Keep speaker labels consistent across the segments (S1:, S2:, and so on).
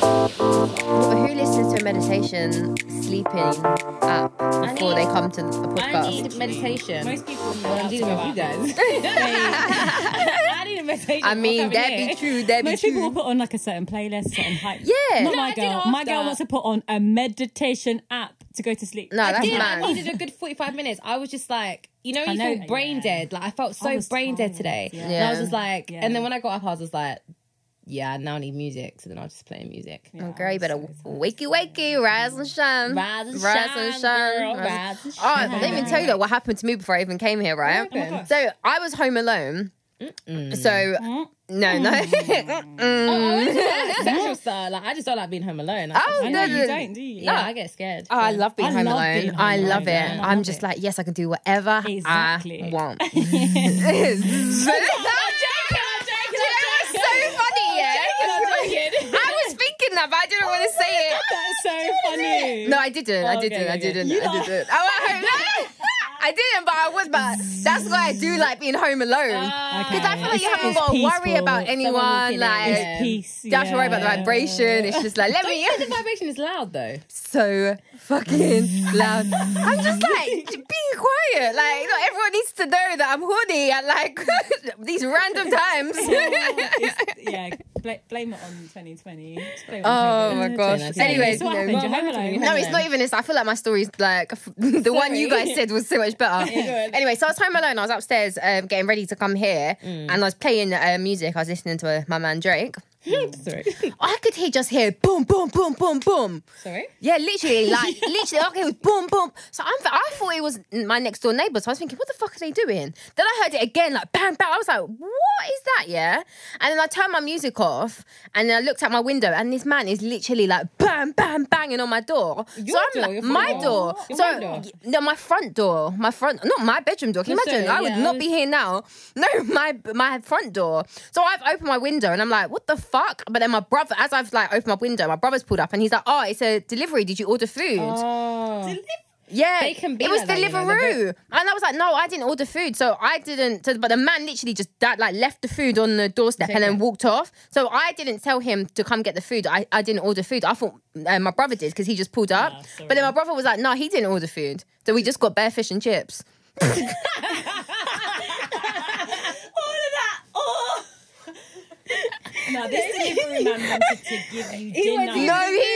S1: But who listens to a meditation sleeping app before
S2: need-
S1: they come to a podcast?
S2: I need meditation.
S3: Most people know
S2: Well,
S3: how
S2: I'm
S3: to
S2: dealing
S3: go
S2: with you
S3: out.
S2: guys. I need a meditation.
S1: I mean,
S2: What's happening
S1: that'd be
S2: here?
S1: true. That'd be
S3: Most people will
S1: true.
S3: put on like a certain playlist, certain hype.
S1: Yeah.
S3: Not
S1: No,
S3: my
S2: I did
S3: girl. My
S2: after.
S3: girl wants to put on a meditation app to go to sleep.
S1: No, Ah, that's
S2: Dude, I
S1: mad.
S2: needed a good 45 minutes. I was just like, you know,
S3: I
S2: you
S3: know,
S2: feel brain
S3: yeah.
S2: dead. Like, I felt so
S3: I was
S2: brain
S3: tired,
S2: dead today.
S3: yeah.
S2: And I was
S1: Yeah.
S2: just like,
S3: Yeah.
S2: and then when I got up, I was just like, yeah, I now need music. So then I'll just play music.
S3: Yeah,
S1: Oh, girl, you
S3: I'm
S1: better
S3: so tired.
S1: wakey wakey, rise and shine.
S2: Rise and shine, girl, rise and
S1: Oh, I didn't even tell you that what happened to me before I even came here, right?
S3: Oh
S2: What happened?
S1: so I was home alone. So,
S3: Mm.
S1: no, no.
S2: Oh,
S1: Mm.
S2: Sexual style. Like, I just don't like being home alone. I
S1: Oh,
S3: Oh,
S1: no,
S3: I
S1: no,
S3: know you
S1: no.
S3: don't, do you?
S2: yeah, I get scared.
S1: Oh, I love being
S3: I
S1: home
S3: love
S1: alone.
S3: being home
S1: I love
S3: alone,
S1: it.
S3: yeah. I
S1: I'm
S3: love
S1: just
S3: it.
S1: like, yes, I can do whatever I
S3: Exactly.
S1: want. It
S2: I'm joking.
S1: was so funny, yeah.
S2: I'm joking.
S1: I was thinking that, but I didn't want to say it.
S3: That's so funny.
S1: No, I didn't. I
S3: Oh, okay,
S1: didn't. I
S3: okay.
S1: didn't.
S3: You
S1: I
S3: are-
S1: didn't. Oh, I hope no. I didn't, but I was. But that's why I do like being home alone
S2: "Ah."
S1: because I feel like you
S3: Uh, It's-
S1: haven't
S3: it's
S1: got to worry
S3: peaceful.
S1: about
S2: Someone walking
S1: anyone.
S2: in,
S1: Like,
S2: yeah.
S3: It's peace.
S1: you don't have to worry about the
S3: yeah.
S1: vibration. It's just like let me.
S2: The vibration is loud though.
S1: so fucking loud. I'm just like be quiet. Like not everyone needs to know that I'm horny at like these random
S3: Oh,
S1: times.
S3: yeah, bl- blame it on 2020. Just blame it on
S1: Oh
S3: 2020.
S1: my gosh.
S2: That's
S1: Anyways,
S3: what
S1: no.
S3: happened. You're home alone.
S1: No, it's not even this. I feel like my story's like f- the one you guys said was so much better. anyway, so I was home alone. I was upstairs um, getting ready to come here, and I was playing uh, music. I was listening to uh, my man Drake.
S2: Sorry.
S1: I could hear just hear boom, boom, boom, boom, boom.
S2: Sorry.
S1: Yeah, literally, like literally, like it was boom, boom. So I'm, I thought it was my next door neighbor. So I was thinking, what the fuck are they doing? Then I heard it again, like bang, bang. I was like, what is that? Yeah. And then I turned my music off, and then I looked out my window, and this man is literally like bang, bang, banging on my door.
S2: Your
S1: so
S2: door,
S1: I'm like,
S2: your front
S1: my
S2: door?
S1: door.
S2: Your
S1: so
S2: window?
S1: no, my front door, my front, not my bedroom door. Can you
S2: No,
S1: imagine?
S2: sorry,
S1: I would
S2: yeah, I
S1: not
S2: was-
S1: be here now. No, my my front door. So I've opened my window and I'm like, what the fuck? But then my brother, as I've like opened my window, my brother's pulled up and he's like, oh, it's a delivery. Did you order food?
S2: Oh.
S1: yeah,
S2: They can be
S1: It was
S2: like that, you know,
S1: Deliveroo,
S2: they're
S1: and I was like, no, I didn't order food, so I didn't. so- but the man literally just that like left the food on the doorstep and then
S2: it.
S1: walked off. So I didn't tell him to come get the food. I, I didn't order food. I thought uh, my brother did because he just pulled up. but then my brother was like, no, he didn't order food. So we just got bare fish and chips.
S3: No, this delivery man wanted to give you dinner.
S1: No, he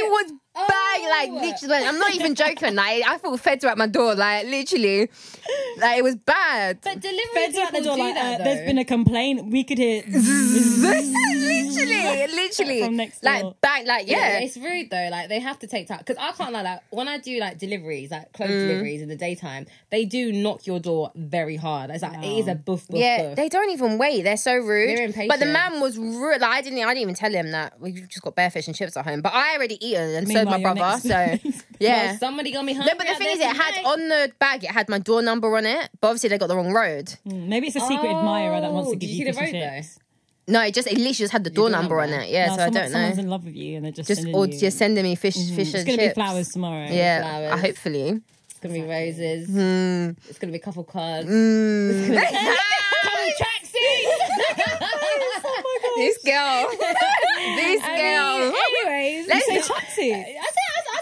S1: was bang, like literally. like, I'm not even joking. Like I felt fed at my door. Like literally, like it was bad.
S2: But delivery
S3: Feds are at the
S2: people
S3: door
S2: do
S3: like,
S2: that,
S3: uh,
S2: though.
S3: there's been a complaint. We could hear. hmm,
S1: literally, literally,
S3: From next
S1: like
S3: door.
S1: bang, like yeah.
S2: It's rude though. Like they have to take time because I can't lie. Like when I do like deliveries, like clothes
S1: Mm.
S2: deliveries in the daytime, they do knock your door very hard. It's like it is a boof, boof,
S1: yeah,
S2: boof.
S1: they don't even wait. They're so rude.
S2: They're
S1: But the
S2: impatient.
S1: man was rude. Like, I didn't. I didn't even tell him that we just got bare fish and chips at home. But I already eaten, and so
S3: Meanwhile,
S1: did my
S3: your
S1: brother. So
S3: next- next-
S1: yeah.
S2: Well, somebody gonna be hungry.
S1: no, but the
S2: out
S1: thing
S2: there
S1: is, it had
S2: tonight.
S1: on the bag. It had my door number on it. But obviously, they got the wrong road.
S3: Maybe it's a secret admirer that wants
S2: Oh,
S3: to give
S2: did you
S3: you
S2: see
S3: fish
S2: the road,
S3: and
S2: though?
S3: chips.
S1: No, it just it literally just had the door
S2: door
S1: number on
S2: number.
S1: it. Yeah,
S3: No,
S1: so I
S3: someone-
S1: don't know.
S3: Someone's in love with you and they're just
S1: just
S3: sending
S1: or
S3: you.
S1: just sending me fish, fish
S3: It's
S1: and
S3: gonna
S1: chips.
S3: be flowers tomorrow.
S1: Yeah,
S2: Flowers.
S1: I hopefully.
S2: It's gonna be roses.
S1: Mm.
S2: It's gonna be couple cards. Oh,
S1: this girl, this girl.
S2: Anyways,
S1: Let's Uh,
S3: Say Chapsy.
S2: I said, I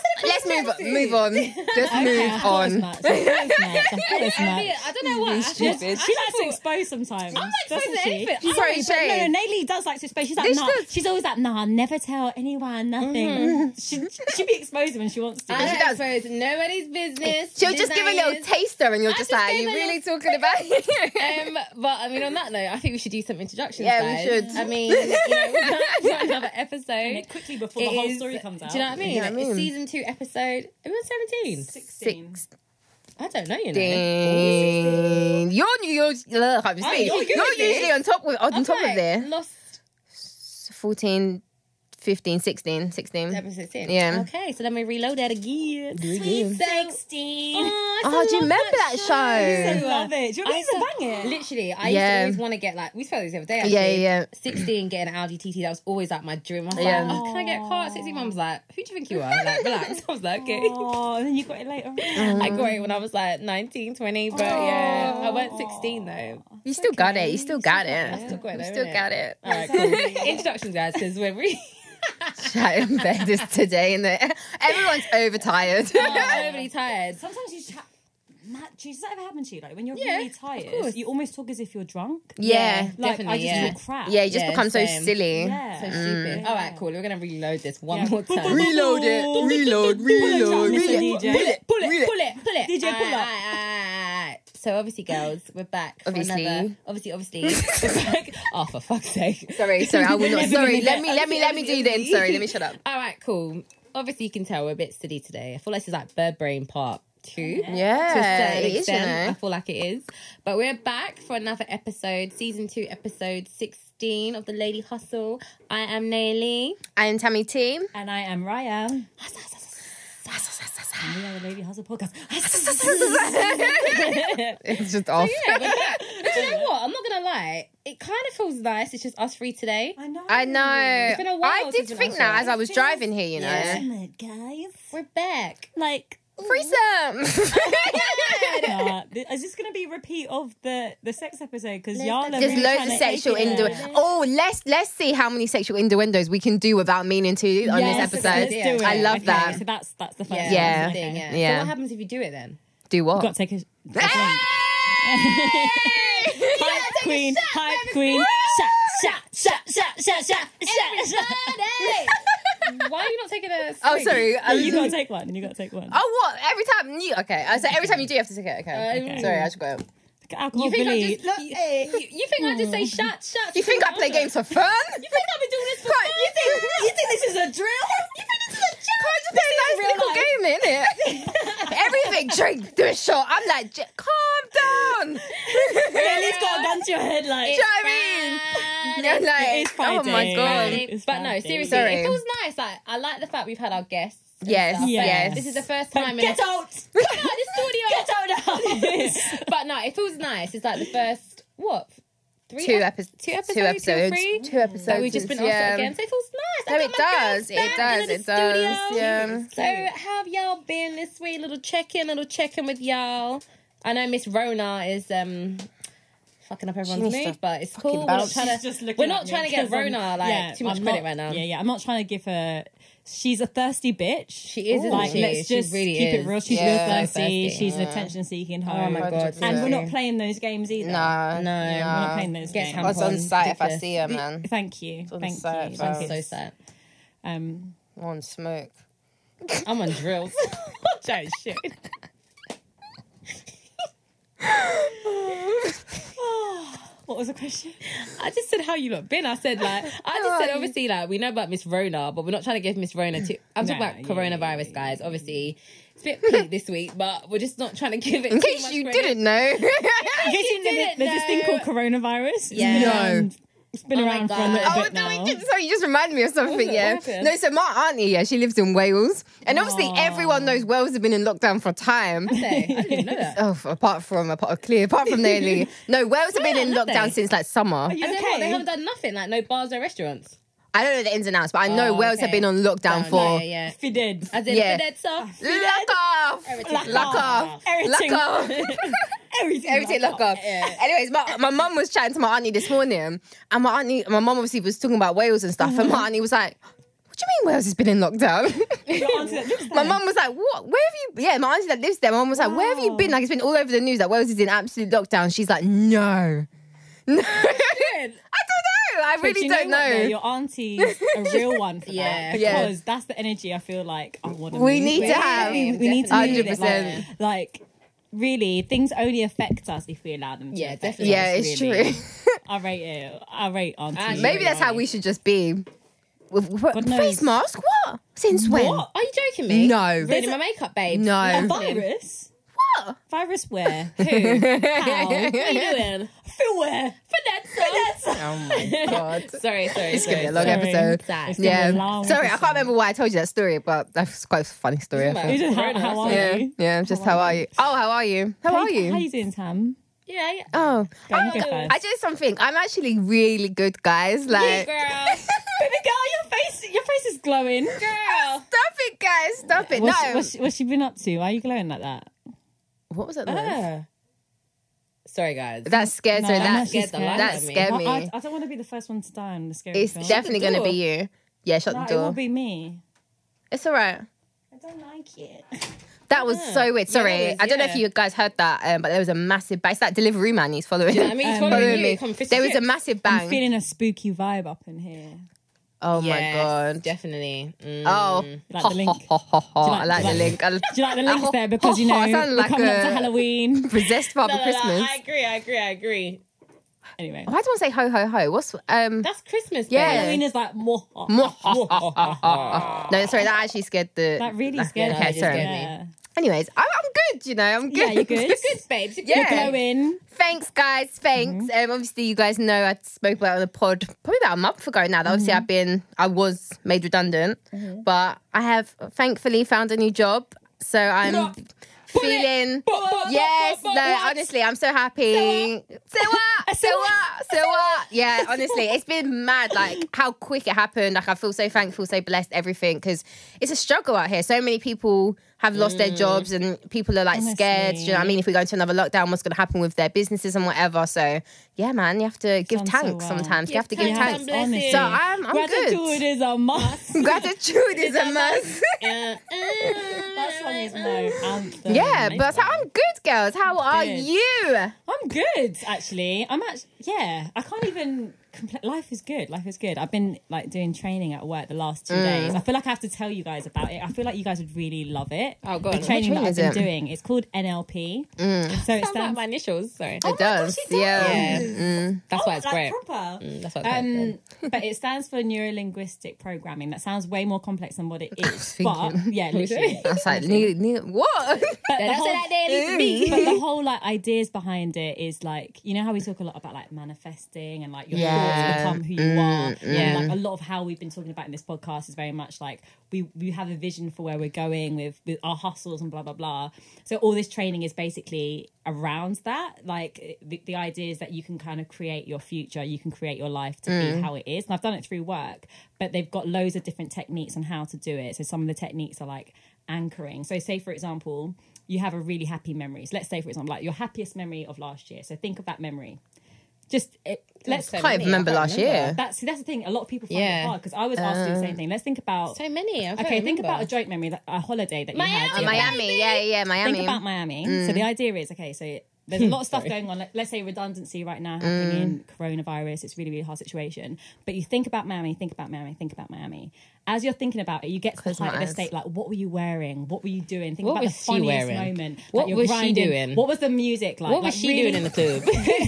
S2: said,
S1: let's move move on. Just
S3: I
S1: move
S3: thought it was
S1: on.
S3: Matt. I thought it was Matt. I thought it was
S2: I, mean,
S3: Matt.
S2: I don't know what. I thought-
S3: Yes,
S1: Stupid.
S3: She likes to expose sometimes. I'm not
S2: exposed to anything.
S3: She's
S1: Sorry,
S3: always, but
S1: Shay.
S3: no, no, Nayli does like to expose. She's like,
S1: This
S3: nah.
S1: does- Mm-hmm.
S3: She's always like, nah, never tell anyone nothing. She she be exposing when she wants to.
S2: I
S1: she
S2: don't
S1: does.
S2: expose nobody's business.
S1: She'll just give a little
S2: desires.
S1: taster, and you're
S2: I
S1: just,
S2: just
S1: like,
S2: gave
S1: "You
S2: a
S1: really
S2: little-
S1: talking about?" it?"
S2: Um, but I mean, on that note, I think we should do some introductions.
S1: Yeah, we
S2: guys.
S1: should.
S2: I mean, you know, we're done for another
S3: And
S2: episode.
S3: it quickly before
S2: It
S3: the whole
S2: is-
S3: story comes out.
S2: Do you know what I mean?
S1: You know what I mean?
S2: It's season two, episode. It was seventeen.
S3: Sixteen.
S2: I don't know. You know.
S1: Ding. You're new. You're, ugh, I'm
S2: Oh,
S1: saying.
S2: you're good
S1: you're
S2: at
S1: usually
S2: this.
S1: on top with on
S2: I'm
S1: top of
S2: like,
S1: there.
S2: Lost.
S1: 14, 15, 16, 16.
S2: Seven sixteen.
S1: Yeah.
S2: Okay, so then we reload that again.
S3: Sweet
S2: So-
S3: 16.
S2: Oh, I
S1: Oh,
S2: so
S1: do you
S2: love
S1: remember that show?
S3: I love it. Do you
S2: I
S3: want to
S2: used to-
S3: bang it?
S2: Literally,
S1: Yeah.
S2: I used to always want to get like we spoke this the other day. Actually,
S1: Yeah, yeah.
S2: 16 getting an Audi TT. That was always like my dream. I was
S1: Yeah.
S2: like, oh, can I get a car at 16? Mum was like, who do you think you are? Like, relax. I was like, okay.
S3: Oh, and then you got it later.
S1: Oh. Mm-hmm.
S2: I got it when I was like 19, 20, but yeah, I weren't 16 though.
S1: You still got it. You still got
S2: I
S1: it.
S2: still got
S1: You
S2: it. though,
S1: still
S2: innit?
S1: got it.
S2: All right, cool. Introductions, guys, because we're really.
S1: Chat in bed is today, and everyone's overtired.
S2: I'm really tired.
S3: Sometimes you chat. Matt, does that ever happen to you? Like when you're
S2: Yeah,
S3: really
S2: of
S3: tired,
S2: course.
S3: you almost talk as if you're drunk.
S1: yeah.
S3: Like I
S2: Definitely,
S3: just
S2: yeah.
S3: talk crap.
S1: Yeah, you Mm. just
S2: Yeah,
S1: become so
S2: same.
S1: silly.
S3: Yeah.
S2: So stupid. All right, cool. We're going to reload this one
S3: Yeah.
S2: more time.
S1: Reload it. Reload. Reload.
S3: Mr.
S1: Reload.
S3: DJ.
S2: pull it, pull it, pull it.
S3: DJ, pull
S2: Aight,
S3: up.
S2: aight, aight, aight. So obviously, girls, we're back. for
S1: Obviously.
S2: another- obviously, obviously, we're back. Oh, for fuck's sake!
S1: Sorry, sorry, I will not.
S2: Never
S1: Sorry, let
S2: gonna get-
S1: me, let me, let me do this. Sorry, let me shut up.
S2: All right, cool. Obviously, you can tell we're a bit silly today. I feel like this is like Bird Brain Part Two.
S1: Yeah,
S2: to a certain
S1: it is, you
S2: extent.
S1: know.
S2: I feel like it is. But we're back for another episode, season two, episode sixteen of the Lady Hustle. I am Naily.
S1: I am Tammy T.
S3: And I am Raya. And we are the Lady Hustle Podcast.
S1: It's just off.
S2: Yeah, but that- but you know what? I'm not gonna lie. It kind of feels nice. It's just us three today.
S3: I know.
S1: I know.
S2: been a while
S1: I did
S2: since an
S1: think that
S2: episode.
S1: as I was
S3: It feels-
S1: driving here, you know.
S2: Yeah.
S3: Ultimate, guys.
S2: We're back.
S3: Like.
S1: Threesome.
S3: Nah, th- is this going to be a repeat of the, the sex episode? Because y'all are
S1: There's
S3: really
S1: loads
S3: trying
S1: of
S3: to
S1: sexual
S3: take it
S1: innuendo.
S3: there.
S1: Oh, let's let's see how many sexual innuendos we can do without meaning to on
S2: Yes,
S1: this
S2: let's
S1: episode.
S2: do it.
S1: I love
S3: okay,
S1: that.
S3: So that's that's the first.
S2: Yeah.
S3: one.
S1: Yeah.
S2: that's the thing, yeah.
S1: Yeah.
S2: So what happens if you do it then?
S1: Do what?
S3: Got to take a.
S1: Hey! You gotta
S3: Hype
S1: take a
S3: queen,
S1: shot,
S3: hype
S1: baby.
S3: queen,
S1: Woo!
S3: shot, shot, shot, shot, shot, shot, shot.
S2: Why are you not taking a?
S1: Oh,
S2: swig?
S1: sorry. I
S3: You gotta take one. You gotta take one.
S1: Oh, what? Every time you okay? I so every time you do, you have to take it. Okay.
S2: Um,
S1: Sorry, I forgot.
S3: Alcohol,
S2: You think I
S3: really.
S2: just look? eh, You, you think I just say shut, shut?
S1: Hmm. You think I play games for fun?
S2: You think I've been doing this for?
S1: Can't- you think you think
S3: This is a drill.
S1: this is a joke? Can't just play a nice
S3: real
S1: little
S3: life.
S1: game in it. Everything drink, do a shot. I'm like, "J- calm down.
S3: Ellie's got a gun to your head, like.
S1: Do you know what I mean? They're like,
S3: It is
S1: oh my
S3: Friday.
S1: god.
S3: Friday.
S2: But
S3: It's
S2: no,
S3: bad,
S2: seriously,
S1: Sorry.
S2: it feels nice. Like I like the fact we've had our guests. and
S1: Yes,
S2: stuff.
S1: yes.
S2: This is the first
S3: But
S2: time. in
S3: Get
S2: a-
S3: out!
S2: Get out of the studio. but no, it feels nice. It's like the first what three
S1: Two,
S2: ep-
S1: episodes.
S2: two episodes,
S1: Two episodes.
S2: three?
S1: Two episodes.
S2: that we've just been off
S1: yeah.
S2: again. So it feels nice.
S1: No,
S2: I got
S1: it
S2: my
S1: does.
S2: girls
S1: It
S2: back
S1: does.
S2: in the
S1: It does.
S2: studio.
S1: Yeah.
S2: So how have y'all been this week? Little check in, little check in with y'all. I know Miss Rona is um fucking up everyone's
S1: needs to
S2: mood, but it's cool. We're not
S1: bounce.
S2: trying
S3: She's
S2: to,
S3: just looking
S2: we're
S3: at
S2: not
S3: me
S2: trying to get
S3: 'cause I'm-
S2: Rona like
S3: yeah,
S2: too much
S3: I'm
S2: credit
S3: not-
S2: right now.
S3: Yeah, yeah. I'm not trying to give her. She's a thirsty bitch. She
S2: is, isn't
S3: Like,
S2: she?
S3: let's
S2: She
S3: just
S2: really
S3: keep
S2: is.
S3: it real. She's
S1: Yeah.
S3: real
S2: So thirsty.
S3: thirsty. She's an attention-seeking hoe.
S2: Oh my god.
S3: And we're not
S1: Yeah.
S3: playing those games either.
S1: No,
S2: No,
S3: We're not playing those
S2: Get
S3: games.
S1: I was
S2: Come
S1: on
S2: on,
S1: site if I
S2: ridiculous.
S1: see her, man.
S3: Thank you.
S1: on
S3: Thank you.
S1: site,
S3: Thank
S1: bro.
S3: you.
S2: So sad.
S3: Um,
S1: I'm on smoke.
S2: I'm on drills.
S3: Joe, shit. what was the question?
S2: I just said how you lot been. I said like I just said
S1: Um,
S2: obviously like we know about Miss Rona, but we're not trying to give Miss Rona to. I'm talking
S3: No,
S2: about
S3: yeah,
S2: coronavirus, guys. Obviously, it's a bit peak this week, but we're just not trying to give it.
S1: In case you didn't know,
S3: In case you
S2: did
S3: know,
S2: it,
S3: there's this thing
S2: though.
S3: called coronavirus.
S2: Yeah.
S3: It's been
S1: No.
S3: around,
S2: Oh my
S3: it's been around for a
S2: God.
S3: little
S2: Oh,
S1: Oh
S3: bit
S1: no!
S3: now.
S1: You just, sorry, you just reminded me of something.
S2: it?
S1: Yeah.
S2: What happened?
S1: No, so my auntie, yeah, she lives in Wales, and obviously
S3: Aw.
S1: everyone knows Wales have been in lockdown for a time.
S2: Say, I didn't even know that.
S1: Oh, f- apart from apart, clear, apart from nearly no, Wales have been in
S2: have
S1: lockdown
S2: they? Oh,
S1: since like summer.
S3: you
S2: And then
S3: okay?
S2: what? They haven't done nothing. Like no bars or restaurants.
S1: I don't know the ins and outs, but I know
S2: Oh,
S1: Wales have
S2: okay.
S1: been on lockdown
S2: No,
S1: for
S2: yeah, yeah.
S3: Fitted.
S2: As in
S1: Yeah.
S2: for that stuff.
S1: lock off,
S2: Everything
S1: lock off, lock
S3: Everything.
S1: off.
S3: Everything.
S1: Everything lock off. Anyways, my my mum was chatting to my auntie this morning, and my auntie, my mum obviously was talking about Wales and stuff,
S3: Mm-hmm.
S1: and my auntie was like, "What do you mean Wales has been in lockdown?"
S3: Your answer that looks
S1: My
S3: like-
S1: mum was like, "What? Where have you?" Yeah, my auntie that lives there. My mum was like, "Where have you
S3: Wow.
S1: been?" Like it's been all over the news that Wales is in absolute lockdown. She's like, "No, no, I
S2: Good.
S1: don't know. I
S3: But
S1: really
S3: you
S1: don't
S3: know what,
S1: know."
S3: though? Your auntie's a real one for
S2: Yeah.
S3: that.
S1: Yeah.
S3: Because that's the energy I feel like I want to
S1: We need to
S2: Wales.
S1: have.
S3: We need to
S1: Definitely.
S3: move it,
S1: 100%.
S3: Like, like, really, things only affect us if we allow them to.
S2: Yeah,
S3: affect
S2: definitely.
S1: Yeah,
S3: us,
S1: it's
S3: really.
S1: true.
S3: I rate it. I rate auntie.
S2: Actually,
S1: Maybe that's how
S2: right.
S1: we should just be. With, with-
S3: knows.
S1: face mask? What? Since when?
S3: What?
S2: Are you joking me?
S1: Oh, No.
S2: Ruining my makeup, babe.
S3: A
S1: No.
S3: Oh, virus?
S1: What?
S3: Virus where? Who? How?
S2: What are you doing?
S3: Feel where?
S2: For that stuff.
S3: minutes.
S1: Oh my god.
S2: Sorry, sorry.
S1: It's gonna be a
S2: sorry,
S1: long
S2: sorry.
S1: episode.
S2: Sad.
S3: gonna be a
S1: Yeah.
S3: long
S1: Sorry, I
S3: episode.
S1: can't remember why I told you that story, but that's quite a funny story. I
S2: Well,
S1: think.
S3: just- how-
S2: Corona,
S3: how
S2: so-
S3: are
S1: Yeah.
S3: you?
S1: Yeah. Just how are you? Oh, how are you? How are
S3: How
S1: you?
S3: you doing, Tam?
S2: Yeah, yeah.
S1: Oh,
S3: Go, you
S1: I-
S3: go first.
S1: I did something. I'm actually really good, guys.
S2: Hey,
S1: Like,
S2: girl,
S3: Baby girl, your face, your face is glowing.
S2: girl.
S1: stop it, guys. Stop it.
S3: What's,
S1: no.
S3: what's, she- what's she been up to? Why are you glowing like that?
S1: what was it? That,
S2: Ah. Sorry, guys.
S1: that scared
S3: No,
S1: her.
S3: I'm
S1: That,
S3: actually
S1: that,
S2: scared the life out of me.
S1: scared
S3: Well,
S1: me.
S3: I, I don't want to be the first one to die on the scary
S1: it's
S3: film.
S1: definitely
S2: the
S1: going to be
S2: door.
S1: you. Yeah, shut
S3: no,
S1: the
S3: it will
S1: door.
S3: be me.
S1: It's all right.
S3: I don't like it.
S1: That was
S2: Yeah.
S1: so weird.
S2: Yeah,
S1: Sorry,
S2: that was-
S1: I don't know if
S2: yeah.
S1: you guys heard that, um, but there was a massive. But it's that delivery man. He's following.
S2: Yeah, I mean, he's
S3: Um,
S2: following
S1: following
S2: you.
S1: me.
S2: Come fish
S1: There
S2: and
S1: was a
S2: chips.
S1: massive
S3: I'm
S1: bang.
S3: feeling a spooky vibe up in here.
S1: Oh my
S2: Yes,
S1: god.
S2: Definitely. Mm.
S1: Oh,
S3: Like the link.
S1: Ho, ho, ho, ho.
S3: Do you
S1: I
S3: like-
S1: like the
S3: do you
S1: link. I
S3: Do you like the links there? Because you know
S1: I sound
S3: we're
S1: like
S3: coming up to
S1: a-
S3: Halloween.
S1: possessed Father
S2: No, no, no,
S1: Christmas.
S2: I agree. I agree. I agree.
S3: Anyway,
S1: Why do I say ho ho ho? What's um?
S2: That's Christmas.
S1: Yeah.
S2: babe.
S3: Halloween is like more.
S1: no, sorry, that actually scared the.
S3: That really scared
S1: Okay,
S3: me.
S1: sorry.
S3: Yeah.
S1: Anyways, I'm, I'm good. You know, I'm good.
S3: Yeah, you're good.
S2: Good, babe. It's a good
S1: Yeah.
S2: day.
S3: You're glowing.
S1: Thanks, guys. Thanks. Um, obviously, you guys know I spoke about it on the pod probably about a month ago now. That obviously, I've been, I was made redundant, but I have thankfully found a new job. So I'm
S2: Look.
S1: feeling.
S2: But- but-
S1: Yes,
S2: but- but-
S1: no,
S2: what?
S1: honestly, I'm so happy. So what? So what? So what? Yeah, honestly, it's been mad, like how quick it happened. Like, I feel so thankful, so blessed, everything, because it's a struggle out here. So many people have lost their jobs and people are like scared. Do you know what I mean? If we go into another lockdown, what's going to happen with their businesses and whatever. So, yeah, man, you have to give
S3: Done so
S1: tanks
S3: well.
S1: sometimes. You
S2: Give
S1: have to give
S2: thanks
S1: tanks.
S2: and blessings.
S1: So, I'm, I'm
S3: Gratitude
S1: good.
S3: is a must.
S1: Gratitude is a must.
S2: Uh, uh,
S3: that song is my anthem.
S1: Yeah, but so I'm good, Oh girls. How are
S3: Good.
S1: you?
S3: I'm good actually. I'm actually yeah. I can't even. Compl- life is good. Life is good. I've been like doing training at work the last two days.
S2: Mm.
S3: I feel like I have to tell you guys about it. I feel like you guys would really love it.
S2: Oh, go on.
S3: The
S2: Which
S3: training that
S1: one
S3: I've
S1: is
S3: been
S1: it?
S3: doing. It's called NLP. So it
S2: Mm. Sounds like
S3: stands.
S2: my initials. Sorry.
S1: It does.
S3: she
S1: Yeah.
S2: does.
S1: Oh, Mm.
S2: That's
S3: Oh,
S2: why it's
S3: like,
S2: great. Mm.
S3: proper.
S2: That's why it's great.
S3: Um, but it stands for neuro linguistic programming. That sounds way more complex than what it is. but yeah, literally.
S1: I was like, "Ni- ni- what?
S3: But the
S2: That's
S3: whole-
S2: what that day needs to
S3: Mm.
S2: be.
S3: but the whole like ideas behind it is like you know how we talk a lot about like manifesting and like your
S1: Yeah.
S3: thoughts become who
S2: Mm.
S3: you are yeah like a lot of how we've been talking about in this podcast is very much like we we have a vision for where we're going with with our hustles and blah blah blah so all this training is basically around that like the, the idea is that you can kind of create your future you can create your life to be how it is and i've done it through work but they've got loads of different techniques on how to do it so some of the techniques are like anchoring. So, say for example, you have a really happy memory. So let's say for example, like your happiest memory of last year. So think of that memory. Just it, let's
S2: so
S1: I can't even remember
S2: can't
S1: last
S2: remember.
S1: year.
S3: That's see, that's the thing. A lot of people find
S2: Yeah. Uh.
S3: it hard because I was asked to do the same thing. Let's think about
S2: So many. I can't
S3: okay, think
S2: remember.
S3: about a joint memory, that, a holiday that you had.
S2: Miami. Mm.
S3: the other-
S1: Miami, yeah, yeah, Miami.
S3: Think about Miami. So the idea is okay. So there's a lot of stuff going on. Let- Let's say redundancy right now happening
S2: Mm.
S3: in coronavirus. It's really really hard situation. But you think about Miami. Think about Miami. Think about Miami. As you're thinking about it, you get to the
S1: Close my
S3: height of the
S1: eyes.
S3: state. Like, what were you wearing? What were you doing? Think
S2: What
S3: about the
S2: was she
S3: funniest
S2: wearing?
S3: moment. that
S2: What
S3: you're
S2: was she
S3: grinding.
S2: doing?
S3: What was the music like?
S2: What was
S3: Like,
S2: she
S3: really-
S2: doing in the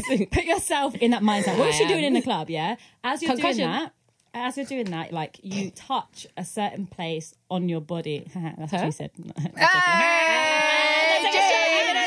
S2: club?
S3: put yourself in that mindset. What was she
S2: I
S3: doing
S2: am.
S3: in the club? Yeah. As you're
S2: Concussion.
S3: doing that, as you're doing that, like you touch a certain place on your body. That's what
S2: Huh?
S3: you said.
S1: Ah! Hey,
S2: Take a
S1: Jane,
S2: shot,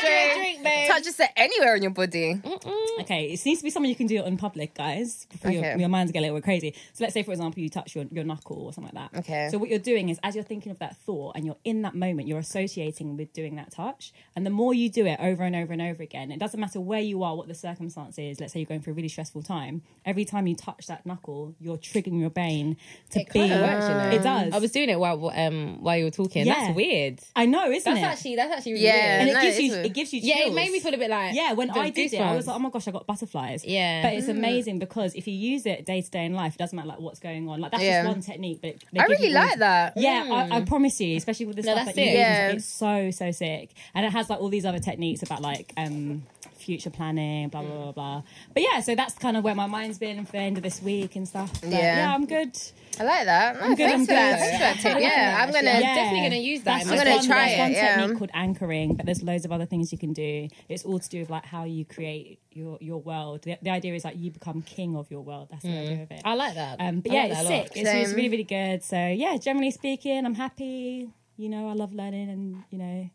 S1: Jane.
S2: drink, drink, babe.
S1: Touch just anywhere on your body.
S3: Mm. okay, it seems to be something you can do in public, guys. Before your,
S1: Okay.
S3: your minds get a little bit crazy. So let's say, for example, you touch your, your knuckle or something like that.
S1: Okay.
S3: So what you're doing is, as you're thinking of that thought and you're in that moment, you're associating with doing that touch. And the more you do it over and over and over again, it doesn't matter where you are, what the circumstance is. Let's say you're going through a really stressful time. Every time you touch that knuckle, you're triggering your brain to
S2: It
S3: be.
S2: kinda works, you know.
S3: It does.
S2: I was doing it while um while you were talking.
S3: Yeah.
S2: That's weird.
S3: I know, isn't
S2: That's
S3: it?
S2: actually that's actually really
S1: Yeah.
S2: weird.
S3: and it
S1: No,
S3: gives
S1: it
S3: you
S1: isn't.
S3: it gives you chills.
S2: Yeah, it made me feel a bit like
S3: Yeah, when
S2: the
S3: I did it, I was
S2: goosebumps.
S3: like, oh my gosh, I got butterflies.
S2: Yeah.
S3: But it's
S1: Mm.
S3: amazing because if you use it day to day in life, it doesn't matter like what's going on. Like that's
S1: Yeah.
S3: just one technique, but they
S1: I
S3: give
S1: really
S3: you all-
S1: like that. Mm,
S3: Yeah, I, I promise you, especially with the
S2: No,
S3: stuff
S2: that's
S3: that you
S2: it.
S3: use,
S1: Yeah.
S3: it's so so sick, and it has like all these other techniques about like um future planning, blah blah blah blah. But yeah, so that's kind of where my mind's been for the end of this week and stuff. But,
S1: Yeah.
S3: yeah, I'm good.
S1: I like that. No,
S3: I'm good,
S1: thanks
S3: I'm
S1: for that.
S3: good.
S1: Thanks for that tip. Yeah, I'm gonna.
S2: Yeah. definitely gonna use that.
S3: That's
S2: I'm
S3: just
S1: gonna
S3: one,
S1: try
S3: that's
S1: it,
S3: one
S1: yeah.
S3: technique called anchoring, but there's loads of other things you can do. It's all to do with like how you create your your world. The, the idea is like you become king of your world. That's the
S1: Mm.
S3: idea of it.
S2: I like that.
S3: Um, but
S2: I
S3: yeah,
S2: like that
S3: it's
S2: a lot.
S3: sick. It's, it's
S1: Same.
S3: really really good. So yeah, generally speaking, I'm happy. You know, I love learning, and you know,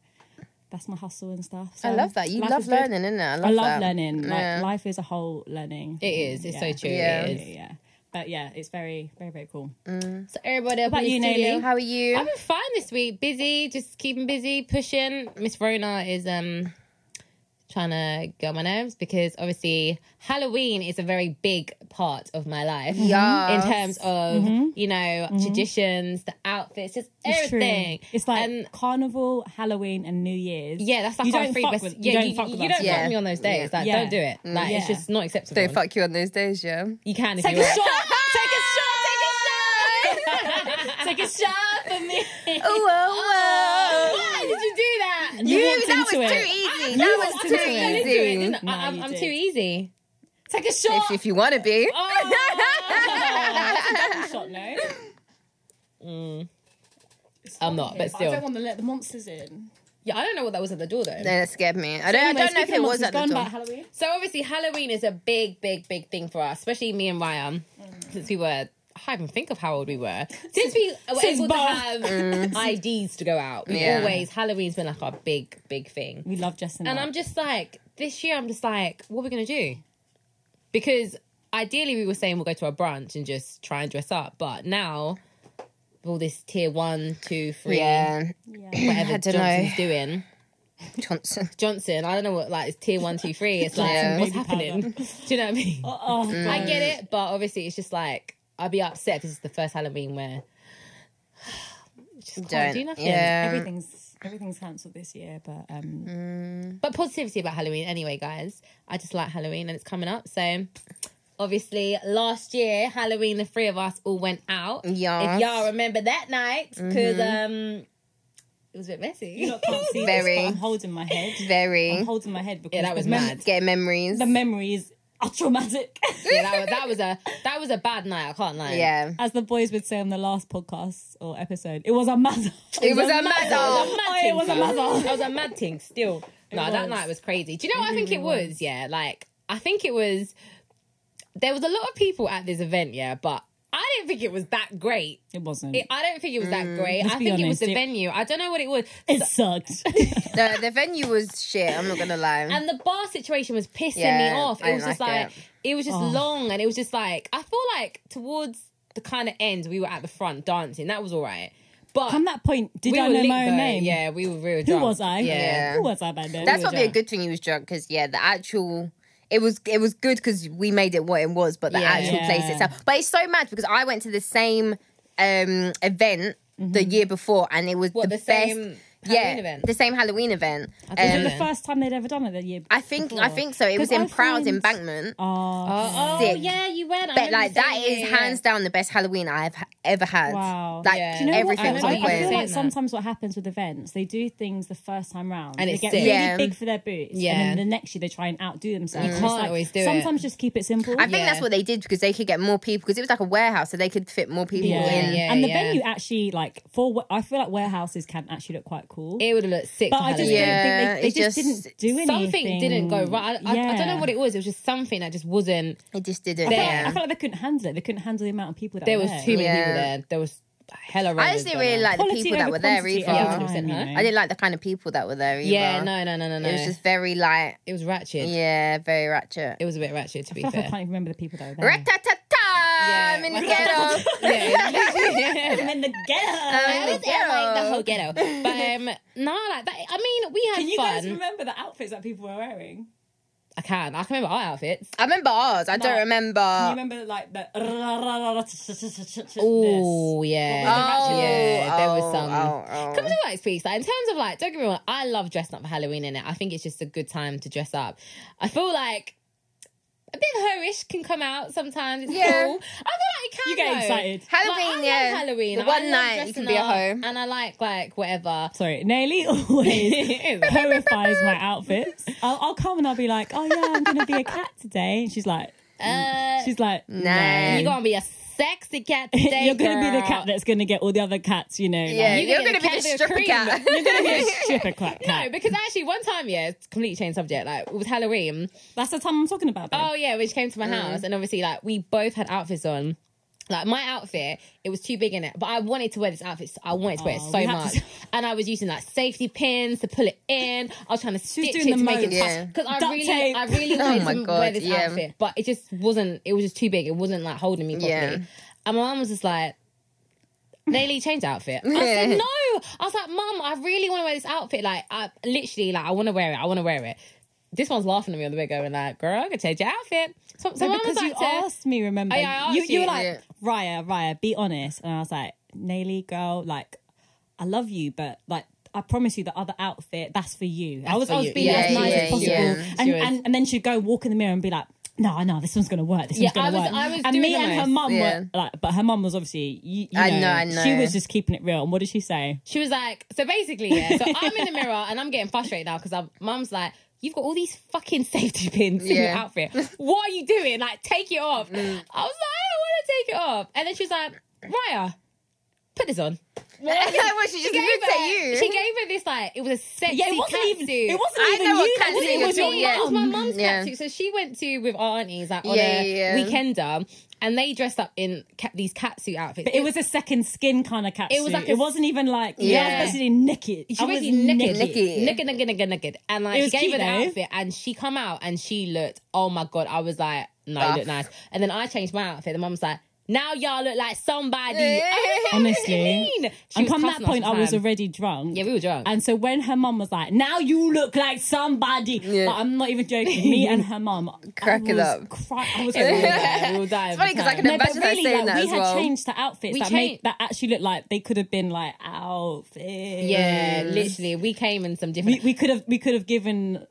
S3: that's my hustle and stuff.
S1: I
S3: So,
S1: love that. You
S3: life
S1: love
S3: is good.
S1: learning, innit? I
S3: I
S1: love
S3: love
S1: that.
S3: learning. Like
S1: Yeah.
S3: life is a whole learning.
S2: It is. It's so true.
S1: Yeah.
S2: It
S3: Yeah,
S2: is.
S3: yeah. But yeah, it's very, very, very cool.
S2: So everybody up in
S3: What about
S2: the
S3: you,
S2: studio.
S3: Naomi?
S1: How are you?
S2: I've been fine this week. Busy, just keeping busy, pushing. Miss Rona is um trying to go on my nerves because obviously Halloween is a very big part of my life.
S1: Yes.
S2: In terms of, you know, traditions, the outfits, just
S3: Mm-hmm. It's true.
S2: everything.
S3: It's like
S2: And-
S3: Carnival, Halloween, and New Year's.
S2: yeah, that's like
S3: you
S2: our
S3: don't
S2: three
S3: fuck
S2: best-
S3: with- you
S2: yeah,
S3: don't
S2: you,
S3: fuck
S2: you
S3: with
S2: don't
S3: us.
S2: fuck
S1: Yeah.
S2: with me on those days. Like,
S3: Yeah. Mm.
S2: don't do it. Like, it's
S3: Yeah.
S2: just not acceptable.
S1: They fuck you on those days, yeah?
S2: you can if
S3: Take
S2: you
S3: a
S2: want.
S3: shot.
S2: Take a shot. Take a shot.
S3: Take a shot for me.
S1: Oh, oh, oh.
S2: Why did you do that?
S1: You,
S3: You walked
S1: that was
S3: into
S1: too
S3: it.
S1: easy.
S2: You
S1: that
S2: walked
S1: was too
S2: into it. I didn't do it,
S1: easy.
S2: didn't I?
S3: No,
S2: I- I'm,
S3: you
S2: I'm
S3: did.
S2: too easy.
S3: Take a shot.
S1: If, if you want to be.
S3: Oh, that's a double shot, no?
S2: Mm. I'm not, but
S3: I don't
S2: still.
S3: want to let the monsters in.
S2: Yeah, I don't know what that was at the door though.
S1: No, that scared me. I don't, I don't know if it was at the
S3: gone
S1: door.
S3: About Halloween.
S2: So obviously Halloween is a big, big, big thing for us, especially me and Ryan, since we were. I can't even think of how old we were. Since we were
S3: Since
S2: able
S3: birth.
S2: to have IDs to go out, we
S1: Mm. Yeah.
S2: always Halloween's been like our big, big thing.
S3: We love dressing
S2: And
S3: up.
S2: I'm just like, this year, I'm just like, what are we going to do? Because ideally, we were saying we'll go to a brunch and just try and dress up. But now, with all this tier one, two, three,
S1: Yeah.
S3: yeah.
S2: whatever
S1: I dunno.
S2: Johnson's doing.
S1: Johnson.
S2: Johnson, I don't know what, like, it's tier one, two, three. It's like,
S1: Yeah.
S2: what's
S3: Baby powder.
S2: happening? do you know what I mean?
S3: Oh,
S2: I get it, but obviously, it's just like, I'd be upset if this is the first Halloween where. Just can't
S1: Don't.
S2: do nothing.
S1: yeah.
S3: everything's everything's cancelled this year, but um,
S2: Mm. But positivity about Halloween, anyway, guys. I just like Halloween and it's coming up. So, obviously, last year, Halloween, the three of us all went out.
S1: Yes. Mm-hmm.
S2: If y'all remember that night, because um, it was a bit messy.
S3: you lot can't see
S1: Very.
S3: this, but I'm holding my head. I'm
S1: Very.
S3: holding my head because
S2: Yeah, that was
S3: the, mem-
S2: mad.
S1: Get memories.
S3: the memories are traumatic.
S2: yeah, that, was, that was a that was a bad night. I can't lie.
S1: Yeah.
S3: As the boys would say on the last podcast or episode, it was a mother.
S1: It was a matter.
S2: It was a mad
S3: Oh, it
S2: ting,
S3: was a
S2: fam.
S3: mad-
S2: It was a mad thing. Still, no, that
S3: was. Mm-hmm.
S2: night was crazy. Do you know what I think it was? Yeah, like I think it was. There was a lot of people at this event. Yeah, but I didn't think it was that great.
S3: It wasn't.
S2: It, I don't think it was that great. I
S3: Mm, be
S2: think it was
S3: honest,
S2: the
S3: it-
S2: venue. I don't know what it was.
S3: It sucked.
S1: No, the venue was shit. I'm not going to lie.
S2: And the bar situation was pissing
S1: Yeah,
S2: me off.
S1: I
S2: It was
S1: didn't
S2: just
S1: like
S2: like it. was just
S3: Oh.
S2: long, and it was just like I feel like towards the kind of end we were at the front dancing. That was all right, but
S3: From that point, did
S2: we
S3: I
S2: were
S3: know
S2: lit,
S3: my own
S2: though.
S3: name?
S2: Yeah, we were real.
S3: Who
S2: drunk.
S3: was I?
S2: Yeah.
S1: Yeah.
S3: Who was I by then?
S1: That's
S3: Who was
S1: probably a
S3: I?
S1: good thing he was drunk because yeah, the actual it was it was good because we made it what it was, but the
S2: Yeah.
S1: actual place
S3: Yeah.
S1: itself. But it's so mad because I went to the same um event the year before, and it was
S2: What, the
S1: the,
S2: same
S1: best.
S2: Halloween
S1: yeah,
S2: event?
S1: the same Halloween event.
S3: Was
S1: Um,
S3: it the first time they'd ever done it the year?
S1: I think I
S3: before?
S1: think so. It was
S3: 'Cause
S1: in
S3: I
S1: Proud's
S3: find-
S1: Embankment.
S3: Oh,
S2: Oh,
S1: Sick.
S2: yeah, you went.
S1: But
S2: I remember
S1: like
S2: you
S1: that
S2: saying
S1: is
S2: yeah, yeah.
S1: hands down the best Halloween I've h- ever had.
S3: wow.
S1: Like
S2: Yeah.
S3: Do you know
S1: everything
S3: what?
S1: was
S3: I,
S1: on
S3: I, I
S1: point.
S3: feel like
S2: Yeah.
S3: sometimes what happens with events, they do things the first time round,
S2: And
S3: they
S2: it's
S3: get
S2: sick.
S3: really
S1: Yeah.
S3: big for their boots,
S2: Yeah.
S3: and then the next year they try and outdo themselves. You
S2: can't always do it.
S3: Sometimes just keep it simple.
S1: I think
S2: Yeah.
S1: that's what they did because they could get more people because it was like a warehouse, so they could fit more people
S3: yeah.
S1: in.
S2: yeah,
S3: and the
S2: yeah.
S3: venue actually like for wa- I feel like warehouses can actually look quite cool,
S2: It would have looked sick.
S3: but
S2: for
S3: I just
S2: Halloween.
S1: Yeah.
S3: don't think they,
S1: it
S3: they just,
S1: just-
S3: didn't do anything.
S2: something didn't go right. I, I, I don't know what it was. It was just something that just wasn't.
S1: It just didn't.
S2: There.
S3: I felt,
S1: yeah.
S3: I felt like they couldn't handle it. They couldn't handle the amount of people that
S2: There
S3: were
S2: was too many
S1: Yeah.
S2: people there. There was hella.
S1: I
S2: rumors
S1: just didn't
S2: going
S1: really
S2: on.
S1: like the
S3: Quality
S1: people that
S3: over
S1: were there
S3: quantity
S1: either.
S3: at the
S2: Yeah,
S3: time,
S2: 100%,
S3: you
S2: huh?
S3: know?
S1: I didn't like the kind of people that were there either.
S2: Yeah, no, no, no, no, no.
S1: It was just very like,
S2: ratchet.
S1: yeah, very ratchet.
S2: It was a bit ratchet to be
S3: I feel like I
S2: fair.
S3: can't even remember the people that were there.
S1: Rat-ta-ta-ta!
S2: Yeah.
S1: I'm Um, in the ghetto.
S2: Yeah.
S3: I'm in the
S1: I'm in
S3: ghetto.
S2: I was
S1: the ghetto.
S2: like the whole ghetto, but um, no, like that. I mean, we had
S3: Can you
S2: fun.
S3: guys remember the outfits that people were wearing?
S2: I can. I can remember our outfits.
S1: I remember ours. I don't
S3: No.
S1: remember.
S3: you remember like the
S2: Oh yeah,
S1: oh,
S2: yeah. There
S1: oh,
S2: was some.
S1: Oh, oh.
S2: Come to the works piece. Like in terms of like, don't get me wrong, I love dressing up for Halloween in it. I think it's just a good time to dress up. I feel like a bit of herish can come out sometimes. It's
S1: Yeah.
S2: cool. I feel like it can.
S3: You get
S2: though.
S3: excited.
S2: Like, I
S1: Halloween,
S2: love
S1: yeah.
S2: Halloween.
S1: The
S2: I
S1: one
S2: love
S1: night you
S2: dressing
S1: can be at
S2: up,
S1: home.
S2: and I like like whatever.
S3: Sorry, Nelly always horrifies my outfits. I'll, I'll come and I'll be like, "Oh yeah, I'm gonna be a cat today," and she's like,
S1: Mm.
S2: Uh,
S3: "She's like,
S1: Nah.
S2: you're gonna be a sexy cat today.
S3: you're gonna be the
S2: girl.
S3: cat that's gonna get all the other cats, you know." like,
S1: Yeah,
S2: You
S1: you're,
S2: get
S1: gonna
S2: a
S1: be the
S2: cat of
S1: stripper
S2: cream.
S1: cat.
S3: you're gonna be a stripper cat.
S2: No, because actually, one time, yeah, it's completely changed subject. Like it was Halloween.
S3: That's the time I'm talking about. babe. Mm.
S2: Oh yeah, which came to my house, and obviously, like we both had outfits on Like my outfit, it was too big in it, but I wanted to wear this outfit. So I wanted to wear it
S3: Oh,
S2: so
S3: we had
S2: much,
S3: to-
S2: and I was using like safety pins to pull it in. I was trying to stitch
S3: doing
S2: it
S3: the
S2: to make it
S3: most.
S1: Yeah.
S2: because I
S3: Duct
S2: really,
S3: tape.
S2: I really
S1: Oh
S2: wanted
S1: my
S2: to
S1: God,
S2: wear this
S1: yeah.
S2: outfit, but it just wasn't. It was just too big. It wasn't like holding me properly.
S1: Yeah.
S2: And my mum was just like, Laylee, change the outfit. I said, no. I was like, Mum, I really want to wear this outfit. Like, I literally, like, I want to wear it. I want to wear it. This one's laughing at me on the way, going like, "Girl, I can change your outfit." So, so
S3: So
S2: mum was
S3: because
S2: like,
S3: you
S2: to-
S3: asked me, remember?
S2: Oh, yeah, I
S3: you,
S2: asked
S3: you were
S2: you.
S3: like,
S1: Yeah.
S3: Raya, Raya, be honest. And I was like, Nayli, girl, like, I love you, but like, I promise you, the other outfit, that's for you. I was,
S2: for
S3: I was
S2: you.
S3: being
S2: Yeah,
S3: as nice
S1: yeah,
S3: as possible.
S1: yeah.
S3: And,
S2: She was.
S3: and, and then she'd go walk in the mirror and be like, no, no, this one's gonna work. This
S2: Yeah,
S3: one's gonna
S2: I was-
S3: work.
S2: I was
S3: and
S2: doing
S3: me
S2: the
S3: and her
S2: most.
S3: mum
S1: Yeah.
S3: were like, but her mum was obviously, you, you
S1: I know, I
S3: she
S1: know.
S3: was just keeping it real. And what did she say?
S2: She was like, so basically, yeah. So I'm in the mirror and I'm getting frustrated now because mum's like, you've got all these fucking safety pins in your
S1: Yeah.
S2: outfit. What are you doing? Like, take it off.
S3: Mm.
S2: I was like, I don't want to take it off. And then she was like, Raya, put this on.
S1: Well, she just looked at you.
S2: She gave her this like it was a sexy
S3: Yeah, it wasn't even.
S2: catsuit.
S3: It wasn't
S1: I
S3: even
S1: know what
S3: you. That
S1: catsuit
S3: was, it
S1: it
S3: was
S1: was,
S3: your
S1: yeah.
S2: It was
S3: mum.
S2: my mum's
S1: Yeah.
S2: catsuit. So she went to with our aunties like on
S1: Yeah,
S2: a
S1: yeah, yeah.
S2: weekender, and they dressed up in cat, these catsuit outfits.
S3: But it was a second skin kind of catsuit. It was
S2: was
S3: like
S2: like
S3: it
S2: a-
S3: wasn't even like yeah,
S1: Yeah.
S3: I was basically naked.
S2: She
S3: I was
S2: basically
S1: naked.
S2: naked, naked, naked, naked, naked, and like
S3: It
S2: she
S3: was
S2: gave
S3: cute,
S2: her the
S3: though.
S2: outfit, and she come out and she looked. Oh my god! I was like, no, you
S1: Buff.
S2: look nice. And then I changed my outfit. The mum's like, now y'all look like somebody. Oh, I was like,
S3: Honestly.
S2: what do you mean? She
S3: And
S2: was
S3: come that
S2: cussing us
S3: point,
S2: the
S3: I was
S2: time.
S3: already drunk.
S2: yeah, we were drunk.
S3: And so when her mum was like, "Now you look like somebody,"
S1: Yeah.
S3: like, I'm not even joking. Me and her mum
S1: Crack
S3: I
S1: it
S3: was
S1: up.
S3: Cry- I was
S2: we were
S3: crying.
S2: dying, we were dying
S1: It's
S2: at the
S1: funny 'cause I
S2: time.
S1: can
S3: No, but
S1: imagine her
S3: really,
S1: saying
S3: like,
S1: that
S3: we
S1: as
S3: had
S1: well.
S3: changed to outfits
S2: We
S3: that made
S2: changed-
S3: that actually looked like they could have been like outfits.
S2: Yeah, literally, we came in some
S3: we,
S2: different
S3: we could have we could have given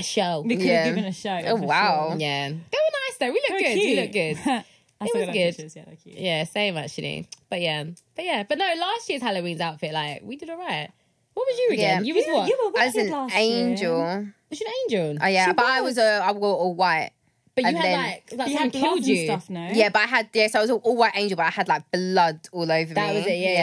S2: show.
S3: we could
S1: Yeah.
S3: have given a show.
S1: Oh, wow.
S2: yeah, they were nice though. We look
S3: were
S2: good. We
S3: cute.
S2: look good.
S3: it
S2: was good.
S3: Yeah, they're cute.
S2: Yeah, same actually. But yeah, but yeah, but no. Last year's Halloween's outfit, like we did alright. What was you again?
S1: Yeah.
S2: You was what?
S3: You were
S1: As
S3: wicked
S1: an
S3: last year.
S1: angel.
S2: was you an angel?
S1: Oh yeah,
S3: She
S1: but I was a I wore all white.
S2: But you
S1: And
S2: had
S1: then-
S2: like like
S3: You
S2: someone
S3: had blood
S2: killed
S3: and
S2: you.
S3: stuff, no?
S1: Yeah, but I had yes, I was all, all white angel, but I had like blood all over
S2: That
S1: me.
S2: was it, yeah, yeah,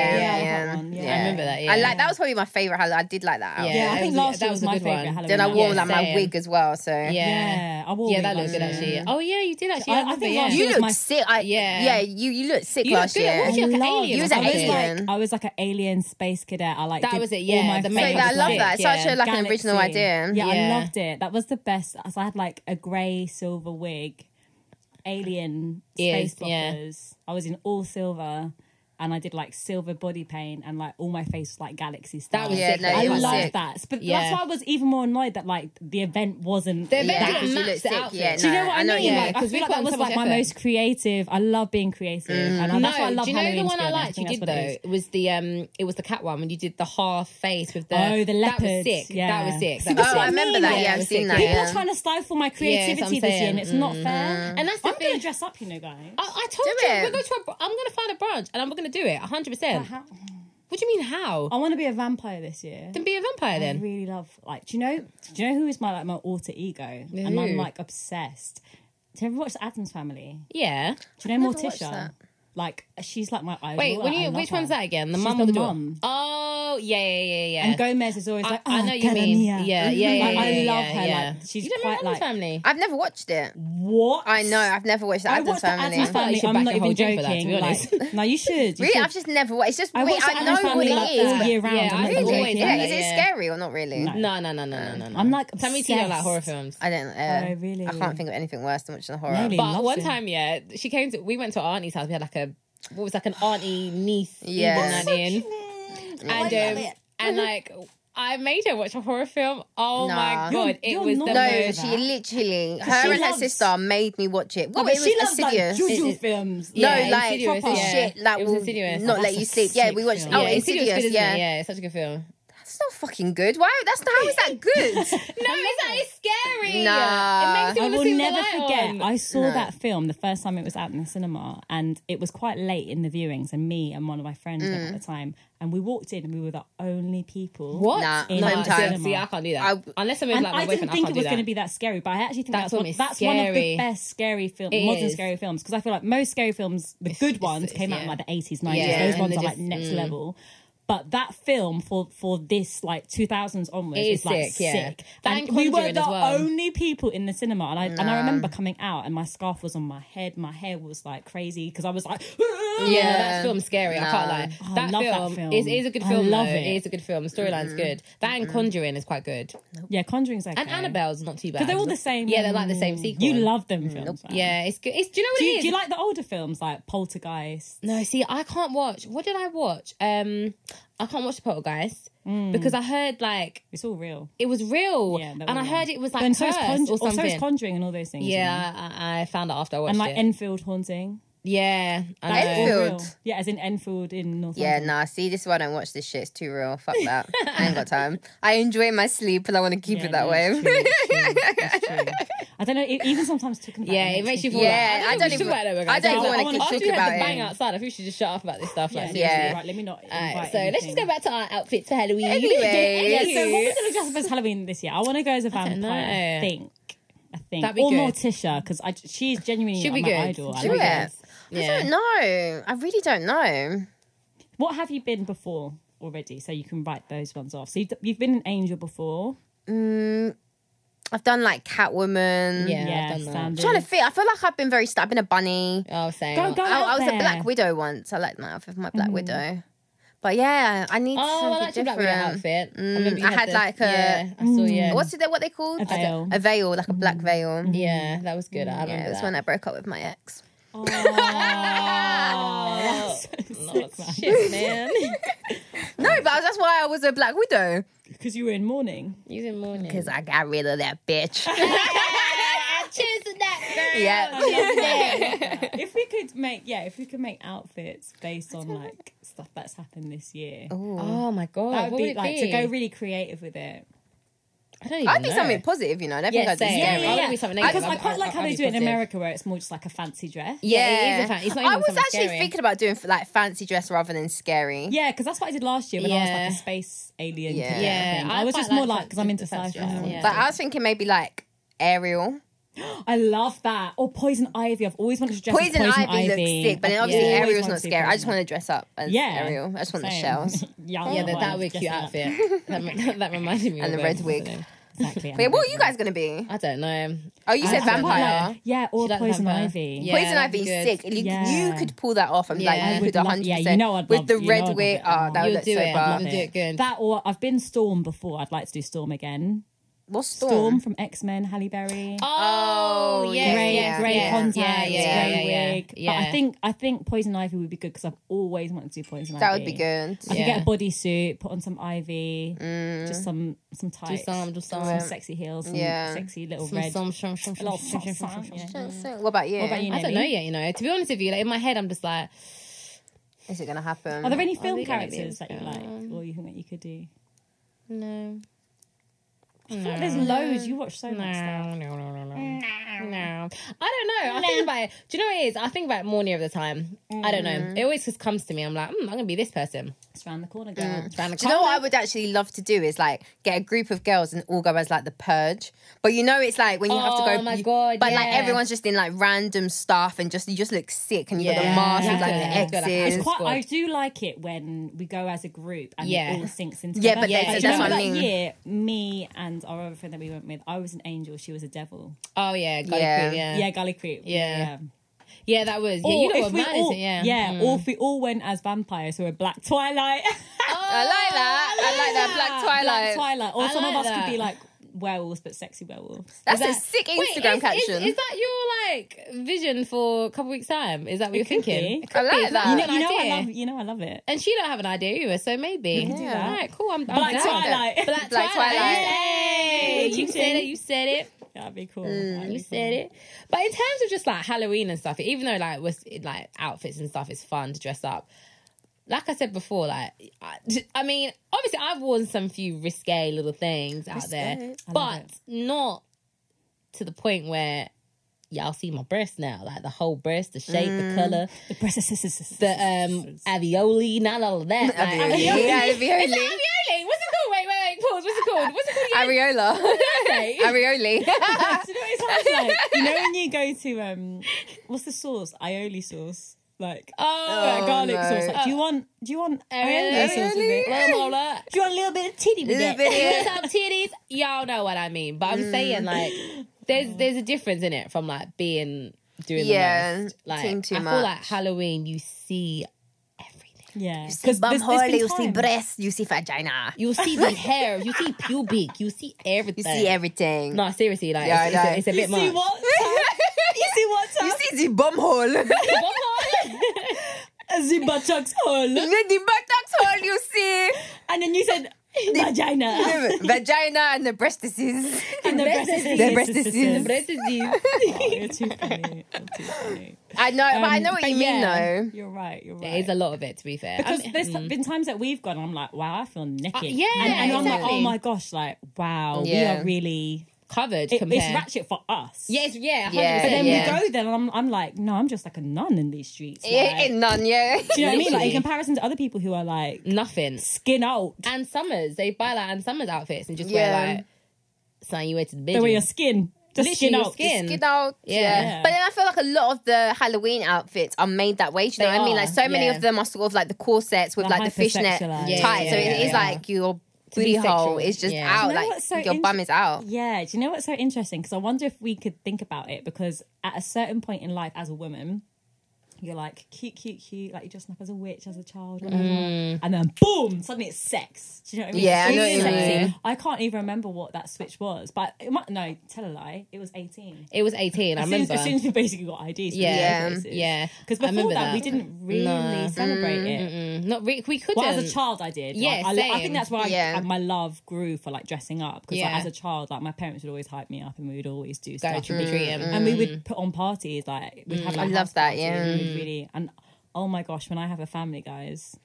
S3: yeah, that one, yeah. I
S2: remember that,
S1: I
S2: yeah.
S1: like that was probably my favorite. Halloween. I did like that. Outfit.
S3: Yeah, I
S2: that
S3: think
S2: was-
S3: last
S2: that
S3: year
S2: was
S3: was
S2: a
S3: my
S2: good
S3: favorite
S2: one.
S3: Halloween.
S1: Then I wore
S2: Yeah,
S1: like my
S2: same.
S1: wig Mm. as well. So
S2: Yeah, yeah,
S3: Yeah, I wore
S2: that
S3: wig
S2: looked good
S3: last year.
S2: actually. Oh yeah, you did actually.
S3: I- I
S2: remember,
S3: think
S2: yeah.
S3: last
S1: you
S3: was
S1: looked
S3: my-
S1: sick. I,
S2: Yeah.
S1: yeah, you you looked sick
S2: You looked
S1: last
S2: good.
S1: year.
S2: What was your- like an
S3: I
S1: or
S2: alien
S3: was
S1: something.
S3: like,
S1: Alien.
S3: I was like an alien space cadet. I like
S2: That
S3: did
S2: was it,
S3: all
S2: yeah,
S3: my
S2: the
S3: favourite
S1: so
S2: makeup
S1: I
S2: was
S1: love
S2: sick,
S1: that. It's Such
S2: yeah.
S1: a like an original
S3: Galaxy.
S1: idea.
S3: Yeah,
S2: Yeah.
S3: I loved it. That was the best. So I had like a grey silver wig, alien
S2: Ears,
S3: space
S2: yeah.
S3: blockers. I was in all silver, and I did like silver body paint, and like all my face was like galaxy stuff.
S2: was
S1: Yeah,
S2: sick,
S1: no,
S2: though.
S3: I
S1: you
S2: was
S1: looked
S3: loved
S1: sick.
S3: that, but
S2: Yeah.
S3: that's why I was even more annoyed that like the event wasn't.
S2: The event
S3: that.
S1: Yeah,
S2: didn't
S1: you
S2: match
S1: looked
S2: the
S1: sick.
S2: outfit.
S1: Yeah,
S2: Do
S3: Do you
S1: no,
S3: know what I,
S1: I know
S3: mean?
S1: you
S2: Yeah,
S1: mean.
S3: like, I
S2: 'cause
S3: feel
S2: we
S3: like
S2: put
S3: that
S2: in
S3: was
S2: so
S3: like
S2: much
S3: my
S2: effort.
S3: most creative. I love being creative, and I,
S2: Mm. No,
S3: that's why I love
S2: do you know
S3: Halloween,
S2: the
S3: to
S2: one
S3: be
S2: I
S3: honest.
S2: liked?
S3: think
S2: You
S3: that's
S2: did
S3: what it
S2: though.
S3: is.
S2: It was the um, it was the cat one when you did the half face with the
S3: Oh, the
S2: That was
S3: leopards,
S2: sick.
S3: yeah.
S2: That was sick. That
S3: See,
S2: was
S3: that's
S1: Oh,
S2: sick.
S3: what
S1: I remember
S3: mean,
S1: that.
S3: like,
S1: Yeah, I've
S2: it's
S1: seen
S2: sick,
S1: that.
S2: yeah.
S3: People
S1: Yeah.
S3: are trying to stifle my
S2: Yeah, that's what
S3: creativity
S2: I'm
S3: this year,
S2: saying. Mm.
S3: and it's not fair.
S2: And that's the
S3: I'm
S2: thing.
S3: gonna dress up, you know, guys.
S2: I, I told
S1: Do
S2: you,
S1: it.
S2: we're going to. A, I'm going to find a branch, and I'm going to do it. 100. percent
S3: How-
S2: What do you mean? How?
S3: I want to be a vampire this year.
S2: Then be a vampire
S3: I
S2: then.
S3: really love like. Do you know? Do you know who is my like my alter ego? And I'm
S2: Who?
S3: like obsessed. Have you ever watched The Addams Family?
S2: yeah.
S3: Do you know
S1: never watched
S3: Morticia?
S1: that.
S3: Like she's like my idol.
S2: Wait, when
S3: like, I
S2: you,
S3: love
S2: which
S3: her.
S2: one's that again? The
S3: She's
S2: mum
S3: the
S2: or the daughter?
S3: mum.
S2: Oh, yeah, yeah, yeah, yeah.
S3: And Gomez is always
S2: I,
S3: like, oh,
S2: I know you
S3: Calamia.
S2: mean. Yeah, yeah, yeah.
S3: Like,
S2: yeah,
S3: I
S2: yeah,
S3: love
S2: yeah,
S3: her,
S2: yeah.
S3: like, she's
S2: you don't
S3: quite,
S2: know Adam's
S3: like-
S2: family.
S1: I've never watched it.
S3: What?
S1: I know. I've never watched the
S3: I
S1: Addams
S3: watched The
S1: Family.
S3: Addams
S2: thought you
S3: Family.
S2: should
S3: I'm
S2: back
S3: not
S2: your whole
S3: even
S2: gym for that, to
S3: joking.
S2: be honest.
S3: Like, no, you should. you
S1: Really,
S3: should.
S1: I've just never watched. It's just
S3: I
S1: weird.
S3: watched The
S1: I know
S3: Addams
S1: what
S3: Family
S1: it
S3: like
S1: is.
S3: that
S1: but-
S3: year round.
S2: Yeah,
S3: I'm not
S2: I-
S1: Really?
S2: always
S3: joking.
S1: Yeah,
S2: like
S1: is it
S2: yeah.
S1: scary or not really?
S2: No, no, no, no, no, no, no.
S3: I'm like
S2: Tell me you don't like
S3: obsessed.
S2: horror films.
S1: I don't. Uh,
S3: Oh, really?
S1: I can't think of anything worse than watching a horror.
S3: Really?
S2: But
S3: loves
S2: one
S3: him.
S2: time, yeah, she came to. We went to our auntie's house. We had like a what was like an auntie niece
S1: Yeah.
S2: evening
S1: That's
S2: night in, and um, and like I made her watch a horror film. Oh
S1: Nah.
S2: my god, it
S3: You're-
S2: was
S3: you're
S2: the
S3: not-
S1: No,
S2: most.
S1: she literally, her
S3: she
S1: and her
S3: loves-
S1: sister made me watch it. Well,
S3: but
S1: oh, it was
S3: she loves
S1: assiduous.
S3: like juju films.
S1: no,
S2: Yeah,
S1: like
S2: Insidious,
S1: proper
S2: yeah.
S1: shit that
S2: It was
S1: will
S2: Insidious.
S1: not
S3: Oh,
S1: let
S3: that's
S1: you
S3: a
S1: sleep. Yeah,
S3: sick
S1: we watched.
S3: film.
S1: Oh,
S2: yeah, Insidious,
S1: Insidious.
S2: good, isn't
S1: yeah,
S2: it? yeah, it's such a good film.
S1: that's not fucking good. Why? That's not. How is that good?
S2: No, it's like it's scary.
S1: Nah.
S2: it makes you
S3: I
S2: want
S3: will
S2: to see
S3: never
S2: the light
S3: forget.
S2: On.
S3: I saw that film the first time it was out in the cinema, and it was quite late in the viewings. And me and one of my friends went
S1: Mm.
S3: at the time, and we walked in, and we were the only people.
S2: what?
S1: Nah,
S2: no,
S3: home
S2: see,
S3: time.
S2: See, I can't do that.
S1: I-
S2: Unless I'm with
S3: And
S2: like
S3: I
S2: my
S3: didn't
S2: boyfriend, I
S3: think
S2: can't
S3: it
S2: do
S3: was going to
S2: that.
S3: be that scary, but I actually think
S2: That's
S3: that's,
S2: what
S3: one,
S2: is
S3: that's one of the
S2: scary.
S3: best scary films,
S2: It
S3: modern
S2: is.
S3: scary films. Because I feel like most scary films, the good
S2: it's-
S3: ones,
S2: it's-
S3: came out in
S2: yeah.
S3: like the eighties, nineties.
S2: Yeah,
S3: Those
S2: and
S3: ones
S2: they
S3: are like
S2: just-
S3: next
S2: mm.
S3: level. But But that film for for this like 2000s onwards
S2: It is
S3: is like
S2: sick, yeah. That
S3: And
S2: and
S3: we were
S2: Conjuring
S3: the
S2: as well.
S3: only people in the cinema, and I and I remember coming out and my scarf was on my head, my hair was like crazy because I was like,
S2: Yeah,
S1: Yeah.
S2: that film's scary. I can't lie.
S3: Oh, I
S2: that,
S3: love that
S2: film
S3: film. Mm-hmm.
S2: Is, is a good
S3: I
S2: film.
S3: love
S2: though.
S3: it.
S2: It is a good film. Storyline's good. That and Conjuring is quite good.
S3: yeah, Conjuring's okay.
S2: And Annabelle's not too bad.
S3: because they're all the same. Mm.
S2: Yeah, they're like the same sequel. Mm.
S3: You love them films. right?
S2: Yeah, it's good. It's, do you know what
S3: Do
S2: it
S3: you,
S2: is?
S3: do you like the older films like Poltergeist?
S2: No, see, I can't watch. What did I watch? Um, I can't watch the Poltergeist because I heard like
S3: It's all real.
S2: it was real,
S3: Mm. Yeah, that
S2: and I
S3: was
S2: heard it was like
S3: and
S2: cursed
S3: so is, Conj-
S2: or something.
S3: so is Conjuring and all those things. you know?
S2: yeah, I, I found out after I watched
S3: and like
S2: it.
S3: Enfield haunting.
S2: yeah, I
S1: That's
S2: know.
S1: all
S3: Real.
S1: Enfield.
S3: Yeah, as in Enfield in North.
S1: Yeah,
S3: London.
S1: nah. See, this is why I don't watch this shit. It's too real. Fuck that. I ain't got time. I enjoy my sleep, but I want to keep
S3: Yeah,
S1: it that
S3: no,
S1: way.
S3: it's true, it's true, it's true. I don't know. e- even sometimes talking. About
S2: Yeah,
S3: it
S2: it makes you feel.
S1: Yeah,
S2: like,
S1: I don't
S2: think we should
S1: even-
S2: talk about that,
S1: I don't
S2: guys.
S3: even
S2: Like,
S3: wanna keep
S2: after
S1: talking
S2: we had
S1: about
S2: the
S1: it.
S2: bang outside, I think we should just shut up about this stuff. Like,
S3: Yeah,
S2: seriously.
S1: yeah.
S3: Right. Let me not.
S2: All right,
S3: invite
S2: so let's just
S3: anything.
S2: go back to our outfits for Halloween.
S1: Anyway.
S2: yeah,
S3: Yeah. So what was the Jasper's Halloween this year? I want to go as a
S2: don't
S3: vampire. I,
S2: know.
S3: think. I think.
S2: That'd be
S3: or
S2: good.
S3: Morticia because I she's genuinely
S2: Should be
S3: my
S2: good.
S3: idol. I
S2: Should
S1: be
S3: love her.
S1: good. I don't know. I really don't know.
S3: What have you been before already? So you can write those ones off. So you've, you've been an angel before.
S1: I've done like Catwoman.
S2: Yeah, I've done that.
S1: I'm
S3: standard.
S1: trying to think. I feel like I've been very. St- I've been a bunny.
S2: Oh, same.
S3: Go, go.
S1: I, I
S3: out
S1: was
S3: there.
S1: a Black Widow once. I liked my outfit for my Black Widow. But yeah, I need
S2: Mm. Oh, I
S1: something
S2: liked your
S1: different.
S2: Black Widow outfit.
S1: Mm,
S2: remember you
S1: I had
S2: the-
S1: like a- Mm.
S2: yeah, I saw yeah. Mm.
S1: What's it? What they called?
S3: A veil.
S1: A veil, like a black veil.
S2: Yeah, that was good. I remember
S1: Yeah, it was
S2: that.
S1: when I broke up with my ex.
S3: Oh, that's so
S2: Oh,
S3: sad.
S2: shit, man.
S1: No, but that's why I was a Black
S2: Mm.
S1: Widow.
S3: Because you were in mourning.
S2: He's in mourning.
S1: Because I got rid of that bitch.
S2: I choose that girl.
S1: yeah.
S3: if we could make, yeah, if we could make outfits based on like stuff that's happened this year,
S2: Oh my god.
S3: that would
S2: what
S3: be
S2: would it
S3: like
S2: be?
S3: to go really creative with it.
S2: I don't even
S1: I'd be
S2: know.
S1: something positive, you know. I don't
S2: Yeah,
S1: think I'd be
S2: same.
S1: scary.
S2: Yeah, yeah, yeah. something negative.
S3: Because I
S2: I'll-
S3: quite
S2: I'll-
S3: like how
S2: I'll
S3: they
S2: be
S3: do it in
S2: positive.
S3: America, where it's more just like a fancy dress.
S2: Yeah, it is a fan. It's not even
S1: I was
S2: something
S1: actually
S2: scary.
S1: thinking about doing like fancy dress rather than scary.
S3: Yeah, because that's what I did last year when I was like
S2: Yeah.
S3: a space alien.
S1: Yeah.
S3: Yeah,
S2: Yeah,
S3: I,
S2: I
S3: was
S2: quite
S3: just more
S2: like
S3: like because I'm into
S2: the first
S3: sci-fi.
S2: dress, yeah.
S1: But I was thinking maybe like Ariel.
S3: I love that. Or poison ivy. I've always wanted to dress
S1: Poison,
S3: as poison
S1: Ivy, looks sick, but then
S3: I've
S1: obviously
S3: always
S1: Ariel's
S3: wanted
S1: not
S3: to be
S1: scary. I just
S3: poison
S1: want to dress up as
S3: Yeah.
S1: Ariel. I just want the
S3: Same.
S1: shells.
S3: ivy. yeah,
S2: Yeah, that, that would be a cute outfit. Oh that, re- that reminded me.
S1: And
S2: of
S1: the
S2: it.
S1: red wig.
S3: Exactly.
S1: Wait, what are you guys gonna be?
S2: I don't know.
S1: Oh, you said
S2: I don't know.
S1: vampire.
S3: Yeah,
S2: She
S3: or
S2: doesn't
S3: poison
S2: have her-
S3: ivy.
S2: Yeah.
S1: Poison
S2: that'd
S1: Ivy
S2: be
S1: is
S2: good.
S1: sick. You, you
S3: Yeah.
S1: could pull that off. I'm
S2: Yeah. I
S1: like, you
S2: would
S1: could
S3: love-
S1: 100
S3: yeah, you
S1: percent
S3: know I'd
S1: with
S3: love-
S1: the
S3: you know I'd
S1: red
S3: love
S1: wig.
S3: it.
S1: Oh, that would
S2: You'll
S1: look
S2: do
S1: so
S2: it.
S1: bad.
S2: You'll do it good.
S3: That or I've been Storm before. I'd like to do Storm again.
S1: What's storm?
S3: Storm from X Men, Halle Berry.
S2: Oh,
S1: Oh,
S2: yeah,
S3: Grey,
S2: yeah,
S3: grey
S2: yeah,
S3: contacts,
S2: yeah, yeah,
S3: grey
S2: yeah, yeah,
S3: wig.
S2: yeah.
S3: But I think I think Poison Ivy would be good because I've always wanted to do Poison
S1: That
S3: Ivy.
S1: would be good.
S3: I
S2: Yeah.
S3: could get a bodysuit, put on some ivy, just some some tights,
S2: some, just some.
S3: some sexy heels, some
S1: Yeah.
S3: sexy little
S2: Some-
S3: red.
S2: some- some- some-
S3: a little
S2: some- some- some-
S3: some- yeah.
S1: So, What about you?
S3: What about you,
S2: I don't know
S3: Nelly?
S2: yet, you know. To be honest with you, like in my head, I'm just like,
S1: Is it gonna happen?
S3: Are there any film
S2: they gonna be
S3: characters that you like,
S2: around?
S3: or you think that you could do?
S2: no,
S3: I feel like there's loads. You watch so
S2: no,
S3: much stuff.
S2: no, no, no, no, no. I don't know. I think about it. Do you know what it is? I think about it more near the time. I don't know. It always just comes to me. I'm like, mm, I'm gonna be this person.
S3: It's round the corner, girl.
S2: It's around the
S1: Do you know what I
S2: corner.
S1: would actually love to do is like get a group of girls and all go as like the purge. But you know, it's like when you have to go.
S2: Oh my
S1: you-
S2: God,
S1: But like
S2: yeah.
S1: everyone's just in like random stuff and just you just look sick and you got
S2: Yeah.
S1: the mask with
S3: Yeah.
S1: like the
S2: Yeah.
S1: X's.
S3: It's quite,
S2: squad.
S3: I do like it when we go as a group and
S2: Yeah.
S3: it all sinks into
S1: Yeah, but
S2: they- that's what
S1: I
S3: that
S1: mean.
S3: year, me and our other friend that we went with, I was an angel, she was a devil.
S2: Oh yeah, got
S1: Yeah.
S2: yeah. yeah,
S3: Yeah,
S2: yeah,
S3: Gully Creek.
S2: Yeah. yeah. That was. Yeah,
S3: Or
S2: you know
S3: if
S2: what
S3: we
S2: mine
S3: all,
S2: is? Yeah, Mm.
S3: Or if we all went as vampires, who were Black Twilight.
S1: I like that. I like that black twilight.
S3: Black Twilight. Or
S2: I
S3: some
S2: like
S3: of us
S2: that.
S3: could be like werewolves, but sexy werewolves.
S1: That's
S2: Is
S1: a
S2: that-
S1: sick Instagram
S2: Wait, is-
S1: caption.
S2: Is, is that your like vision for a couple weeks time? Is that what you're
S3: could
S2: thinking?
S3: be.
S1: I like
S2: It's not
S1: that. You
S2: an
S3: you know, I
S2: idea.
S3: love, you know, I love it.
S2: and she don't have an idea either, so maybe.
S3: can do that.
S2: All right, cool. I'm, I'm
S3: Black
S2: down.
S3: Twilight.
S2: Black,
S1: Black
S2: Twilight.
S1: Twilight.
S2: Hey, you said it. You said it.
S3: That'd be cool. That'd be
S2: You
S3: cool.
S2: said it. But in terms of just like Halloween and stuff, even though like was like outfits and stuff, it's fun to dress up. Like I said before, like I, I mean, obviously I've worn some few risque little things out there,
S1: Risque.
S3: I love
S2: but not to the point where y'all see my breasts now, like the whole breast, the shape,
S3: Mm.
S2: the color,
S3: The breasts.
S2: the um alveoli, not all of that. like-
S1: Areola. Areola.
S2: Alveoli. What's it called? Wait, wait, wait. Pause. What's it called? What's it called? again?
S1: Areola.
S2: Say.
S1: Areoli.
S3: Do you know what it sounds like? You know when you go to um, what's the sauce? Aioli sauce. like oh, garlic
S1: no.
S3: sauce. Like, do you want do you want aioli
S2: Aioli?
S3: sauce with it?
S2: Blah, blah, blah.
S3: Do you want a little bit of titty with
S1: Little
S3: it?
S1: bit.
S2: Put up titties. Y'all know what I mean. But I'm
S1: Mm.
S2: saying like there's there's a difference in it from like being doing
S1: Yeah,
S2: the most. Like
S1: seem too
S2: I feel
S1: much.
S2: like Halloween you see everything.
S3: Yeah,
S1: See
S3: because
S1: bum hole, you see
S3: bread.
S1: breast, you see vagina,
S2: You see the hair, you see pubic, you see
S1: you
S2: everything.
S1: see everything.
S2: No, seriously, like
S1: Yeah,
S2: it's,
S1: I
S2: it's
S1: know.
S2: a, it's a bit
S3: You see
S2: much.
S3: what? you see what?
S1: you see the bum hole, you see
S3: see the buttocks hole,
S1: the buttocks hole, you see
S3: and then you said vagina.
S1: the vagina and the breastises.
S3: and the breast is
S1: The breast is-
S2: Breast is deep.
S3: Oh, you're too funny. You're too funny.
S1: I know, but I
S3: Um,
S1: know what
S3: but
S1: you mean
S3: yeah,
S1: though.
S3: You're right. You're right.
S2: There is a lot of it to be fair.
S3: because
S2: I'm- mm. Uh,
S3: there's been times that we've gone, I'm like, wow, I feel naked.
S2: yeah,
S3: and, and I'm like,
S2: exactly.
S3: oh my gosh, like, wow, we
S1: Yeah.
S3: are really.
S2: mm, covered
S3: It,
S2: compared.
S3: it's ratchet for us.
S2: Yeah, it's, yeah, 100%.
S1: Yeah,
S3: But then
S1: yeah.
S3: we go there, and I'm, I'm like, no, I'm just like a nun in these streets.
S1: Yeah,
S3: like-
S1: ain't none, yeah.
S3: do you know what I mean? Like in
S2: Literally.
S3: comparison to other people who are like
S2: nothing.
S3: skin out,
S2: And summers, they buy like and summers outfits and just
S1: Yeah.
S2: wear like something you wear to the
S3: the way
S2: bedroom.
S3: your skin, just
S2: Literally
S3: skin
S2: your
S3: out,
S2: skin.
S1: Get out, yeah.
S2: Yeah.
S1: But then I feel like a lot of the Halloween outfits are made that way. Do you know
S3: They
S1: what I mean?
S3: are,
S1: Like so many
S2: yeah.
S1: of them are sort of like the corsets with
S3: The
S1: like the fishnet
S3: hypersexualized.
S2: Yeah,
S1: tight.
S2: yeah,
S1: so
S2: yeah,
S1: it is
S2: yeah.
S1: like your
S2: be
S1: booty hole
S2: sexual.
S1: is just
S2: Yeah.
S1: out,
S3: You know
S1: like
S3: what's so
S1: your bum is out.
S3: Yeah, do you know what's so interesting? Because I wonder if we could think about it because at a certain point in life, as a woman, you're like cute, cute, cute, like you dressing up as a witch as a child, whatever,
S2: Mm.
S3: and then boom, suddenly it's sex. Do you know what I mean?
S1: Yeah, I
S3: It's
S1: know what you
S3: sexy.
S1: mean.
S3: I can't even remember what that switch was, but it might, no, tell a lie, it was eighteen.
S2: It was 18, I
S3: As soon, as
S2: remember.
S3: soon as we basically got IDs,
S2: Yeah, yeah.
S3: Because
S2: I
S3: before
S2: remember
S3: that, we
S2: that.
S3: didn't really
S2: No.
S3: celebrate it.
S2: Mm, not re- we couldn't.
S3: Well, as a child, I did.
S2: Yeah,
S3: Like, I, I
S2: same.
S3: think that's why
S1: Yeah.
S3: I, my love grew for like dressing up because
S2: Yeah.
S3: like, as a child, like my parents would always hype me up and we would always do
S2: Go
S3: stuff,
S2: trick or treating.
S3: and we would put on parties. Like we'd have. Like,
S1: Mm. I
S3: house
S1: love that,
S3: parties,
S1: yeah.
S3: and we'd really and oh my gosh, when I have a family, guys.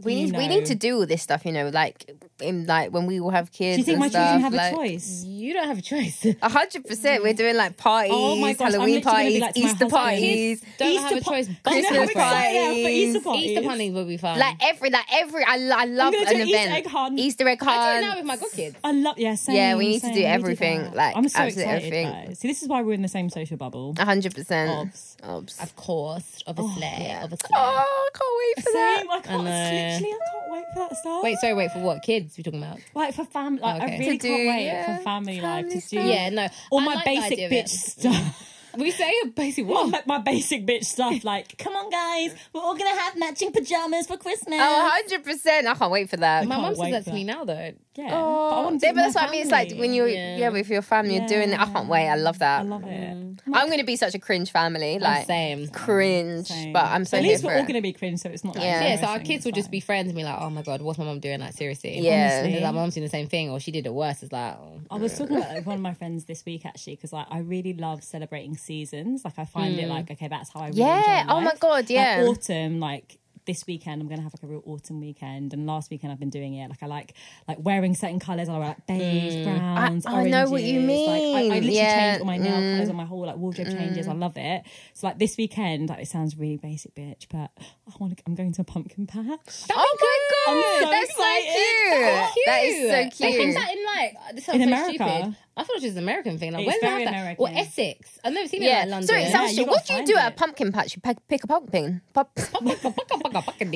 S1: We
S3: You
S1: need we
S3: know.
S1: need to do all this stuff, you know, like in like when we all have kids.
S3: Do you think
S1: and
S3: my children
S1: stuff,
S3: have
S1: like, mm.
S3: a choice?
S2: You don't have a choice.
S1: A hundred percent. We're doing like parties,
S3: Oh my gosh, I'm
S1: Halloween
S3: literally gonna
S1: parties,
S3: be like to my
S1: Easter parties,
S3: husband.
S2: Don't have a
S3: pa-
S2: choice.
S3: I know, I'm
S1: Christmas
S3: excited for Easter
S1: parties.
S3: parties.
S2: Easter punning would be fun.
S1: like every like every. I, I love
S3: gonna
S1: an
S3: do Easter
S1: event.
S3: egg hunt.
S1: Easter egg hunt.
S2: I do it now with my god kids.
S3: I love yeah. Same,
S1: Yeah, we need to
S3: same,
S1: do
S3: we
S1: everything,
S3: that.
S1: like,
S3: I'm so
S1: absolutely
S3: excited.
S1: everything.
S3: guys. See, this is why we're in the same social bubble.
S1: A hundred percent.
S3: Obs.
S1: Obs.
S2: Of course, obviously, obviously.
S1: Oh, I can't wait for that.
S3: Same. I can't.
S2: know.
S3: Literally, I can't wait for that stuff.
S2: Wait, sorry, wait for what kids we talking about?
S3: like for family. Like I
S2: Okay.
S3: really
S1: To
S3: can't
S1: do,
S3: wait
S1: yeah,
S3: for family, life
S1: family
S3: to do.
S1: stuff.
S2: Yeah, no.
S3: Mm. All
S2: I
S3: my
S2: like the
S3: basic
S2: idea of
S3: bitch
S2: it.
S3: stuff.
S2: We say basic
S3: Well,
S2: what?
S3: like my basic bitch stuff. Like, come on, guys, we're all gonna have matching pajamas for Christmas.
S1: Oh, 100%. I can't wait for that.
S2: My
S3: can't
S2: mum says
S3: wait
S2: that
S3: for
S2: to me now though.
S3: yeah,
S1: Oh,
S3: but I want to
S1: yeah,
S3: do
S1: but
S3: my
S1: that's what I mean. It's like
S3: family.
S1: when you're yeah,
S2: Yeah.
S1: with your family, you're doing it. I can't wait. I love that.
S3: I love it.
S1: I'm going to be such a cringe family, like
S2: Same.
S1: cringe.
S3: Same.
S1: But I'm so
S3: At
S1: here
S3: least
S1: for
S3: we're all
S1: it.
S3: gonna be cringe, so it's not. Like,
S1: Yeah.
S2: Yeah, so our
S3: embarrassing,
S2: kids will
S3: it's
S2: just
S3: fine.
S2: be friends and be like, oh my god, what's my mum doing? Like, seriously.
S1: Yeah.
S2: Because like, my mum's doing the same thing or she did it worse. It's like, oh.
S3: I was talking about that with one of my friends this week actually because like I really love celebrating seasons. Like I find
S2: Hmm.
S3: it like okay, that's how I really
S1: Yeah.
S3: Enjoy
S1: Oh my
S3: life.
S1: God. Yeah.
S3: like autumn like this weekend I'm gonna have like a real autumn weekend and last weekend I've been doing it like I like like wearing certain colours I wear like beige browns
S1: Mm. I know what you
S3: oranges.
S1: mean.
S3: like I, I literally
S1: Yeah, Mm.
S3: change all my nail colours on my whole like wardrobe changes I love it so like this weekend like it sounds really basic bitch but I want to I'm going to a pumpkin patch
S1: oh my God.
S3: I'm so
S1: that's
S3: excited.
S2: Oh,
S1: so cute. That is so
S2: They
S1: cute.
S2: think that in like this sounds
S3: In
S2: so
S3: America.
S2: stupid. I thought it was just an American thing. Like,
S3: It's
S2: where's
S3: very
S2: that?
S3: American.
S2: Or Essex? I've never seen
S1: yeah.
S2: it in like, London.
S1: Sorry, it sounds
S3: Yeah, you
S1: stupid.
S3: gotta
S1: What do you
S3: find
S1: do at a
S3: it.
S1: pumpkin patch? You pick, pick a pumpkin. Pop. There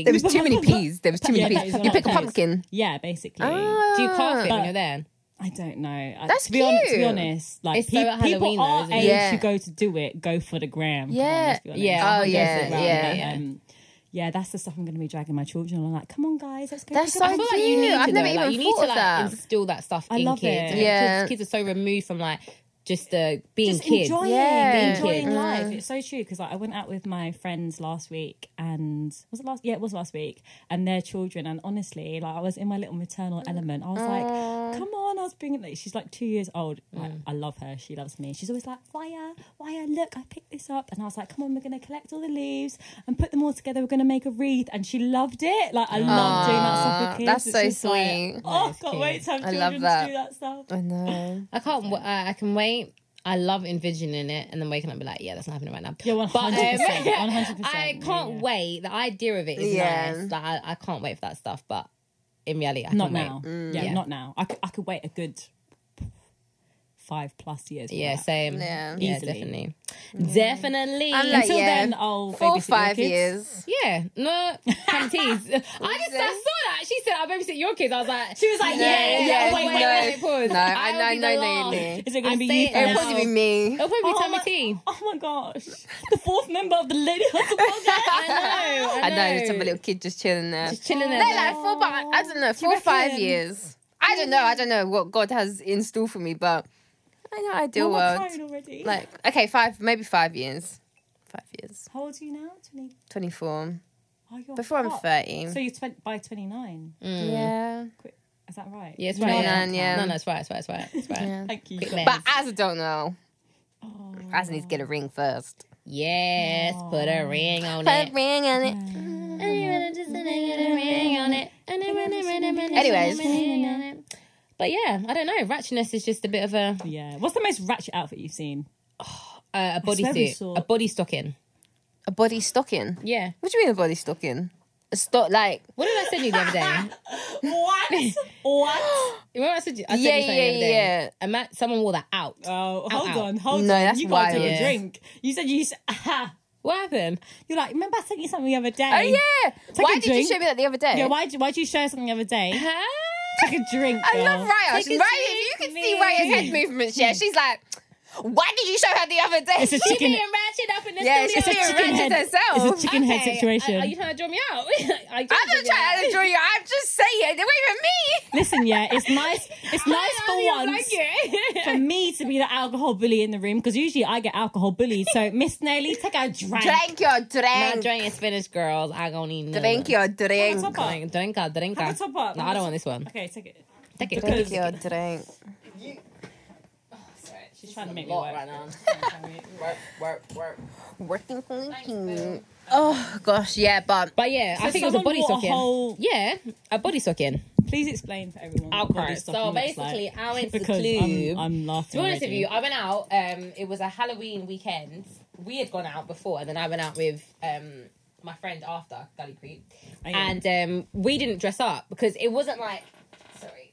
S2: Do
S1: was too many peas. There was too many
S3: Yeah, that is
S1: peas.
S3: what
S1: You
S3: I
S1: pick a
S3: chose.
S1: pumpkin.
S3: yeah basically
S2: you carve it
S3: But-
S2: when you're there?
S3: I don't know. I-
S1: That's
S3: to be honest, to be
S1: cute.
S3: honest, like
S2: It's
S3: pe-
S2: so at
S3: people
S2: Halloween though,
S3: our
S2: isn't it?
S3: age
S1: Yeah.
S3: who go to do it go for the gram. Come on,
S1: Yeah.
S3: let's be honest.
S2: Yeah.
S3: Everyone
S2: Oh,
S3: goes
S1: yeah,
S3: for the gram,
S1: yeah.
S3: but,
S2: Yeah.
S3: um, yeah, that's the stuff I'm going to be dragging my children on. Like, come on, guys, let's go.
S1: That's
S3: pick up
S1: so
S2: I
S3: a
S1: cute.
S2: feel like you need to
S1: I've
S2: know,
S1: never
S2: like,
S1: even
S2: you need
S1: thought
S2: to
S1: of
S2: like
S1: that.
S2: instill that stuff
S3: I
S2: in
S3: love
S2: kids.
S3: it.
S2: And
S1: Yeah.
S2: kids, kids are so removed from like just the being
S3: Just
S2: kids.
S3: enjoying,
S1: Yeah.
S3: enjoying
S2: Being
S3: life. It's so true because like, I went out with my friends last week, and was it last? Yeah, it was last week, and their children. And honestly, like I was in my little
S1: Mm.
S3: maternal element. I was like, come on, I was bringing. Like, she's like two years old. Like,
S1: Mm.
S3: I love her. She loves me. She's always like, Waya, Waya, look, I picked this up, and I was like, come on, we're gonna collect all the leaves and put them all together. We're gonna make a wreath, and she loved it. Like I love doing that stuff with kids.
S1: That's
S3: It's
S1: so
S3: just like,
S1: sweet.
S3: oh,
S2: That's
S3: can't
S2: cute.
S3: wait to have
S1: I love
S3: children
S1: that.
S3: to do that stuff.
S1: I know.
S2: I can't. wa- I, I can wait. I love envisioning it and then waking up and be like, yeah, that's not happening right now.
S3: Yeah, one
S1: um,
S3: hundred percent. One hundred percent.
S2: I can't wait. The idea of it is
S1: Yeah.
S2: nice. Like, I, I can't wait for that stuff, but in reality, I can't
S3: not now.
S1: Mm.
S2: wait.
S3: yeah,
S2: Yeah.
S3: not now. I could, I could wait a good five plus years. for
S2: Yeah,
S3: that.
S2: same.
S1: Yeah.
S2: yeah
S3: Easily.
S2: definitely. Definitely.
S1: I'm like,
S3: Until
S1: yeah.
S3: then, I'll
S1: Four or
S3: babysit your
S1: five
S3: kids.
S1: years.
S2: yeah, no, come tease. I just I saw
S1: say?
S2: that. She said, I'll babysit your kids. I was like,
S3: She was like,
S1: No,
S3: yeah, yeah,
S1: yeah,
S3: wait,
S1: no.
S3: wait, wait.
S2: pause.
S1: No, I
S2: I'll
S1: know-
S2: be the
S1: no, no,
S2: last.
S1: no.
S3: Is it going
S2: I
S3: to be
S2: say
S3: you
S2: it
S1: It'll
S2: No.
S3: first?
S1: probably be me.
S2: It'll probably be
S3: Oh
S2: Tammy
S3: my-
S2: T.
S3: Oh my gosh. The fourth member of the Lady Hustle podcast.
S2: I
S1: I know
S2: know.
S1: there's some little kid just chilling there.
S2: Just
S1: no,
S2: chilling there.
S1: like four, but I I don't know, four or five
S3: reckon?
S1: years. I don't know. I don't know what God has in store for me, but I know ideal
S3: Oh,
S1: world.
S3: I'm crying already.
S1: Like okay, five, maybe five years, five years,
S3: How old are you now? 20.
S1: twenty four.
S3: Oh, you're
S1: Before I'm
S3: hot.
S1: thirty. Mm.
S3: So you're 20, by 29.
S1: Yeah.
S3: Quick. Is that right?
S2: Yeah, it's
S3: No,
S2: right.
S3: I
S2: Yeah.
S1: Nine, yeah.
S2: No, no, it's right. It's right. It's right. It's right.
S1: Yeah.
S3: Thank you.
S2: Quick
S3: God.
S2: math.
S1: But as I don't know,
S3: Oh.
S1: as I need to get a ring first.
S2: Yes, put a ring on
S1: Put a
S2: it.
S1: ring on it.
S2: Anyways. But yeah, I don't know. Ratchiness is just a bit of a
S3: Yeah. What's the most ratchet outfit you've seen?
S2: uh, a
S3: swear we
S2: bodysuit,
S3: saw-
S2: a body stocking.
S1: A body stocking.
S2: Yeah.
S1: What do you mean a body stocking? A stock like
S2: What did I send you the other day?
S3: What? what?
S2: Remember I said you- I sent
S1: Yeah, yeah,
S2: you something the other day.
S1: yeah.
S2: A ma- someone wore that out.
S3: Oh, hold
S2: out.
S3: on, hold
S1: No,
S3: on.
S1: that's
S3: you got to
S1: wild.
S3: a
S2: Yeah.
S3: drink. You said you used. Aha.
S2: What happened?
S3: You're like, remember I sent you something the other day?
S1: Oh yeah.
S3: Take
S1: why
S3: a
S1: did
S3: drink.
S1: you show me that the other day?
S3: Yeah, why did you share something the other day?
S2: Huh?
S3: Take a drink.
S1: I
S3: girl.
S1: love Raya.
S2: Take a
S1: Raya, if you
S2: drink,
S1: can see
S2: man.
S1: Raya's head movements, yeah, she's like, why did you show her the other day?
S3: It's a
S2: She
S3: chicken-
S2: being ratchet up in the
S1: yeah, she's
S2: studio.
S1: being
S3: chicken
S1: ratchet
S3: head.
S1: herself.
S3: It's a chicken head
S2: Okay,
S3: situation.
S2: Are, are you trying to draw me out? I'm
S1: I'm not trying to draw you. I'm just saying. They weren't even me.
S3: Listen, yeah, it's nice. It's nice for once for
S2: once.
S3: me to be the alcohol bully in the room because usually I get alcohol bullied. So Miss Nelly, take a drink.
S1: Drink your
S2: My
S1: drink.
S2: drink is finished, girls. I gonna need another.
S1: Drink your
S3: Have a
S1: drink.
S3: top up.
S2: Drink, drink, up, drink.
S3: Have
S2: up.
S3: a top up.
S2: No, I don't want this one.
S3: Okay, take it.
S2: Take it.
S3: Because-
S1: Drink your drink.
S3: She's trying to make me
S2: Lot
S3: work.
S2: right now. Work, work, work.
S1: Working for you. Oh gosh, yeah, but
S2: But yeah, I
S3: So
S2: think it was a
S3: someone
S2: body
S3: bought a
S2: stocking.
S3: whole-
S2: Yeah, a body stocking.
S3: Please explain for everyone. what
S2: I'll
S3: body
S2: cry.
S3: stocking
S2: So
S3: looks
S2: basically,
S3: like.
S2: I went to the
S3: because
S2: club.
S3: I'm, I'm laughing.
S2: To be honest with
S3: already.
S2: you, I went out. Um, it was a Halloween weekend. We had gone out before, and then I went out with um my friend after Gully Creek,
S3: Oh, yeah.
S2: and um we didn't dress up because it wasn't like sorry.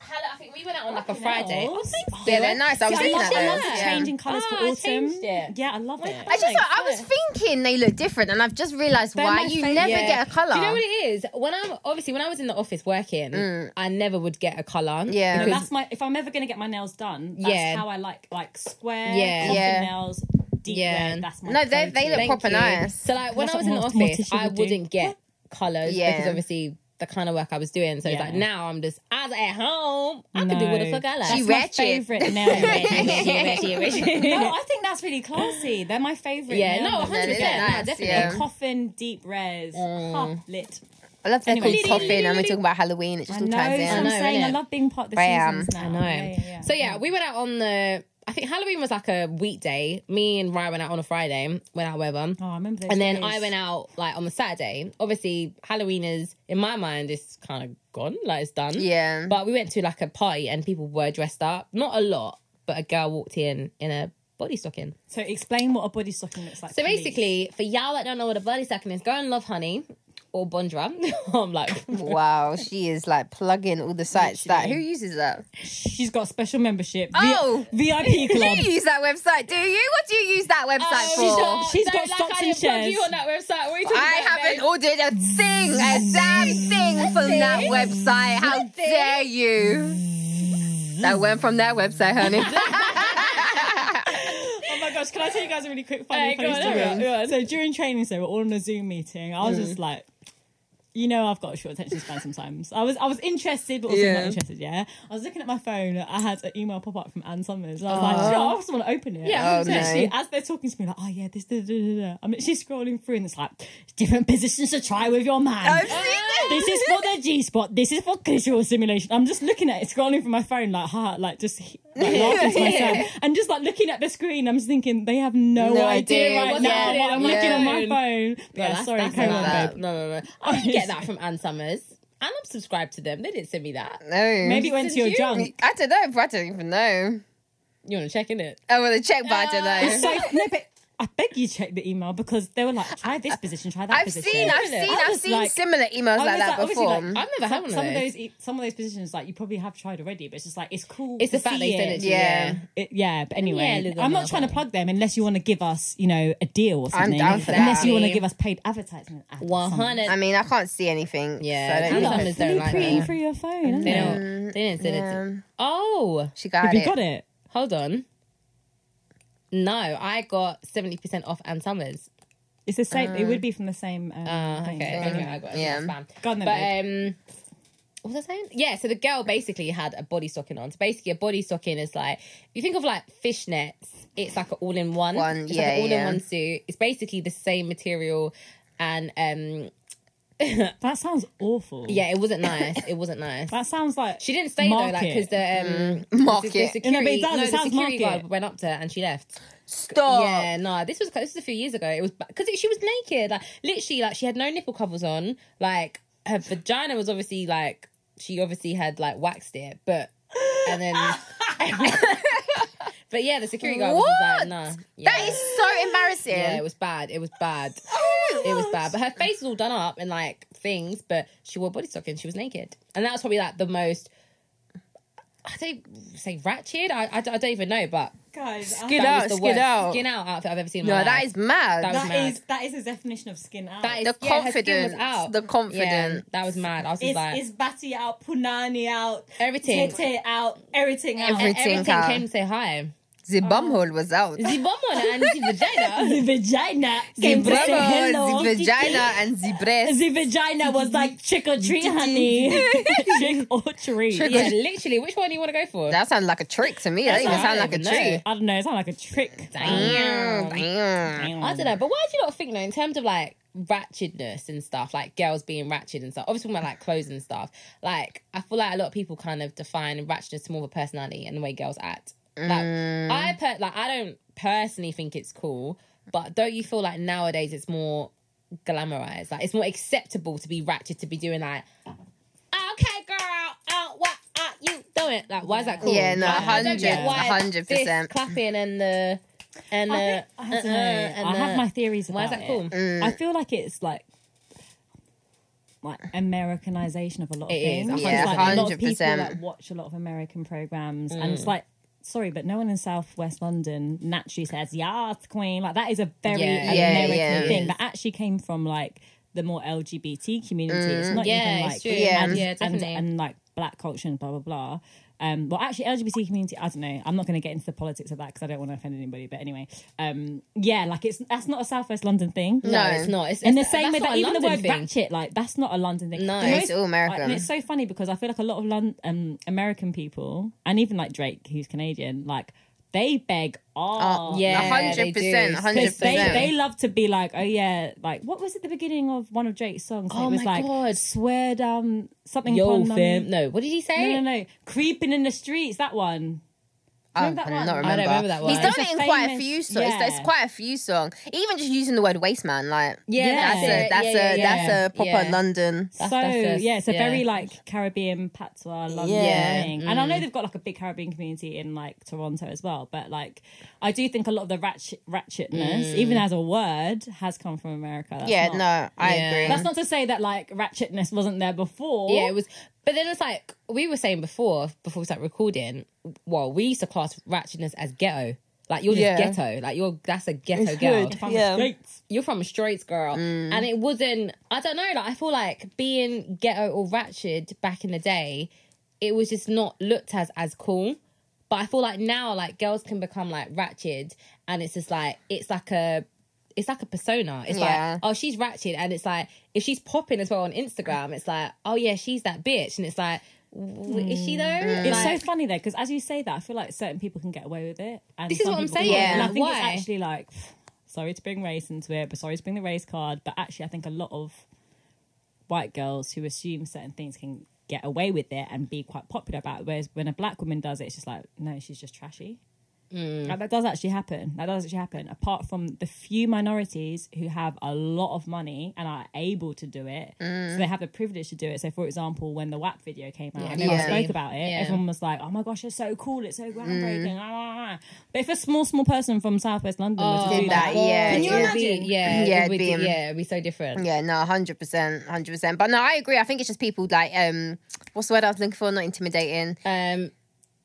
S2: Hell, I think we went out on like a
S3: Fucking
S2: Friday.
S3: hell.
S2: Oh, thanks.
S1: yeah, they're nice. I was
S3: See,
S1: looking
S3: I
S1: at
S3: love
S1: those.
S3: the
S2: that.
S1: Yeah.
S3: changing colours
S2: Ah,
S3: for
S2: I
S3: autumn.
S2: changed it.
S3: Yeah, I love it.
S1: I just thought, I was thinking they look different, and I've just realised
S3: They're
S1: why
S3: my
S1: you
S3: favourite.
S1: never
S2: Yeah.
S1: get a colour.
S2: Do you know what it is? When I'm obviously when I was in the office working, I never would get a color.
S1: Yeah.
S3: No,
S1: Because-
S3: Mm. that's my. If I'm ever gonna get my nails done, that's
S2: um, Yeah.
S3: how I like like square,
S2: Yeah.
S3: yeah,
S1: Yeah.
S3: nails, deep
S2: Yeah.
S3: red. That's my.
S1: No, they- they
S3: go-to.
S1: look proper nice.
S2: So like when
S3: That's
S2: I was in the
S3: what Mortimer
S2: office,
S3: should
S2: I
S3: do.
S2: wouldn't get colours
S1: Yeah.
S2: because obviously the kind of work I was doing. So it's
S3: Yeah.
S2: like now I'm just as at home, I can do
S3: No.
S2: what the fuck I like.
S1: She
S3: That's my
S1: ratchet.
S3: favorite nail. no,
S2: yeah,
S3: I think that's really classy. They're my favorite. nail
S2: no,
S3: nails.
S1: they're
S2: 100%.
S1: nice,
S2: definitely.
S1: yeah.
S3: They're coffin deep res,
S2: Mm.
S3: half lit.
S1: I love they're
S3: Anyway.
S1: called coffin, and we're talking about Halloween. It
S3: I
S1: just all
S3: know.
S1: ties
S3: that's what I'm
S1: in.
S2: know,
S3: saying I
S2: innit?
S3: love being part of the
S1: Bam.
S3: seasons now.
S2: I know.
S3: Yeah, yeah, yeah.
S2: So yeah, we went out on the. I think Halloween was like a weekday. Me and Ryan went out on a Friday. Went out wherever.
S3: Oh, I remember. Those
S2: And then
S3: days.
S2: I went out like on the Saturday. Obviously, Halloween is in my mind is kind of gone, like it's done.
S1: Yeah.
S2: But we went to like a party and people were dressed up. Not a lot, but a girl walked in in a body stocking.
S3: So explain what a body stocking looks like.
S2: So
S3: please.
S2: basically, for y'all that don't know what a body stocking is, go and love honey or Bondra. I'm like,
S1: Wow, she is like plugging all the sites that who uses that?
S3: she's got special membership. V-
S1: Oh.
S3: VIP
S1: Do
S3: club.
S1: you use that website? Do you? What do you use that website
S2: "Oh,
S1: for?
S2: don't-
S3: she's
S2: don't
S3: got stocks
S2: I
S3: and
S2: didn't plug
S3: shares."
S2: You on that website? What are you talking
S1: I
S2: about,
S1: haven't
S2: babe?
S1: ordered a thing, a damn thing from that website. How dare you? That went from that website, honey.
S3: Oh my gosh, can I tell you guys a really quick funny,
S2: Hey, go on,
S3: funny
S2: Hmm.
S3: story?
S2: hurry up.
S3: Yeah, so during training, so we're all in a Zoom meeting. I was just like, you know, I've got a short attention span sometimes. I was I was interested, but also
S1: Yeah.
S3: not interested, yeah? I was looking at my phone. I had an email pop up from Anne Summers. And I was like, "Do you know what? I just want to open it.
S2: Yeah,
S1: Oh,
S3: So
S1: no.
S3: literally, as they're talking to me, like, oh yeah, this, da, da, da, da. I'm literally scrolling through and it's like, different positions to try with your man.
S2: Oh,
S1: I've seen it.
S3: This is for the G spot. This is for visual simulation. I'm just looking at it, scrolling from my phone, like, ha, like just like, laughing to myself, and just like looking at the screen. I'm just thinking they have no,
S1: No
S3: idea,
S1: idea
S3: right
S1: what's
S3: now
S1: happening
S3: what I'm
S1: on my
S3: looking on my
S2: phone.
S3: phone. But yeah,
S2: that's-
S3: sorry,
S2: that's
S3: carry
S2: not
S3: on,
S2: that.
S3: babe.
S2: No, no, no. I didn't get that from Ann Summers. And I'm subscribed to them. They didn't send me that.
S1: No.
S3: Maybe it went to
S2: Did
S3: your
S2: you?
S3: junk.
S1: I don't know. Oh, I don't even know.
S2: You want to check in it?
S1: I want to check, but I don't know.
S3: So, no, but I beg you check the email because they were like, try this position, try that
S1: I've
S3: position.
S1: seen, I've seen,
S3: I
S1: I've
S3: was
S1: seen
S3: like-
S1: similar emails
S3: I
S1: like
S3: was
S1: that
S3: obviously,
S1: before.
S2: I've never had
S3: some,
S2: one of
S3: some of
S2: those.
S3: those e- some of those positions like you probably have tried already, but it's just like it's cool.
S2: It's the
S3: to
S2: fact
S3: see
S2: they said it to you,
S1: Yeah.
S2: yeah.
S3: It- yeah, but
S2: Yeah,
S3: anyway,
S2: look
S3: I'm
S2: on
S3: not
S2: that
S3: trying to
S2: one.
S3: plug them unless you want to give us, you know, a deal or something.
S1: down for that.
S3: Unless you want to
S2: Definitely.
S3: give us paid advertisement. ad or
S2: One
S3: something.
S2: hundred.
S1: I mean, I can't see anything.
S2: Yeah,
S1: so I
S2: I
S1: don't
S2: love
S1: know.
S2: it. don't like
S3: Pretty
S2: that.
S3: through your phone. aren't
S2: They
S3: they?
S2: don't. They didn't send it.
S1: yeah.
S2: To, oh,
S1: She got
S3: Have you
S1: it.
S3: got it?
S2: hold on. No, I got seventy percent off and summers.
S3: It's the same. it would be from the same. Um,
S2: Uh,
S3: thing.
S2: okay, okay, I got it.
S1: Oh Yeah.
S2: Yeah. Spam.
S3: Go on then,
S2: but um, what was I saying? Yeah, so the girl basically had a body stocking on. So basically, a body stocking is like you think of like fishnets. It's like an all-in-one.
S1: One,
S2: it's
S1: yeah,
S2: like an all-in-one
S1: yeah.
S2: suit. It's basically the same material, and um,
S3: That sounds awful.
S2: uh, yeah, it wasn't nice. it wasn't nice.
S3: That sounds like
S2: She didn't stay though, like because
S3: Market.
S2: the um
S1: Mark
S2: the, the
S1: it.
S2: security,
S3: No, but Mm. it does,
S2: no,
S3: it
S2: the
S3: sounds
S2: security
S3: market.
S2: guard went up to her and she left.
S1: Stop.
S2: Yeah, no, this was this was a few years ago. It was because she was naked, like literally, like she had no nipple covers on. Like her vagina was obviously like she obviously had like waxed it, but and then. But yeah, the security guard was
S1: What?
S2: just like, nah. Yeah.
S1: That is Oh so embarrassing.
S2: Yeah, it was bad. It was bad. It was bad. But her face was all done up and like things, but she wore body stockings. She was naked. And that was probably like the most, I don't say ratchet. I, I, don't- I don't even know, but
S3: guys.
S1: Skin
S2: that
S1: out,
S2: was the
S1: skin
S2: worst
S1: out.
S2: skin out outfit I've ever seen in my
S1: no, that
S2: life.
S1: is mad.
S2: That was
S3: That
S2: mad.
S3: is that is a definition of skin out.
S2: That is
S1: the
S2: yeah, her skin was
S1: confidence.
S2: out.
S1: The
S2: Yeah,
S1: confidence.
S2: that was mad. I was just
S3: is,
S2: like,
S3: is batty out, punani out,
S2: Everything.
S3: tete out, everything out.
S1: Every-
S2: everything
S1: Tinker.
S2: came to say hi.
S1: The bumhole was out.
S2: The bum on Oh. it and the vagina.
S3: the vagina
S1: The
S3: came to say hello.
S1: bumhole, the vagina, and the breast.
S3: The vagina was like trick or treat, honey. trick or treat.
S1: Trick or
S2: Yeah, literally. Which one do you want to go for?
S1: That sounds like a trick to me. That
S2: That's
S1: even
S2: what I
S1: sounds like a
S2: don't
S1: trick.
S2: even
S3: I don't know. It sounds like a trick.
S2: Damn.
S1: Damn.
S2: I don't know, but why do you not think though, in terms of like ratchetness and stuff, like girls being ratchet and stuff? Obviously, talking about like clothes and stuff. Like, I feel like a lot of people kind of define ratchetness to more of a personality and the way girls act. Like, I per- like I don't personally think it's cool, but don't you feel like nowadays it's more glamorized? Like, it's more acceptable to be ratchet to be doing like, okay, girl, oh, what are you doing? Like, why is that cool?
S1: Yeah, no,
S2: Like, I don't get
S1: 100,
S2: why
S1: 100%.
S2: this clapping and the and
S3: I,
S2: the
S3: think- I don't
S2: uh-uh,
S3: know.
S2: and
S3: I have
S2: the-
S3: my theories about
S2: Why is that cool?
S3: it. I feel like it's like like Americanization of a lot of
S2: It is,
S3: things.
S2: a
S3: It's
S2: hundred
S3: like
S1: percent.
S3: a lot of people
S1: 100%.
S3: that watch a lot of American programs, and
S2: Mm.
S3: it's like. Sorry, but no one in South West London naturally says "Yas, Queen." Like that is a very
S2: Yeah,
S1: yeah,
S3: American
S1: yeah.
S3: thing that actually came from like the more LGBT community. it's not
S2: Yeah,
S3: even like
S2: it's true.
S1: Yeah.
S3: and,
S2: Yeah,
S3: and,
S2: definitely.
S3: and, like black culture and blah blah blah. Um, well, actually, LGBT community. I don't know. I'm not going to get into the politics of that because I don't want to offend anybody. But anyway, um, yeah, like it's that's not a Southwest London thing.
S2: No, it's not. It's,
S3: And the
S2: it's-
S3: same
S2: that's
S3: with
S2: not
S3: that,
S2: a
S3: even the
S2: London
S3: word
S2: thing.
S3: ratchet, like that's not a London thing.
S2: No,
S3: The
S2: it's
S1: all American.
S3: And it's so funny because I feel like a lot of Lon- um, American people, and even like Drake, who's Canadian, like they beg off.
S2: Uh, yeah, they
S1: 100%.
S2: do.
S1: 100%.
S2: Because
S3: Because they, they love to be like, oh yeah, like what was at the beginning of one of Drake's songs?
S2: Oh
S3: it was
S2: my
S3: like
S2: God.
S3: swear down something.
S2: Yo,
S3: upon my-
S2: fam. No, what did he say?
S3: No, no, no. Creeping in the streets, that one.
S1: I
S3: Remember that
S1: cannot
S3: one?
S1: remember.
S2: I don't remember that
S1: He's
S2: one.
S1: done
S3: It's
S1: it
S3: a
S1: in quite a
S3: famous-
S1: few songs.
S3: yeah.
S1: It's quite a few songs. Even just using the word waste man, like
S2: Yeah,
S1: that's
S2: that's
S1: a
S2: it.
S1: that's
S2: Yeah,
S1: a
S2: yeah, yeah.
S1: that's a proper
S2: Yeah.
S1: London.
S2: That's-
S3: so
S2: that's us,
S3: yeah, it's a
S2: yeah.
S3: very like Caribbean patois London
S1: Yeah. Mm.
S3: thing, and I know they've got like a big Caribbean community in like Toronto as well. But like, I do think a lot of the ratchet, ratchetness, even as a word, has come from America. That's
S1: Mm. yeah,
S3: not-
S1: no, I
S2: Yeah.
S1: agree.
S3: that's not to say that like ratchetness wasn't there before.
S2: Yeah, it was. But then it's like we were saying before, before we started recording. Well, we used to class ratchetness as ghetto. Like you're just
S1: Yeah.
S2: ghetto. Like you're that's a ghetto girl.
S1: hood.
S3: If I'm
S1: Yeah.
S3: straight,
S2: You're from the streets, girl.
S1: Mm.
S2: And it wasn't. I don't know. Like I feel like being ghetto or ratchet back in the day, it was just not looked as as cool. But I feel like now, like girls can become like ratchet, and it's just like it's like a. It's like a persona. It's
S1: Yeah.
S2: like, oh, she's ratchet, and it's like if she's popping as well on Instagram, it's like, oh yeah, she's that bitch, and it's like, w- is she though?
S1: Mm.
S3: It's so
S2: Like,
S3: funny though, because as you say that, I feel like certain people can get away with it. And
S2: This is
S3: some
S2: what I'm
S3: people
S2: saying.
S3: can't. And I
S2: Yeah.
S3: think it's
S2: Why?
S3: actually like, sorry to bring race into it, but sorry to bring the race card. But actually, I think a lot of white girls who assume certain things can get away with it and be quite popular about it. Whereas when a black woman does it, it's just like, no, she's just trashy.
S2: Mm.
S3: Like, that does actually happen. That does actually happen. Apart from the few minorities who have a lot of money and are able to do it,
S2: Mm.
S3: so they have the privilege to do it. So, for example, when the WAP video came out, and everyone
S1: Yeah. Mm.
S3: spoke about it. Everyone was like, "Oh my gosh, it's so cool! It's so groundbreaking!" Ah, ah, ah. But if a small, small person from Southwest London
S2: oh,
S3: were to
S1: Oh, Did
S3: do
S1: that,
S3: that,
S1: yeah.
S3: Can you
S1: yeah.
S2: It'd be-
S3: imagine?
S2: yeah,
S1: Yeah,
S2: it would
S1: it'd
S2: be,
S1: be-
S2: yeah, it'd be so different.
S1: Yeah, no, hundred percent, hundred percent. But no, I agree. I think it's just people like um, what's the word I was looking for? Not intimidating.
S2: Um,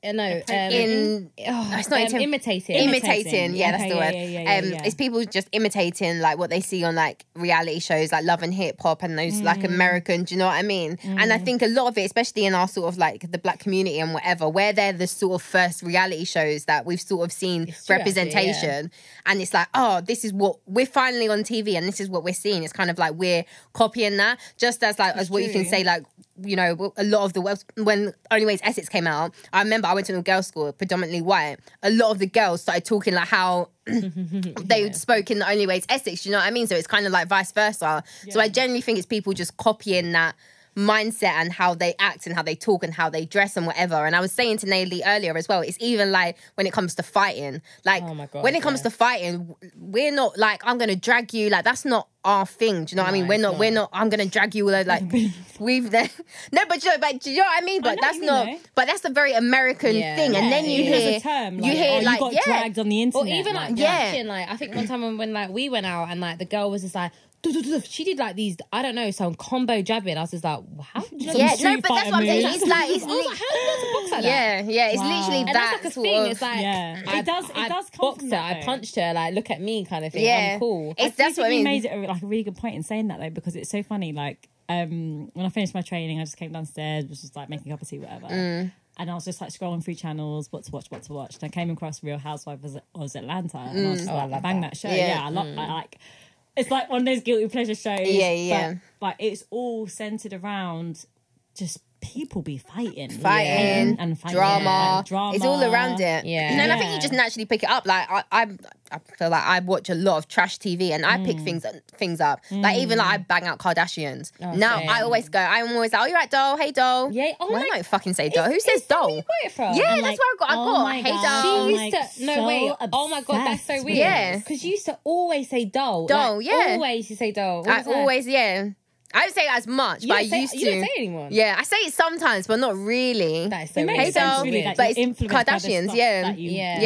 S2: uh, no, um,
S1: In
S2: oh,
S1: it's not
S2: um,
S1: intim-
S2: imitating.
S1: imitating.
S3: Imitating.
S1: Yeah, that's
S3: Okay,
S1: the
S3: yeah,
S1: word.
S3: yeah, yeah, yeah,
S1: um,
S3: yeah.
S1: it's people just imitating like what they see on like reality shows, like Love and Hip Hop, and those like
S2: Mm.
S1: American. Do you know what I mean? And I think a lot of it, especially in our sort of like the black community and whatever, where they're the sort of first reality shows that we've sort of seen
S2: true, actually, yeah.
S1: representation, and it's like, oh, this is what we're finally on TV, and this is what we're seeing. It's kind of like we're copying that, just as like as what you can
S3: true.
S1: say, like. You know, a lot of the Welsh, when Only Ways Essex came out, I remember I went to a girls' school, predominantly white. A lot of the girls started talking like how they spoke in the only way to Essex. You know what I mean? So it's kind of like vice versa. So I generally think it's people just copying that mindset and how they act and how they talk and how they dress and whatever. And I was saying to Nayli earlier as well, it's even like when it comes to fighting, like
S2: Oh my God,
S1: when it comes
S2: yeah.
S1: to fighting, we're not like, I'm going to drag you. Like that's not our thing. Do you know what I mean? We're
S2: it's
S1: not,
S2: not.
S1: we're not, I'm going to drag you all over. Like we've, no, but you know, but do you know what I mean? But
S3: know what
S1: that's
S3: you mean,
S1: not,
S3: though.
S1: but that's a very American
S2: Yeah.
S1: thing. And
S2: Yeah,
S1: then you
S3: Even as
S1: hear,
S3: a term,
S1: you hear
S3: oh,
S1: like,
S3: got
S1: yeah.
S3: dragged on the
S2: Or
S3: internet,
S2: even like
S1: yeah.
S2: reaction, like I think one time when, when like we went out and like the girl was just like, "Duh, duh, duh, duh." she did like these, I don't know, some combo jabbing. I was just like, how? Did you know
S1: yeah,
S2: this?
S1: no,
S3: Street
S1: but that's
S3: fighter
S1: what I'm saying.
S3: moves.
S1: It's like, it's
S2: I was
S1: li-
S2: like, how do you know to box like that?
S1: Yeah, yeah, it's
S3: Wow.
S1: literally
S2: And
S1: that
S2: that's like a
S1: sort
S2: thing.
S1: of-
S2: It's like
S3: Yeah.
S2: I,
S3: It does- it
S2: I
S3: does come
S2: boxed
S3: from
S2: her.
S3: that,
S2: I
S3: though.
S2: punched her. Like, look at me, kind of thing.
S1: yeah,
S2: I'm cool.
S1: It's
S3: do
S1: that's
S3: think
S1: what I
S3: you
S1: mean.
S3: made it a, like a really good point in saying that though, because it's so funny. Like um, when I finished my training, I just came downstairs, was just like making a cup of tea, whatever.
S1: Mm.
S3: And I was just like scrolling through channels, what to watch, what to watch. And I came across Real Housewives of of Atlanta, and I was just
S2: Oh, I
S3: like,
S2: love
S3: bang
S2: that.
S3: that, show.
S1: Mm. Yeah. Mm.
S3: Yeah, I love. I like. It's like one of those guilty pleasure shows.
S1: Yeah, yeah.
S3: But, but it's all centered around just people be fighting,
S1: fighting
S3: and, and fighting,
S1: drama.
S3: and drama.
S1: It's all around it.
S2: Yeah.
S1: And I think you
S3: Yeah.
S1: just naturally pick it up. Like I, I, I feel like I watch a lot of trash TV and I
S2: Mm.
S1: pick things things up. Like even like I bang out Kardashians. now
S2: Oh, same.
S1: I always go. I'm always like, oh, you right, doll. Hey, doll.
S2: Yeah, oh
S1: Why
S2: my-
S1: do I fucking say doll? Who says doll?
S2: Where it from?
S1: Yeah,
S3: I'm
S1: that's
S3: like,
S1: where I got. I
S3: oh
S1: got.
S3: my
S1: Hey,
S3: God.
S1: doll.
S2: She
S3: I'm,
S2: used
S3: like,
S2: to no
S3: so
S2: wait. Oh my god, that's so weird.
S3: obsessed with
S1: Yeah.
S2: because you used to always say doll.
S1: Doll,
S2: Like,
S1: yeah.
S2: always you say doll. All
S1: I
S2: the time.
S1: always yeah. I don't say it as much,
S2: You
S1: but I
S2: don't say-
S1: used
S2: you
S1: to.
S2: don't say anymore.
S1: Yeah, I say it sometimes, but not really.
S2: That is so
S3: It
S2: weird.
S3: makes
S1: Hey,
S3: sense,
S1: doll.
S3: really, that
S1: But
S3: you're
S1: it's
S3: influenced by the
S1: Kardashians,
S3: stuff
S1: yeah.
S3: that you-
S2: Yeah.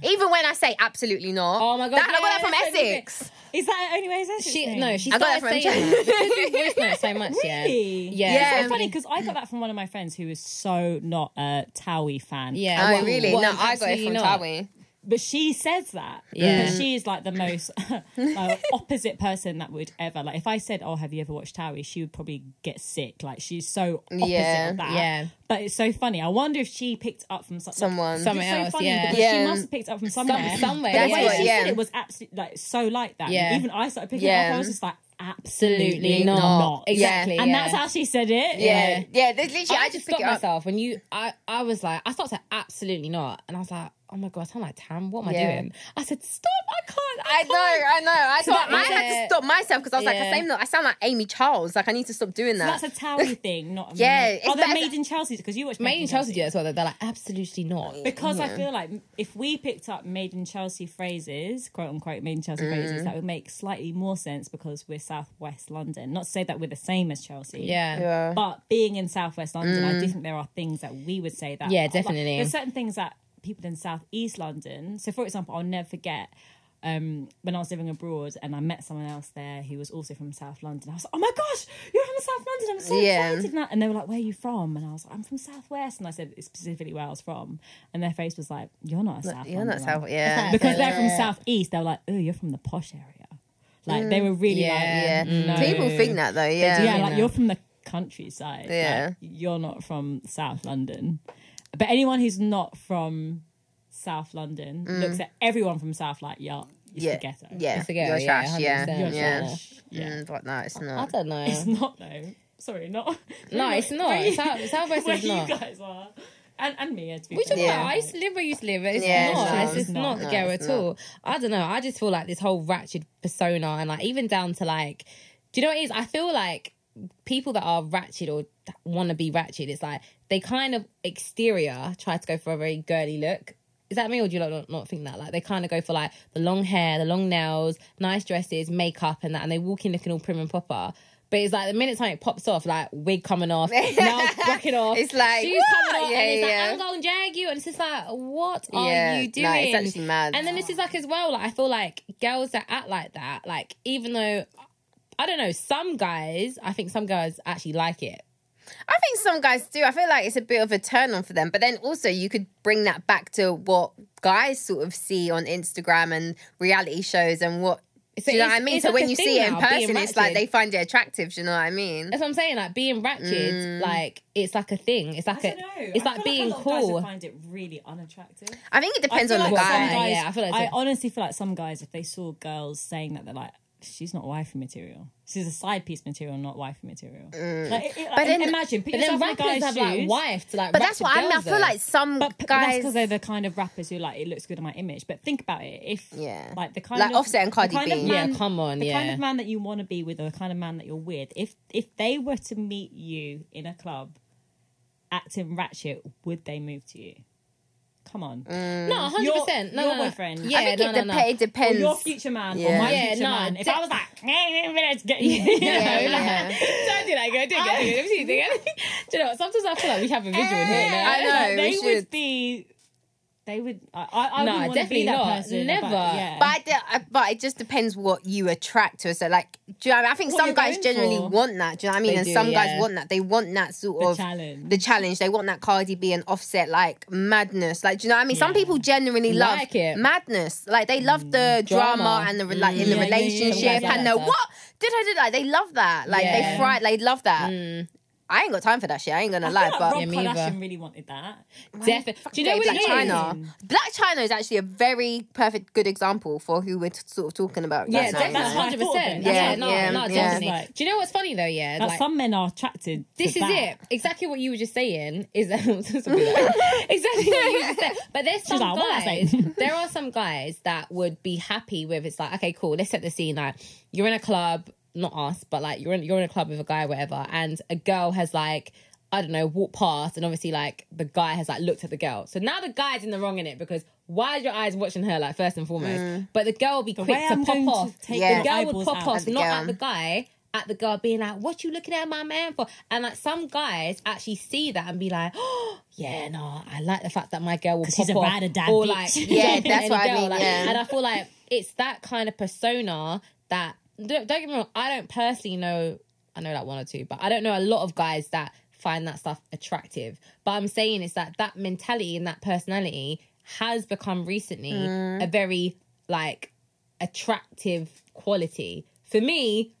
S1: Yeah. Even when I say absolutely not.
S2: Oh my God,
S1: That, I got that
S2: yeah,
S1: from
S2: that's so different.
S1: Essex.
S3: Is that the only way it's
S2: She no, she
S1: I got
S2: started
S1: that from Jen.
S2: saying that because we voice notes so much.
S3: Really?
S2: Yeah,
S1: Yeah.
S2: yeah.
S3: It's so funny because I got that from one of my friends who is so not a Towie fan.
S2: Yeah.
S1: Oh,
S2: What-
S1: really?
S2: what
S1: no,
S2: an
S1: I got it
S2: absolutely
S1: from
S2: not.
S1: Tawi.
S3: But she says that.
S2: Yeah.
S3: But she is like the most like, opposite person that would ever. Like, if I said, Oh, have you ever watched Towie? She would probably get sick. Like, she's so opposite
S1: Yeah,
S3: of that.
S2: yeah.
S3: But it's so funny. I wonder if she picked up from some,
S1: Someone.
S3: Like,
S2: Someone
S3: it's so
S2: else,
S3: funny
S2: yeah.
S3: because
S1: Yeah.
S3: She must have picked up from somewhere.
S2: somewhere,
S3: But the
S1: yeah.
S3: way she
S1: Yeah.
S3: said it was absolutely like so like that.
S2: Yeah.
S3: Even I started picking it
S1: Yeah.
S3: up. I was just like, Absolutely
S2: Absolutely not.
S3: not.
S2: Exactly.
S3: And
S2: yeah.
S3: that's how she said it.
S1: Yeah. Yeah, there's literally, I,
S2: I,
S1: just
S2: just
S1: pick
S2: got
S1: it up.
S2: myself when you I I was like I started to absolutely not and I was like oh my god I sound like Tam what am
S1: Yeah.
S2: I doing I said stop I can't
S1: I know, I know. I, thought, I
S2: that is
S1: had to
S2: it.
S1: stop myself because I was like, I,
S2: Yeah.
S1: sound, I sound like Amy Charles. Like, I need to stop doing that.
S3: That's a Towie thing, not a
S1: Yeah,
S3: Made.
S1: it's
S3: Oh, they're
S1: better-
S3: made in Chelsea because you watch
S2: Made in Chelsea do that as well they're like absolutely not
S3: Because I feel like if we picked up made in Chelsea phrases, quote unquote made in Chelsea
S2: Mm.
S3: phrases, that would make slightly more sense because we're Southwest London. Not to say that we're the same as Chelsea.
S2: yeah
S1: yeah. Mm.
S3: But being in Southwest London, I do think there are things that we would say that.
S2: Yeah,
S3: are, like,
S2: definitely.
S3: there's certain things that people in Southeast London. So, for example, I'll never forget. Um, when I was living abroad and I met someone else there who was also from South London, I was like, "Oh my gosh, you're from South London! I'm so
S1: Yeah.
S3: excited!" And I- And they were like, "Where are you from?" And I was like, "I'm from Southwest." And I said specifically where I was from, and their face was like, "You're not a South
S1: You're not
S3: Londoner."
S1: South, yeah.
S3: because they're from Southeast." They were like, "Oh, you're from the posh area." Like they were really like, um,
S1: yeah.
S2: mm,
S3: no.
S1: People think that, though, yeah.
S3: Yeah, like you're from the countryside.
S1: Yeah.
S3: Like, you're not from South London. But anyone who's not from South London looks at everyone from South like, Mm. yeah, it's
S1: yeah.
S3: the ghetto.
S1: Yeah.
S2: It's the ghetto,
S1: You're
S2: yeah,
S1: trash, yeah.
S2: 100%. You're
S1: Yeah.
S3: trash. Yeah.
S1: Mm, But no, it's
S2: I
S1: not.
S2: don't know
S3: It's not though. Sorry, not.
S2: no it's not
S3: Where you-
S2: South Southwest
S3: where
S2: is not
S3: you guys are. And, and me, yeah, to be
S2: We talk
S3: fair.
S1: Yeah.
S2: about I used to live where you used to live. It's
S1: Yeah,
S2: not.
S1: no,
S2: it's just
S3: it's
S2: not,
S3: not.
S2: the
S1: No,
S2: go
S1: it's
S2: at all. I don't know. I just feel like this whole ratchet persona and like even down to like, do you know what it is? I feel like people that are ratchet or want to be ratchet, it's like they kind of exterior try to go for a very girly look. is that me or do you lot not, not think that? Like they kind of go for like the long hair, the long nails, nice dresses, makeup, and that, and they walk in looking all prim and proper. But it's like the minute something pops off, like wig coming off, nails cracking off,
S1: It's like,
S2: shoes coming off,
S1: yeah,
S2: and it's
S1: yeah.
S2: like I'm gonna jag you, and it's just like what are
S1: Yeah,
S2: you doing?
S1: no, it's actually mad.
S2: And then this is like as well, like I feel like girls that act like that, like even though I don't know, some guys, I think some guys actually like it.
S1: I think some guys do. I feel like it's a bit of a turn on for them. But then also, you could bring that back to what guys sort of see on Instagram and reality shows and what.
S2: It's
S1: do you
S2: a-
S1: know what I
S2: it's-
S1: mean?
S2: it's
S1: So
S2: like
S1: when
S2: a
S1: you
S2: thing
S1: see it in
S2: now, being
S1: person, it's like
S2: ratchet.
S1: they find it attractive. Do you know what I mean?
S2: That's what I'm saying. Like being ratchet,
S1: Mm.
S2: like it's like a thing. It's like
S3: I
S2: a,
S3: don't know.
S2: it's
S3: I
S2: like
S3: feel
S2: being
S3: a lot of Guys
S2: cool.
S3: would find it really unattractive.
S1: I think it depends
S3: I
S1: on
S3: feel
S1: the
S3: like some
S1: guy.
S2: guy.
S3: guys-
S2: Yeah, I feel like
S3: I
S2: it's a-
S3: honestly feel like some guys, if they saw girls saying that, they're like, she's not wifey material. She's a side piece material, not wifey material. Like, it- it- like,
S1: Mm. then-
S3: imagine, put
S2: But then
S3: yourself in a
S2: rappers
S3: guy's
S2: have like
S3: shoes.
S2: wife to like.
S1: But that's what
S2: ratchet
S1: I mean. I
S2: girls,
S1: feel
S2: though.
S1: like some
S3: But, but that's
S1: guys.
S3: because they're the kind of rappers who like it looks good on my image. But think about it, if
S1: Yeah.
S3: like the kind
S1: Like
S3: of
S1: Offset and
S3: the
S1: Cardi
S3: kind of
S1: B.
S2: Yeah,
S3: man-
S2: come on,
S3: the
S2: yeah.
S3: kind of man that you want to be with, or the kind of man that you're with. If if they were to meet you in a club, acting ratchet, would they move to you? Come on,
S1: Mm.
S2: no, hundred percent. No,
S3: your
S2: no, no.
S3: boyfriend. I
S2: Yeah,
S1: I think
S2: no,
S1: it,
S2: no,
S1: dep-
S2: no.
S1: it
S3: or
S1: depends.
S3: your future man, or
S1: Yeah.
S3: my
S2: Yeah,
S3: future
S2: no,
S3: man. If
S2: de-
S3: I was like, let's get you, you know,
S1: Yeah,
S3: like,
S1: yeah.
S2: Don't do that, girl. Do it again. Do it. Let me see it again. Do you know what? Sometimes I feel like we have a visual in here. you know?
S1: I know, we
S3: they
S1: should.
S3: would be. They would. I, I, I
S2: No,
S3: wouldn't want to
S2: definitely
S3: be that
S2: not.
S3: person.
S2: Never.
S3: But, yeah.
S1: But I d- I- but it just depends what you attract to. So like, do you know what I mean? I think
S3: What
S1: some
S3: you're
S1: guys
S3: going
S1: generally
S3: for.
S1: want that. Do you know what I mean?
S2: They
S1: and
S2: do,
S1: some
S2: yeah.
S1: guys want that. They want that sort
S3: The
S1: of
S3: challenge.
S1: The challenge. They want that Cardi B and Offset like madness. Like, do you know what I mean? Some people genuinely love
S2: Like it.
S1: madness. Like they love the drama,
S2: Drama.
S1: and the re- like in the
S3: Mm, Yeah, yeah, yeah, yeah.
S1: relationship
S2: Some guys like
S1: and
S2: that
S1: the
S2: stuff.
S1: what did I do? Like they love that. Like they
S2: Yeah.
S1: thrive. They love that. I ain't got time for that shit. I ain't gonna
S3: Mm. I feel
S1: lie.
S3: like
S1: but
S3: Rob
S2: Yeah, me either.
S3: Kardashian really wanted that.
S2: Definitely. Do you know
S1: Okay,
S2: what
S1: Black
S2: it is?
S1: China? Black China is actually a very perfect good example for who we're t- sort of talking about.
S2: Yeah,
S1: right now, you
S2: definitely.
S3: That's
S1: know?
S3: why I
S2: Hundred
S3: thought of
S2: percent.
S3: it.
S1: Yeah,
S2: Yeah, no,
S1: yeah,
S2: no,
S1: yeah.
S2: definitely.
S3: Like-
S2: Do you know what's funny though? Yeah,
S3: That
S2: like-
S3: some men are attracted.
S2: this
S3: to
S2: is
S3: that.
S2: it. Exactly what you were just saying is that exactly what you just said. But there's some
S3: like, "What did I
S2: guys.
S3: say?"
S2: there are some guys that would be happy with it's like, okay, cool. Let's set the scene. Like you're in a club, not us, but like you're in you're in a club with a guy, whatever, and a girl has like. I don't know, walked past, and obviously, like the guy has like looked at the girl. So now the guy's in the wrong in it because why is your eyes watching her like first and foremost? But the girl will be quick
S3: way
S2: to
S3: I'm
S2: pop
S3: going to
S2: off.
S3: take
S1: Yeah.
S2: The
S1: your
S2: girl would
S3: eyeballs
S2: pop
S3: out.
S2: off,
S1: At the
S2: not
S1: girl.
S2: at the guy at the girl being like, "What you looking at my man for?" And like some guys actually see that and be like, "Oh, yeah, no, I like the fact that my girl will pop
S3: she's a
S2: off."
S3: ride-or-die
S2: or
S3: bitch.
S2: like,
S3: Yeah,
S2: jump on
S1: that's
S2: any
S1: what I
S2: girl,
S1: mean,
S2: like-
S1: yeah.
S2: And I feel like it's that kind of persona that don't, don't get me wrong. I don't personally know. I know like one or two, but I don't know a lot of guys that find that stuff attractive. But I'm saying is that that mentality and that personality has become recently a very like attractive quality for me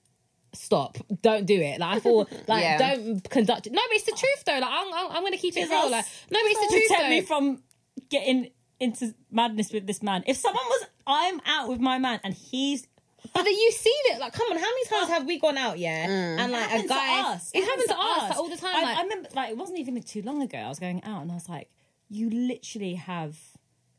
S2: stop don't do it like i thought like
S1: Yeah.
S2: don't conduct it no but it's the truth though like i'm, I'm, I'm gonna keep it
S3: Jesus.
S2: real like no but it's the truth
S3: Protect me
S2: though
S3: from getting into madness with this man. If someone was, I'm out with my man, and he's
S2: but then you see it like come on how many times have we gone out yeah and like a
S3: happens
S2: guy
S3: to us.
S2: it happens to us, like, all the time
S3: I,
S2: like,
S3: I remember, like, it wasn't even too long ago. I was going out, and I was like, "You literally have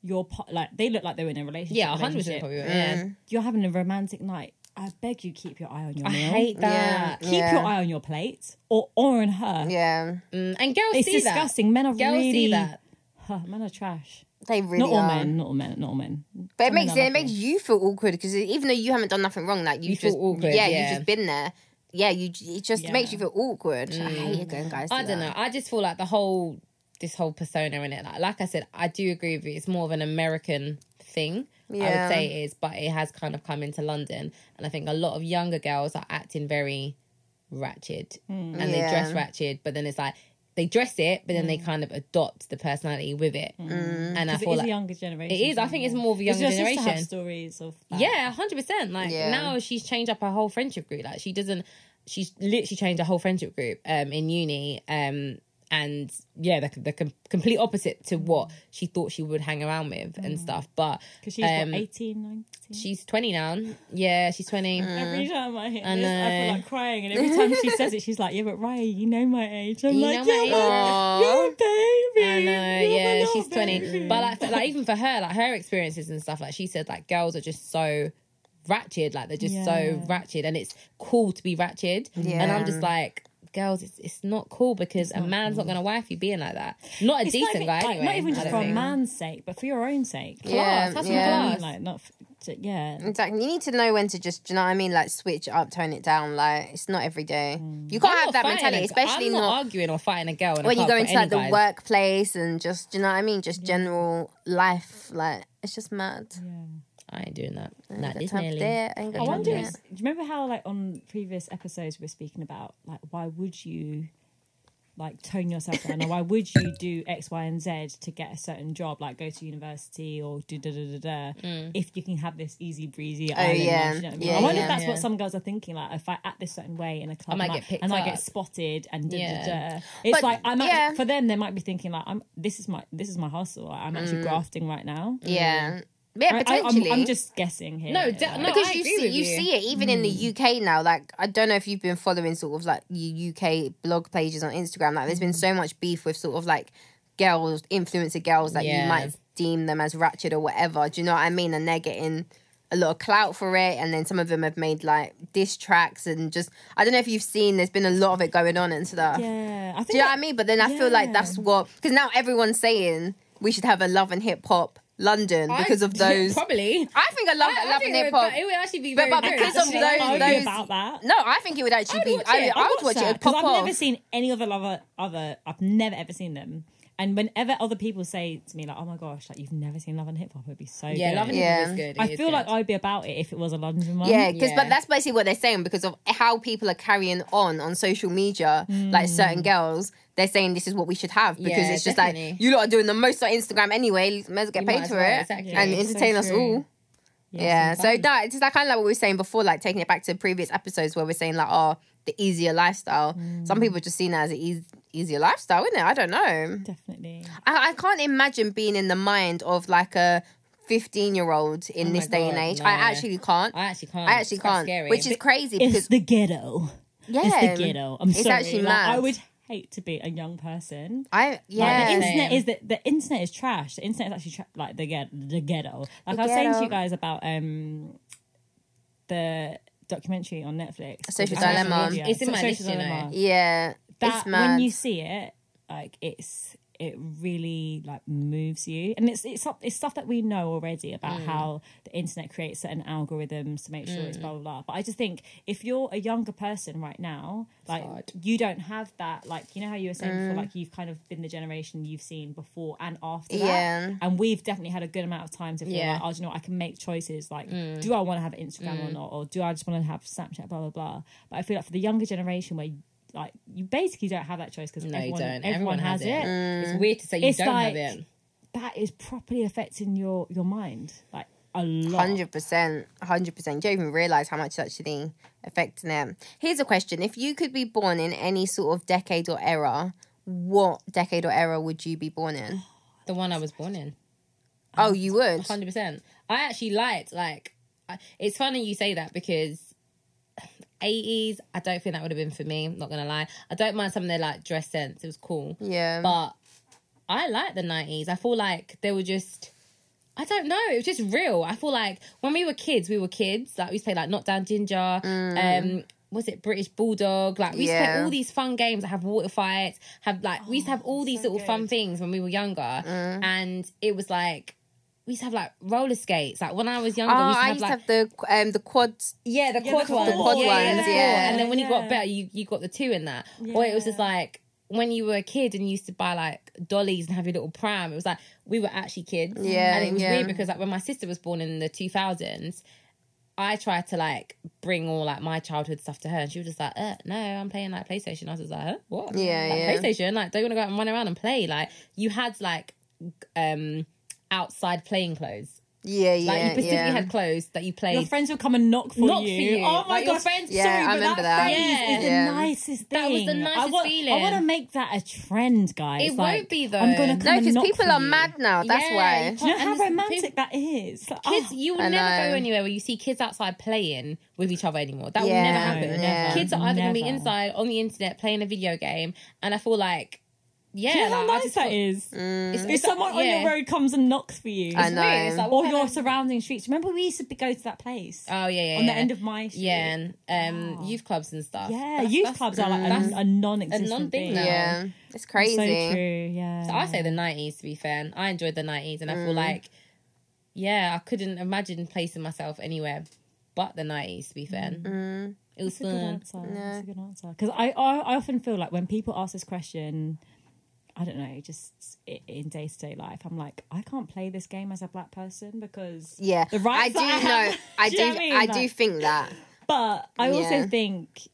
S3: your part. Like, they look like they were in a relationship.
S2: yeah 100 percent
S3: relationship.
S2: probably yeah
S3: You're having a romantic night. I beg you, keep your eye on your
S2: i
S3: meal.
S2: hate that
S1: Yeah.
S3: keep your eye on your plate, or or on her.
S1: Yeah,
S2: Mm, and girls
S3: It's
S2: see
S3: disgusting. Men are
S2: that girls
S3: really
S2: see that
S3: Huh, men are trash.
S1: they really
S3: Not all
S1: are.
S3: men. Not all men. Not all men.
S1: But it
S3: Some
S1: makes
S3: men are
S1: it makes you feel awkward because even though you haven't done nothing wrong, like you,
S2: feel
S1: just
S2: awkward,
S1: yeah,
S2: yeah.
S1: you've just been there. Yeah, you it just
S3: Yeah.
S1: makes you feel awkward. I hate it going guys.
S2: Mm. I
S1: do
S2: don't know.
S1: that.
S2: I just feel like the whole this whole persona in it. Like, like I said, I do agree with you. It's more of an American thing. I
S1: Yeah.
S2: would say it is, but it has kind of come into London, and I think a lot of younger girls are acting very ratchet,
S3: Mm.
S2: and they
S1: Yeah.
S2: dress ratchet. But then it's like they dress it, but then they kind of adopt the personality with it.
S1: Mm.
S2: And I
S3: Because it
S2: feel
S3: Mm. is
S2: like
S3: a younger generation.
S2: it is. I think it's more of a
S3: Because
S2: younger
S3: your sister
S2: generation.
S3: Have stories of that.
S2: Yeah, hundred percent. Like
S1: Yeah.
S2: now she's changed up her whole friendship group. Like she doesn't. She's literally changed her whole friendship group um, in uni. Um, and yeah, the, the com- complete opposite to what she thought she would hang around with and stuff. But
S3: Because she's
S2: um,
S3: what, 18, 19?
S2: she's twenty now. Yeah, she's twenty.
S3: every time I hear
S2: Mm. I
S3: this, I
S2: know.
S3: feel like crying. And every time she says it, she's like, "Yeah, but Ryan, you know my age." I'm
S2: You know
S3: like,
S2: my
S3: "Yeah,
S2: age."
S3: but you're a baby."
S2: I know,
S3: You're
S2: yeah,
S3: not
S2: she's
S3: a
S2: twenty.
S3: baby.
S2: But like, for- like, even for her, like her experiences and stuff, like she said, like girls are just so ratchet, like they're just
S3: Yeah.
S2: so ratchet, and it's cool to be ratchet. And
S1: Yeah.
S2: I'm just like, girls, it's, it's not cool because a man's not gonna wife you being like that. Not a
S3: It's
S2: decent
S3: not even,
S2: guy,
S3: like,
S2: anyway.
S3: not even
S2: I
S3: just
S2: don't
S3: for a
S2: think.
S3: man's sake, but for your own sake. Like,
S2: Class, that's
S1: Yeah.
S2: yeah. Mm. class.
S3: like not, for, to- yeah.
S1: Exactly. You need to know when to just, do you know what I mean? Like switch up, tone it down. Like it's not every day. You can't
S2: Mm. I'm
S1: have
S2: not
S1: that
S2: fighting
S1: mentality,
S2: a-
S1: especially
S2: I'm
S1: not,
S2: arguing or fighting a girl.
S1: when you go into
S2: into
S1: like the workplace and just, do you know what I mean? Just general life. Like it's just mad.
S2: I ain't doing that.
S1: Ain't
S2: Not
S1: got
S2: this
S1: time for
S2: nearly.
S1: that, ain't got
S3: I
S1: time
S3: wonder.
S1: for
S3: is-
S1: that.
S3: Do you remember how, like, on previous episodes, we were speaking about, like, why would you, like, tone yourself down, or why would you do X, Y, and Z to get a certain job, like go to university or do da da da da, if you can have this easy breezy. Oh
S1: yeah.
S3: you know what I, mean?
S1: Yeah,
S3: I wonder
S1: yeah.
S3: if
S2: Mm.
S3: that's
S2: Yeah.
S3: what some girls are thinking. Like, if I act this certain way in a club,
S2: I might
S3: and
S2: get picked
S3: and I
S2: up.
S3: get spotted, and da da
S2: Yeah.
S3: da. It's
S1: But,
S3: like I might
S1: yeah.
S3: for them. They might be thinking like, I'm this is my this is my hustle. Like, I'm actually
S2: Mm.
S3: grafting right now.
S1: Yeah. Yeah,
S3: I, I, I'm,
S1: potentially.
S3: I'm just guessing here.
S2: No, de-
S3: like.
S2: no,
S1: because
S2: I
S1: you
S2: agree
S1: see
S2: with
S1: you.
S2: you. Hmm.
S1: see it even in the UK now. Like I don't know if you've been following sort of like the UK blog pages on Instagram. Like
S2: Hmm.
S1: there's been so much beef with sort of like girls, influencer girls that
S2: Yeah.
S1: you might deem them as ratchet or whatever. Do you know what I mean? And they're getting a lot of clout for it. And then some of them have made like diss tracks and just I don't know if you've seen. There's been a lot of it going on and stuff.
S3: Yeah, I think
S1: Do you know
S3: that-
S1: what I mean? But then I feel like
S3: Yeah.
S1: that's what because now everyone's saying we should have a love and hip hop London because
S2: I-
S1: of those.
S2: Probably.
S1: I think a love,
S2: I- I
S1: love
S2: think
S1: and
S2: it
S1: hip
S2: would-
S1: hop.
S2: It would actually be
S1: But-
S2: very
S1: but
S2: good.
S1: because of
S3: Actually,
S1: those- those-
S3: I'd argue about that.
S1: No, I think it would actually be.
S2: watch
S1: I,
S2: it.
S1: I, would watch it. It'd
S3: because
S1: pop
S3: I've
S1: off.
S3: never seen any other other other. I've never ever seen them. And whenever other people say to me like, "Oh my gosh, like you've never seen Love and Hip Hop," it'd be so
S2: Yeah,
S3: good.
S2: love and
S1: Yeah.
S2: hip hop is good. It
S3: I
S2: is
S3: feel
S2: good.
S3: like I'd be about it if it was a London one.
S1: yeah, because
S2: Yeah.
S1: but that's basically what they're saying because of how people are carrying on on social media. Like certain girls, they're saying this is what we should have because
S2: Yeah,
S1: it's just like
S2: definitely.
S1: you lot are doing the most on Instagram anyway. May as well get
S2: You might
S1: paid
S2: as
S1: for
S2: well,
S1: it
S2: exactly.
S1: and
S3: Yeah, it's so
S1: entertain us
S3: true.
S1: all. Yeah, so no, it's like kind of like what we were saying before, like taking it back to previous episodes where we're saying like, oh, the easier lifestyle. Some people just seen it as an eas easier lifestyle, isn't it? I don't know.
S3: definitely.
S1: I, I can't imagine being in the mind of like a 15 year old in
S2: Oh
S1: this
S2: my
S1: day and
S2: God,
S1: age.
S2: no.
S1: I actually can't.
S2: I
S1: I,
S2: actually can't.
S1: actually
S2: It's quite
S1: can't.
S2: Scary.
S1: Which is crazy
S3: It's
S1: because,
S3: the ghetto.
S1: yeah.
S3: It's the ghetto. I'm
S1: It's
S3: sorry.
S1: actually
S3: like,
S1: mad.
S3: I would hate to be a young person.
S1: I,
S3: Like, the
S1: yeah.
S3: internet
S2: Same.
S3: is the, the internet is trash. The internet is actually tra- like the get the ghetto. Like
S1: The
S3: I was saying to
S1: ghetto.
S3: you guys about um the documentary on Netflix,
S1: Social
S3: called The
S1: Dilemma.
S3: Media.
S2: It's in my
S3: Social
S2: list, you know.
S3: Dilemma.
S1: yeah.
S3: That
S1: it's mad.
S3: when you see it, like it's it really like moves you, and it's it's stuff- it's stuff that we know already
S1: Mm.
S3: about how the internet creates certain algorithms to make sure it's blah blah blah. But I just think if you're a younger person right now, like
S2: hard.
S3: you don't have that, like you know how you were saying
S1: Mm.
S3: before, like you've kind of been the generation you've seen before and after
S1: Yeah.
S3: that, and we've definitely had a good amount of time to feel
S2: Yeah. Mm.
S3: like, oh, do you know, what? I can make choices. Like, do I want to have Instagram or not, or do I just want to have Snapchat? Blah blah blah. But I feel like for the younger generation, where you, like you basically don't have that choice because
S2: no, you
S3: everyone,
S2: don't.
S3: everyone has, it.
S1: Mm.
S2: It's weird to say you
S3: It's
S2: don't have
S3: like-
S2: it.
S3: That is properly affecting your your mind, like a lot.
S1: Hundred percent, hundred percent. You don't even realize how much it's actually affecting them. Here's a question: If you could be born in any sort of decade or era, what decade or era would you be born in?
S2: The one I was born in.
S1: Oh, you would.
S2: hundred percent. I actually liked like I, it's funny you say that because. 80s, I don't think that would have been for me, I'm not gonna lie. I don't mind some of their like dress sense, it was cool.
S1: Yeah,
S2: But I like the 90s. I feel like they were just, I don't know, it was just real. I feel like when we were kids, we were kids. Like we used to play like Knock Down Ginger, um, was it British Bulldog? Like we used to play
S1: Mm. Yeah. Oh,
S2: all these fun games, have water fights, have like, we used to have all these little fun things when we were younger.
S1: Mm.
S2: And it was like, we used to have like roller skates. Like when I was
S1: oh,
S2: younger, we used to
S1: I
S2: have
S1: used to
S2: like
S1: have the um the quads.
S2: yeah, the quad
S3: the
S2: ones.
S3: quad
S1: ones,
S2: the
S1: yeah.
S2: And then when you got
S3: Yeah.
S2: better, you, you got the two in that. Or it was just
S3: Yeah.
S2: like when you were a kid and you used to buy like dollies and have your little pram. It was like we were actually kids.
S1: Yeah,
S2: And it was
S1: yeah.
S2: weird because like when my sister was born in the 2000s, I tried to like bring all like my childhood stuff to her, and she was just like, uh, "No, I'm playing like PlayStation." I was just like, "Huh? What?
S1: Yeah,
S2: like,
S1: yeah.
S2: PlayStation? Like, don't you want to go out and run around and play? Like, you had like g- um outside playing clothes.
S1: Yeah, yeah,
S2: Like, you specifically
S1: yeah.
S2: had clothes that you
S3: Your
S2: played
S3: friends will come and knock for
S2: Knock
S3: you.
S2: for you.
S3: Oh my
S2: Like, your
S3: gosh,
S2: friends-
S1: Yeah,
S3: Sorry,
S1: I
S3: but
S1: remember that.
S3: that. phrase
S2: Yeah.
S3: is
S1: Yeah.
S3: the nicest thing.
S2: That was the
S3: I
S2: nicest
S3: want, I
S2: feeling.
S3: want to make that a trend, guys.
S2: It
S3: Like,
S2: won't be, though.
S3: I'm gonna
S2: No,
S1: no,
S3: come
S1: because
S3: and knock
S1: people
S3: for
S1: are
S3: you.
S1: mad now. That's
S2: Yeah,
S1: why.
S2: you
S3: Do you know
S2: And
S3: how
S2: this-
S3: romantic
S2: peop-
S3: that is? Like,
S2: Kids,
S3: oh.
S2: you will
S1: I
S2: never
S1: know.
S2: go anywhere where you see kids outside playing with each other anymore. That
S1: Yeah,
S2: will never
S1: no,
S2: happen.
S1: never,
S2: kids are either going to be
S3: never.
S2: inside on the internet playing a video game, and I feel like yeah,
S3: Do you know how
S2: like, I
S3: nice
S2: just
S3: that
S2: thought-
S3: is?
S1: Mm.
S2: It's,
S3: If someone on
S2: yeah.
S3: your road comes and knocks for you,
S1: I
S2: It's
S1: know.
S2: weird, it's like,
S3: or
S2: what
S3: your
S2: kind of-
S3: surrounding streets. Remember, we used to go to that place
S2: Oh yeah, yeah.
S3: on
S2: yeah.
S3: the end of my street.
S2: yeah, and um, youth clubs and stuff.
S3: yeah.
S2: That's-
S3: youth
S2: that's-
S3: clubs are like
S2: mm,
S3: a, a non-existent
S2: non-thing
S3: thing.
S2: now.
S1: Yeah, it's
S3: It's
S1: crazy.
S3: So true. Yeah.
S2: So I say the nineties. To be fair, I enjoyed the nineties, and I
S1: Mm.
S2: feel like, yeah, I couldn't imagine placing myself anywhere but the nineties. To be fair,
S1: Mm.
S2: it was
S3: That's a good
S2: fun.
S3: answer. That's a good answer. Because I, I, I often feel like when people ask this question, I don't know, just i- in day to day life, I'm like, I can't play this game as a black person because
S1: Yeah,
S3: the rights
S1: I do
S3: that I
S1: know.
S3: have-
S1: I
S3: Do
S1: do.
S3: you know what I mean?
S1: I do
S3: Like-
S1: think that.
S3: But I
S1: Yeah.
S3: also think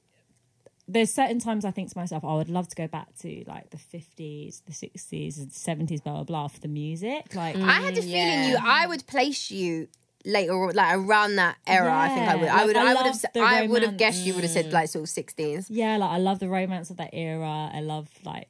S3: there's certain times I think to myself, oh, I would love to go back to like the 50s, the 60s, and 70s, blah, blah, blah, for the music. Like,
S1: I had a feeling
S2: yeah.
S1: you. I would place you later, on, like around that era. I think I would.
S3: Yeah.
S1: I would.
S3: Like, I
S1: I would have.
S3: love
S1: s-
S3: the Mm.
S1: I would have
S3: romance.
S1: guessed you would have said like sort of sixteens.
S3: yeah, like I love the romance of that era. I love like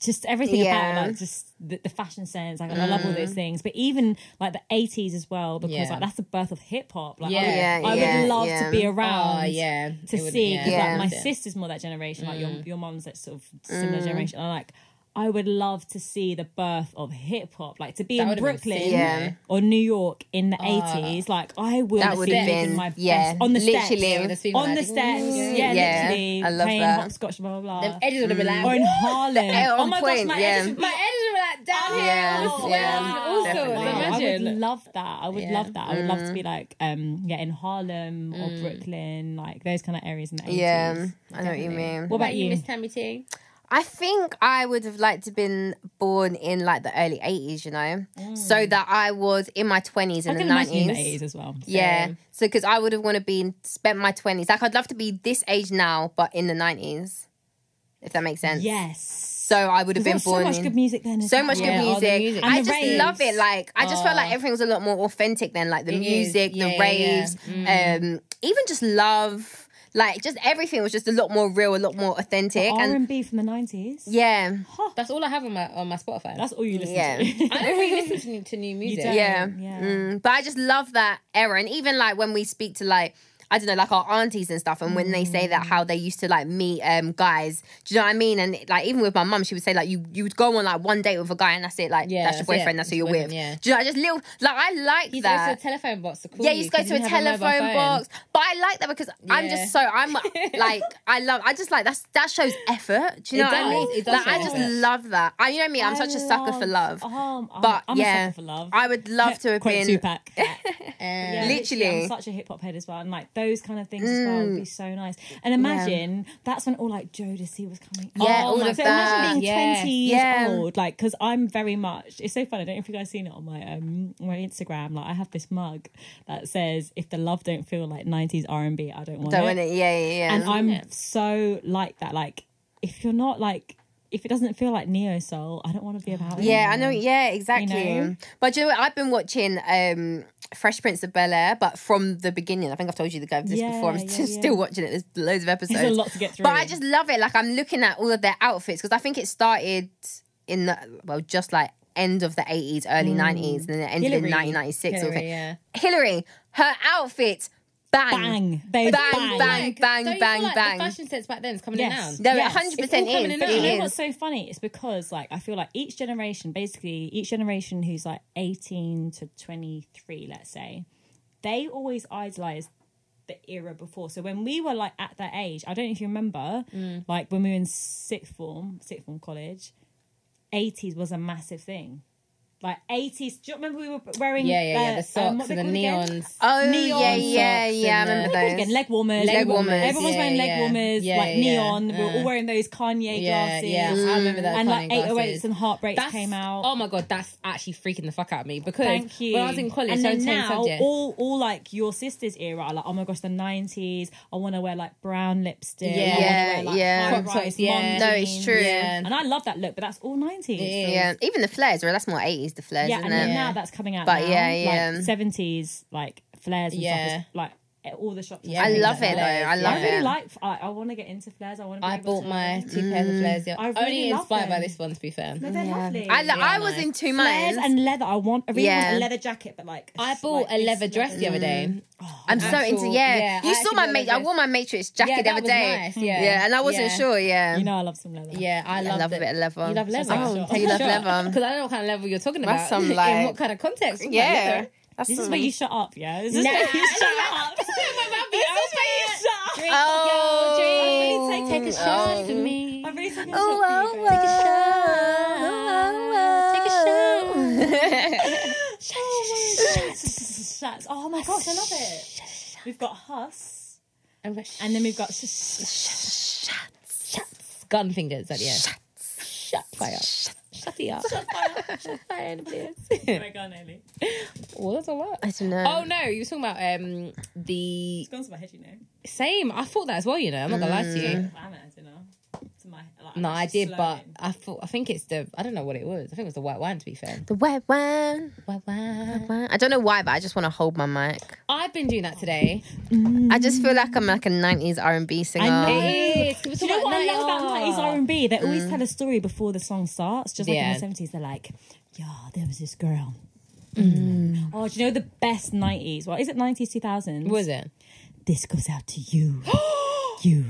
S3: just everything
S1: Yeah.
S3: about it, like just the, the fashion sense. Like I love all those things, but even like the eighties as well, because
S2: Yeah.
S3: like that's the birth of hip hop. Like
S2: Yeah,
S3: I, would- I
S1: yeah,
S3: would love
S1: yeah.
S3: to be
S2: Oh
S3: around.
S2: yeah,
S3: to
S2: It would-
S3: see because
S1: Yeah. Mm.
S3: like my
S2: Yeah.
S3: sister's more that generation, like your your mum's that sort of similar generation. And like, I would love to see the birth of hip hop, like to be
S2: That
S3: in
S2: would've been
S3: Brooklyn
S2: sick, Ah.
S1: Yeah.
S2: though.
S3: or New York in the eighties. like, I would
S1: That
S3: have
S1: would've
S3: seen
S1: been-
S3: my best
S1: yeah,
S3: on the
S1: literally.
S3: steps,
S1: Yeah,
S2: with the speaker
S3: on the
S2: like,
S3: steps.
S2: "Ooh."
S3: Yeah,
S1: Yeah,
S3: literally
S1: I love
S3: playing
S1: that.
S3: hopscotch, blah blah blah.
S2: Them edges would have been like,
S3: or in
S2: "Woo!"
S3: Harlem.
S1: L
S3: Oh
S1: on
S3: my
S1: point,
S3: gosh, my
S1: yeah.
S3: edges,
S2: my edges were like down
S1: Yeah,
S2: here, all
S1: yeah,
S2: swelled and
S1: definitely.
S2: all sorts.
S3: Wow, I would
S2: Imagine.
S3: love that. I would
S2: Yeah.
S3: love that. I would love to be
S1: Mm-hmm.
S3: like, um, yeah, in Harlem or Brooklyn, like those kind of areas in the 80s.
S1: Mm. Yeah, I know what you
S3: Definitely.
S1: mean.
S3: What about you?
S2: Miss Tammy T?
S1: I think I would have liked to been born in like the early eighties, you know, so that I was in my twenties
S3: Mm. I
S1: and
S3: can
S1: the
S3: imagine in the
S1: nineties.
S3: 80s as well.
S1: Yeah,
S2: Same.
S1: so because I would have want to be spent my twenties. Like I'd love to be this age now, but in the nineties, if that makes sense.
S3: Yes.
S1: So I would have
S3: There's
S1: been born
S3: been so much
S1: in
S3: good music then. as
S1: so much
S3: well.
S2: Yeah,
S1: good
S2: all
S1: music.
S2: the music.
S1: I
S3: And the
S1: just
S3: raves.
S1: love it. Like I just felt like
S2: Oh.
S1: everything was a lot more authentic then. Like the
S2: It is.
S1: music,
S2: Yeah,
S1: the
S2: yeah, yeah.
S1: raves, um, even just love. Like just everything was just a lot more real, a lot more authentic,
S3: R
S1: and
S3: and B from the nineties.
S1: yeah,
S2: That's all I have on my on my Spotify.
S3: That's all you listen
S1: Yeah.
S3: to.
S2: I don't really listen to new, to new music.
S3: don't.
S1: yeah.
S3: Yeah.
S1: Mm. But I just love that era, and even like when we speak to like. I don't know, like our aunties and stuff, and when they say that how they used to like meet um guys, do you know what I mean? And like even with my mum, she would say like you you would go on like one date with a guy and that's it, like
S2: Yeah,
S1: that's your
S2: that's it.
S1: boyfriend, that's who you're
S2: Boyfriend,
S1: with.
S2: yeah.
S1: Do you know? I just little like I like
S2: He's
S1: that.
S2: also a telephone box to call
S1: Yeah,
S2: you.
S1: you just go
S2: 'cause
S1: to a
S2: he didn't have mobile
S1: telephone
S2: phone.
S1: box. But I like that because I'm just so
S2: Yeah.
S1: I'm like I love I just like that's that shows effort. Do you
S2: It
S1: know what I
S2: does,
S1: mean?
S2: it does
S1: like I
S2: show
S1: just
S2: effort.
S1: love that. I you know me, I'm
S3: I
S1: such a sucker for love.
S3: Um, I'm,
S1: But
S3: I'm
S1: yeah,
S3: a sucker for love.
S1: I would love to have
S3: Quote
S1: been
S3: Tupac.
S2: Um,
S3: Yeah,
S1: Literally.
S3: I'm such a hip hop head as well, and like those kind of things as well would
S1: Mm.
S3: be so nice. And imagine that's when all like Jodeci was coming. out.
S1: Yeah,
S3: Oh
S1: all
S3: my-
S1: of
S3: so
S1: that.
S3: Imagine being
S2: Yeah.
S3: twenty years
S1: Yeah.
S3: old, like because I'm very much. It's so fun. I don't know if you guys seen it on my um on my Instagram. Like I have this mug that says, "If the love don't feel like '90s R&B, I don't want
S1: don't
S3: it."
S1: want it. Yeah, yeah, yeah.
S3: And I'm so like that. Like if you're not like if it doesn't feel like neo soul, I don't want to be about it.
S1: yeah, I know. Yeah, exactly.
S3: know?
S1: But do you know what? I've been watching um, Fresh Prince of Bel Air, but from the beginning. I think I've told you the guy this
S3: Yeah,
S1: before. I'm
S3: yeah,
S1: still,
S3: yeah.
S1: still watching it. There's loads of episodes.
S3: There's a lot to get through.
S1: But I just love it. Like I'm looking at all of their outfits because I think it started in the well, just like end of the eighties, early nineties, and then it ended in
S3: Mm. Hillary.
S1: nineteen ninety six.
S2: Hillary,
S1: Hillary,
S2: yeah.
S1: Hillary, her outfits, bang,
S3: bang, they
S1: Bang, bang.
S3: bang.
S2: Don't you feel
S1: bang,
S2: like
S1: bang.
S2: The fashion sense back then is coming
S3: Yes.
S2: down.
S1: No, it
S3: Yes.
S1: hundred
S2: It's all
S1: percent is.
S2: coming in now.
S1: It
S3: But you know
S1: is.
S3: what's so funny? It's because like I feel like each generation, basically each generation who's like eighteen to twenty three, let's say, they always idolize the era before. So when we were like at that age, I don't know if you remember,
S2: Mm.
S3: like when we were in sixth form, sixth form college, eighties was a massive thing. Like eighties, do you remember we were wearing
S2: Yeah, yeah, yeah.
S3: uh,
S2: The
S3: um,
S2: socks
S3: what
S2: and the
S3: they called again?
S2: neons.
S1: Oh
S3: Neon
S1: yeah, yeah,
S2: socks
S1: yeah. I
S2: and, uh,
S1: remember
S3: What are they called
S1: those.
S3: again? Leg warmers.
S1: Leg warmers.
S3: Everyone's
S2: Yeah,
S3: wearing leg
S2: yeah.
S3: warmers,
S2: Yeah,
S3: like
S2: yeah.
S3: neon. We were
S2: Uh,
S3: all wearing those Kanye
S2: Yeah,
S3: glasses.
S2: yeah. I remember that.
S3: And like
S2: Kanye glasses.
S3: 808s and Heartbreaks
S2: That's-
S3: came out.
S2: Oh my god, that's actually freaking the fuck out of me because
S3: Thank you.
S2: when I was in college,
S3: and
S2: I was
S3: then now
S2: subject.
S3: all all like your sister's era, are like oh my gosh, the nineties. I want to wear like brown lipstick. I
S2: Yeah.
S3: wanna wear,
S1: Yeah,
S3: like,
S1: yeah.
S3: high-rise
S2: Crop tops, yeah.
S3: mom
S1: No, it's
S3: jeans.
S1: true.
S2: Yeah.
S3: And I love that look, but that's all nineties.
S2: Yeah.
S1: Yeah, even the flares. Well, that's more eighties. The flares,
S3: Yeah,
S1: isn't
S3: and then
S1: it?
S3: now that's coming out.
S1: But
S3: now,
S1: yeah, yeah.
S3: Like seventies, like flares and
S2: Yeah.
S3: stuff. Is, like at all the shops. and
S2: Yeah. I
S3: things
S2: love
S3: like
S2: it,
S3: that.
S1: though. I love
S3: I really
S1: it.
S3: like. I, I want to get into flares. I want to.
S2: I bought
S3: to
S2: my two
S1: Mm.
S2: pairs of flares. Yeah,
S3: I really
S2: only
S3: love
S2: inspired by
S3: them.
S2: this one, to be fair.
S3: No, they're
S1: Yeah.
S3: lovely.
S1: I, lo-
S2: Yeah,
S1: I was
S2: nice.
S1: in two
S3: flares
S1: minds.
S3: and leather. I want. I really want
S1: Yeah.
S3: a leather jacket, but like
S2: I
S3: it's
S2: bought
S3: like-
S2: a leather
S3: it's
S2: dress the other
S3: leather.
S1: Mm.
S3: Oh,
S2: day.
S1: I'm so
S2: Actual-
S1: into yeah.
S2: yeah, I
S1: you saw
S2: actually
S1: my
S2: wore
S1: mate.
S2: those-
S1: I wore my Matrix jacket
S2: Yeah,
S1: the
S2: that
S1: other
S2: was
S1: day.
S2: nice, yeah.
S1: and I wasn't
S2: Yeah.
S1: sure. Yeah,
S3: You know, I love some leather.
S2: Yeah, I,
S1: I love a bit of leather.
S2: You love leather.
S3: Oh,
S2: Sure.
S3: do
S1: you love
S2: Sure.
S1: leather?
S2: Because I don't know what kind of leather you're talking about.
S1: That's some,
S2: In
S1: like-
S2: what kind of context? I'm like,
S1: yeah. That's
S3: This is
S1: some-
S3: where you shut up, yeah. This is
S2: Nah.
S3: where you shut up. This is where you shut up.
S1: Oh,
S2: Yo, drink. Take a shot
S1: oh.
S2: for me.
S3: I'm really taking a
S1: Oh,
S3: shot for you,
S1: oh,
S3: babe.
S1: oh, oh,
S2: Take
S1: oh.
S3: Shots. Shots. Oh my gosh, I love it. We've got Huss,
S2: And we're sh-
S3: and then we've got Sh-
S2: shots. Gun fingers at the end. Shut fire. Shut the up. Shut fire. Shut fire in the place.
S3: Wait, go on, Ellie.
S2: What was a lot?
S1: I don't know.
S2: Oh no, you were talking about um the
S3: It's gone to my head, you know.
S2: same. I thought that as well. You know, I'm not gonna lie to you.
S3: I'm at it now. It's in my like, I'm
S2: No, I
S3: just
S2: did, but
S3: slurring.
S2: I thought I think it's the I don't know what it was. I think it was the white wine. To be fair,
S1: The wet one.
S2: white wine.
S1: Wet- I don't know why, but I just want to hold my mic.
S2: I've been doing that today.
S1: I just feel like I'm like a '90s R&B singer.
S3: know.
S2: It is. We're
S3: Do you know
S2: talking
S3: what I
S2: about
S3: love about nineties R and B? They always tell a story before the song starts. Just like in
S2: Mm. Yeah.
S3: the seventies, they're like, "Yeah, there was this girl." Oh, do you know the best nineties? Well, is it nineties two thousands?
S2: Mm. Was it?
S3: this goes out to you, you,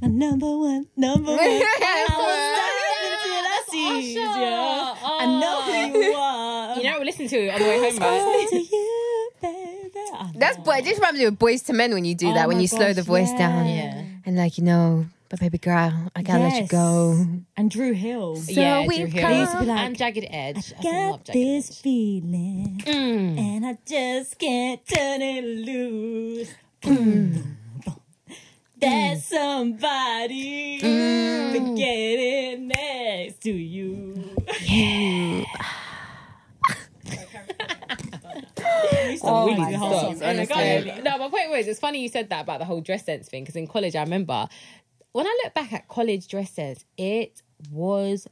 S3: my number one, number one. I was so into
S2: Usher. Ah.
S3: the lassies, yeah. I know who you are.
S2: You know what we listened to on the way home,
S3: Goes
S2: right?
S3: out to you, baby. Oh,
S1: That's boy. It just reminds me of Boys to Men when you do
S3: Oh
S1: that when
S3: my
S1: you slow the
S3: gosh,
S1: voice
S3: yeah.
S1: down.
S2: Yeah.
S1: And like you know, but baby girl, I gotta let you
S3: Yes.
S1: go.
S3: And Drew Hill.
S2: yeah,
S1: So
S2: Drew
S1: we've
S2: Hill.
S1: come- They
S3: used to be like,
S2: and Jagged Edge. I fucking love
S3: Got
S2: Jagged
S3: this
S2: Edge.
S3: feeling,
S2: Mm.
S3: and I just can't turn it loose.
S2: Mm.
S3: There's somebody mm. getting next to you. Yeah.
S1: Oh
S3: oh
S1: my
S3: my
S1: God.
S3: God.
S1: Honestly.
S2: Go ahead. No, my point was, it's funny you said that about the whole dress sense thing because in college, I remember when I look back at college dress sense, it was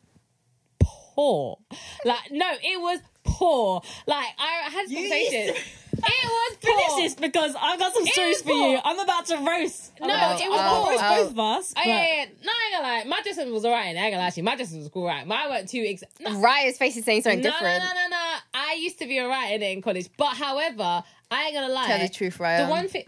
S2: poor. Like, no, it was poor. Like, I had this conversation. It was
S3: Finish
S2: poor.
S3: this because I've got some stories for
S2: Ew.
S3: you. I'm about to roast. I'm
S2: No,
S3: about
S2: it
S3: to-
S2: was
S3: I'm about to
S1: poor.
S3: roast both of us.
S2: Oh,
S3: but-
S2: yeah, yeah. No, I ain't gonna lie. My dressing was alright, and I ain't gonna lie to you. My dressing was cool, right? Mine weren't too. Ex- no,
S1: Raya's face is saying something
S2: no, no, no,
S1: different.
S2: no, no. I used to be alright in it in college, but however, I ain't gonna lie.
S1: Tell the truth, Raya.
S2: The one thing,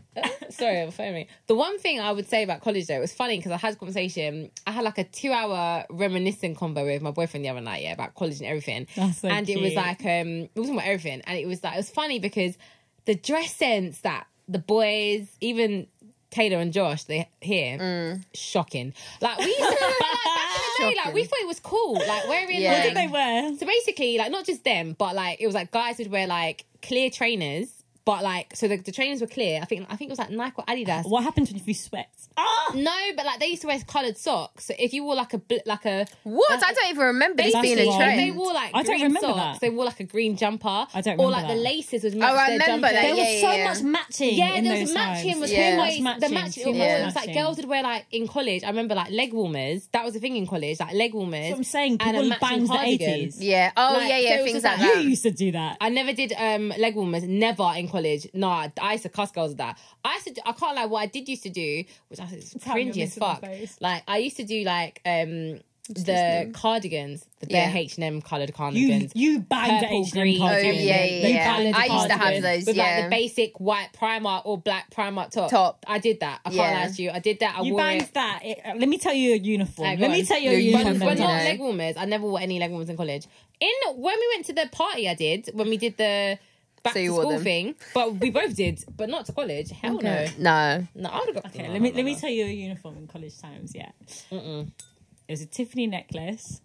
S2: sorry, I'm phoning. The one thing I would say about college though, it was funny because I had a conversation. I had like a two-hour reminiscing combo with my boyfriend the other night, yeah, about college and everything.
S3: That's so
S2: and it was
S3: cute.
S2: like um, it was about everything, and it was like it was funny because the dress sense that the boys, even Taylor and Josh, they here,
S3: Mm.
S2: shocking. Like we, used to- but, like, back in the day, like we thought it was cool, like wearing um,
S1: Yeah.
S2: like
S3: What did they wear?
S2: so basically, like not just them, but like it was like guys would wear like clear trainers, but like so the, the trainers were clear. I think I think it was like Nike or Adidas.
S3: What happened if you sweat? Ah!
S2: No, but like they used to wear coloured socks. So if you wore like a bl- like a
S1: What? I don't even remember this being
S2: basically,
S1: a
S3: wrong.
S2: if they
S1: trend.
S2: wore like
S3: I don't
S2: green
S3: remember
S2: socks,
S3: that.
S2: they wore like a green jumper.
S3: I don't
S2: Or
S3: remember
S2: like the
S3: that.
S2: laces was matched
S1: Oh, I
S2: their
S1: remember
S2: jumper.
S1: that,
S2: They
S3: There
S2: were-
S1: yeah.
S3: was so much matching.
S2: Yeah,
S3: in
S2: there
S3: those
S2: was matching
S3: times.
S2: was
S1: Yeah.
S2: always
S3: Much
S2: the
S3: matching,
S2: matching.
S3: too
S2: It
S3: much
S2: was like
S3: matching.
S2: girls would wear like in college. I remember like leg warmers. That was a thing in college, like leg warmers.
S3: That's what I'm saying.
S2: and a
S3: People
S2: matching
S3: banged the
S2: cardigan.
S3: 80s.
S1: Yeah. Oh yeah,
S2: Like,
S1: yeah.
S2: so it was
S1: Things
S2: just
S1: like
S2: like,
S1: that.
S3: You used to do that.
S2: I never did um leg warmers, never in college. Nah, I used to cuss girls at that. I used to, do, I can't lie, what I did used to do, which I was
S3: Tell me I'm
S2: cringy as
S3: missing my
S2: fuck.
S3: face.
S2: Like I used to do like um the cardigans, the
S1: Yeah.
S2: bare H and M coloured
S3: You
S2: cardigans.
S3: you banged
S2: Purple,
S3: the H&M
S2: green.
S1: Oh,
S3: cardigan.
S1: yeah, yeah,
S3: You
S1: yeah.
S3: banged the
S1: I used to have
S3: cardigan.
S1: those,
S2: with like
S1: yeah.
S2: the basic white Primark or black Primark top.
S1: Top.
S2: I did that. I
S1: Yeah.
S2: can't lie to you. I did that. I
S3: You
S2: wore
S3: banged
S2: it.
S3: that. It- uh, let me tell you a uniform.
S2: Alright, go
S3: let me
S2: on.
S3: tell you a
S1: Your
S3: uniform.
S2: But
S1: uniform
S2: we're
S1: you
S2: not
S1: know.
S2: leg warmers. I never wore any leg warmers in college. In when we went to the party, I did when we did the back
S1: So
S2: to
S1: you wore
S2: school
S1: them?
S2: thing. But we both did, but not to college. Hell
S1: No.
S2: no, no. I would have got.
S3: Okay, let me let me tell you a uniform in college times. Yeah, it was a Tiffany necklace,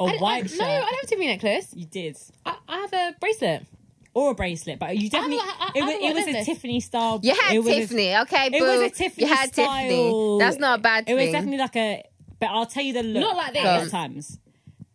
S3: a
S2: I, I,
S3: white shirt.
S2: no, I don't have to be a necklace.
S3: you did,
S2: I, I have a bracelet.
S3: or a bracelet, but you definitely.
S2: I- I- I
S3: it was,
S2: don't
S3: it was
S2: remember.
S3: a Tiffany style.
S1: You had
S3: it was a-
S1: Tiffany, okay, boo.
S3: it was a Tiffany
S1: you had
S3: style-
S1: Tiffany. That's not a bad thing.
S3: It was definitely like a. But I'll tell you the look.
S2: Not like
S3: at
S2: this.
S3: times.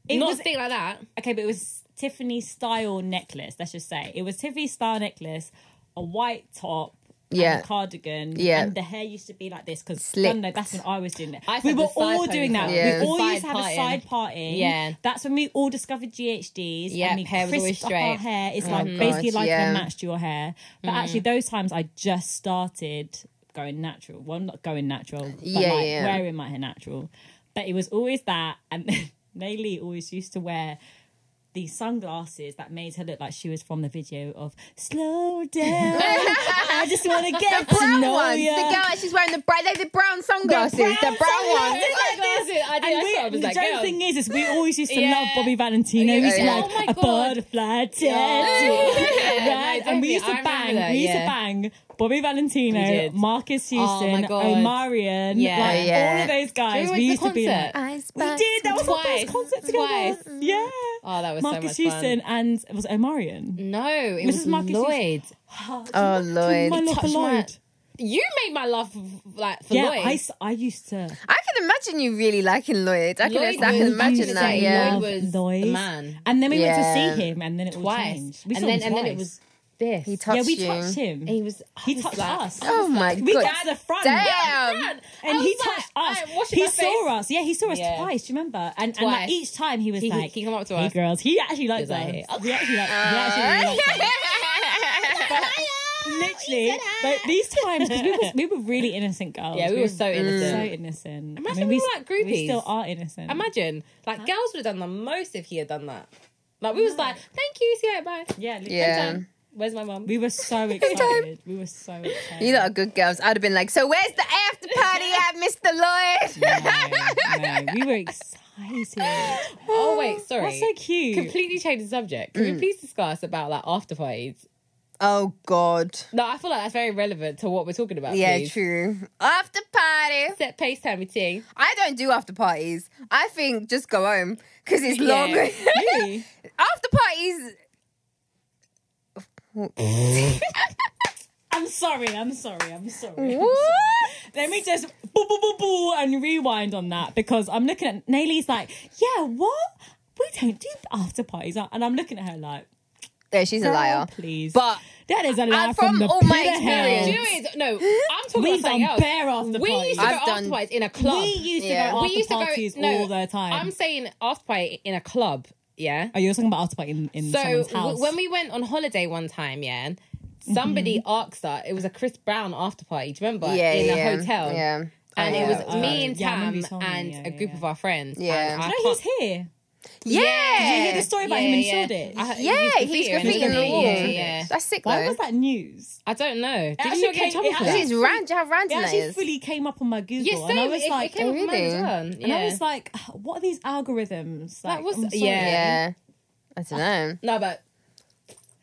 S3: It
S2: not
S3: was
S2: a thing like that.
S3: okay, but it was Tiffany style necklace. Let's just say it was Tiffany style necklace, a white top, yeah.
S1: Yeah.
S3: and the cardigan.
S1: Yeah.
S3: And the hair used to be like this because
S1: Slicked.
S3: no, that's when I was doing it.
S2: I
S3: we
S2: said
S3: were
S2: the side
S3: all doing that.
S2: ponytail.
S1: Yeah.
S3: We all
S2: Side
S3: used to have
S2: parting.
S3: a side party.
S2: Yeah.
S3: That's when we all discovered GHDs.
S2: Yeah,
S3: and we
S2: hair was always
S3: crisped up our
S2: straight.
S3: hair. It's like
S1: God,
S3: basically like
S1: yeah.
S3: a match to your hair. But actually, those times I just started going natural. Well, not going natural, but
S1: Yeah,
S3: like
S1: yeah.
S3: wearing my hair natural. But it was always that, and Nayli always used to wear these sunglasses that made her look like she was from the video of "Slow Down." I just want to get to
S1: brown
S3: know
S1: ones.
S3: ya.
S1: The girl, like, she's wearing the bright, like the brown sunglasses. The brown,
S3: sunglasses.
S1: ones.
S2: I
S3: And we,
S2: was
S3: the
S2: like,
S3: joke thing is, is we always used to
S2: Yeah.
S3: love Bobby Valentino.
S2: Yeah,
S3: He's
S1: yeah.
S3: like
S2: Oh my
S3: a
S2: God.
S3: butterfly tattoo,
S2: Yeah,
S3: right?
S2: no,
S3: and
S2: definitely.
S3: we used
S2: I
S3: to
S2: remember
S3: bang,
S2: that,
S3: we used
S2: yeah.
S3: to bang Bobby
S2: We
S3: Valentino,
S2: did. Oh
S3: Marcus Houston,
S2: God.
S3: Omarion,
S2: Yeah.
S3: like,
S1: Yeah.
S3: all of those
S2: Do you
S3: guys.
S2: remember
S3: We
S2: the
S3: used to be
S2: concert?
S3: like,
S1: I
S3: we
S1: spy-
S3: did. That was our first
S2: Twice.
S3: concert together.
S2: Twice.
S3: Yeah.
S2: Oh, that was so
S3: Marcus
S2: much fun.
S3: Houston and was it Omarion.
S2: No, it
S3: Mrs.
S2: was
S3: Marcus used-
S2: Lloyd.
S1: Oh,
S3: My
S1: Lloyd.
S3: love for
S2: touched my-
S3: Lloyd.
S2: You made my love f- like for
S3: Yeah,
S2: Lloyd.
S3: I, s- I used to.
S1: I can imagine you really liking Lloyd. I can,
S2: Lloyd
S1: I can
S2: was-
S1: imagine
S2: I'd
S1: that,
S2: say
S1: yeah.
S2: Lloyd was the
S3: Lloyd.
S2: man.
S3: And then we
S1: Yeah.
S3: went to see him, and then it all
S2: twice,
S3: changed. We
S2: and
S3: saw
S2: then
S3: him
S2: and then it
S3: twice.
S2: was this.
S1: He touched
S3: yeah, we
S1: you.
S3: touched him.
S2: he was. I
S3: He
S2: was
S3: touched
S2: like-
S3: us.
S1: Oh my
S3: we
S1: God.
S3: got to the front.
S1: Damn.
S2: I
S3: And
S2: was
S3: he
S2: like,
S3: touched
S2: I-
S3: us.
S2: washing
S3: He
S2: my face.
S3: saw us. Yeah, he saw us
S2: Yeah.
S3: twice. Do you remember? And, and like,
S2: Twice.
S3: each time he was
S2: He- he-
S3: like,
S2: he come up to
S3: "Hey
S2: us."
S3: girls." He actually liked
S2: He was
S3: us.
S2: like,
S3: He actually liked. he
S1: "Ah."
S3: actually really liked us. Literally, but these times because we were we were really innocent girls.
S2: "Ah." Yeah, we were so innocent.
S3: so innocent.
S2: Imagine we were like
S3: s-
S2: groupies.
S3: We still are innocent.
S2: Imagine, like, girls would have done the most if he had done that. Like, we was like, thank you, see you, bye.
S3: yeah, literally.
S1: Yeah.
S2: Done. Where's my mum?
S3: We were so excited. we were so excited.
S1: You lot are good girls. I'd have been like, so where's the after party at, Mr. Lloyd?
S3: no, no, we were excited.
S2: Oh wait, sorry.
S3: That's so cute.
S2: Completely changed the subject. Can
S1: Mm.
S2: we please discuss about like after parties?
S1: Oh, God.
S2: No, I feel like that's very relevant to what we're talking about.
S1: Yeah,
S2: please.
S1: true. After party.
S2: Set pace time with tea.
S1: I don't do after parties. I think just go home because it's
S2: Yeah.
S1: long.
S3: Really?
S1: after parties.
S3: I'm sorry. I'm sorry. I'm sorry.
S1: What?
S3: Let me just boo boo boo boo and rewind on that because I'm looking at Nayli's like, yeah, what? We don't do after parties, and I'm looking at her like,
S1: Yeah, she's a
S3: girl,
S1: liar.
S3: please.
S1: But
S3: that is a lie
S1: and
S3: from,
S1: from
S3: the
S1: all my
S3: pit of hell.
S1: experience-
S2: Do you know what it is? No, I'm talking
S3: We've
S2: about something
S3: done
S2: else.
S3: bare after
S2: We
S3: parties.
S2: used to go
S1: I've done-
S2: after parties in a club.
S3: we used to
S1: Yeah.
S3: go
S2: We
S3: after
S2: used to go-
S3: parties
S2: no,
S3: all the time.
S2: I'm saying after party in a club. Yeah.
S3: oh, you're talking about after party in, in
S2: So
S3: someone's house.
S2: w- when we went on holiday one time, yeah, somebody
S3: Mm-hmm.
S2: asked us. It was a Chris Brown after party. Do you remember?
S1: yeah,
S2: in
S1: yeah,
S2: a hotel.
S1: Yeah.
S2: And
S1: Oh,
S2: it was
S1: yeah.
S2: me and
S3: Yeah, I remember
S2: Tam
S3: you told me.
S2: and
S3: Yeah,
S2: a
S3: yeah,
S2: group
S3: yeah.
S2: of our friends.
S1: Yeah.
S2: And
S1: Do
S2: I
S3: no, he's
S2: can't-
S3: here.
S1: Yeah.
S3: Did you hear the story about him in Shoreditch?
S2: I-
S1: Yeah,
S2: he's
S1: he's
S2: graffiti and
S1: graffiti in the
S2: everything.
S1: wall.
S2: Yeah, yeah.
S1: That's sick
S3: Why
S1: though.
S3: was that news?
S2: I don't know. Did
S3: actually
S2: you not get in
S3: came-
S2: trouble
S3: it
S2: for
S3: actually
S2: that?
S1: This is random. How
S3: It
S1: random that
S3: actually
S1: is.
S3: fully came up on my Google,
S2: Yeah, so
S3: and I was
S2: it, it
S3: like,
S2: came up
S1: oh,
S2: from mine as
S1: really?
S2: well.
S3: And I
S2: Yeah.
S3: was like, what are these algorithms? Like,
S2: what's-
S3: I'm sorry.
S2: yeah.
S1: yeah. I don't know.
S2: no, but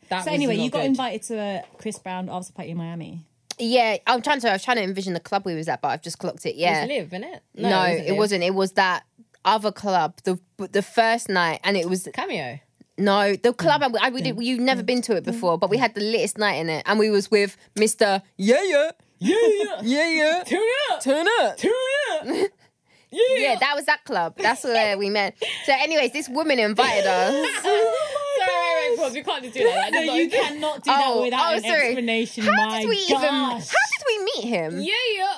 S2: that
S3: So
S2: was
S3: anyway,
S2: not
S3: you got
S2: good.
S3: invited to a Chris Brown after party in Miami.
S1: Yeah, I'm trying to. I was trying to envision the club we was at, but I've just clocked it. Yeah.
S2: It was live, innit?
S1: no, it
S2: Liv.
S1: wasn't. It was that other club. The the first night, and it was
S2: cameo.
S1: No, the club and we, I, we did, you've never been to it before, but we had the litest night in it, and we was with Mister Yeah Yeah
S3: Yeah,
S1: Yeah Yeah
S3: Turn up,
S1: Turn Up.
S3: turn up.
S1: Yeah, that was that club. That's where we met. So, anyways, this woman invited us.
S3: Oh
S2: Sorry, wait, wait, pause. We can't just do that.
S3: No,
S2: Like,
S3: you cannot do that
S1: Oh,
S3: without
S1: oh,
S3: an
S1: sorry.
S3: explanation.
S1: How
S3: my
S1: did we even? How
S3: gosh.
S1: did we meet him?
S2: Yeah, yeah.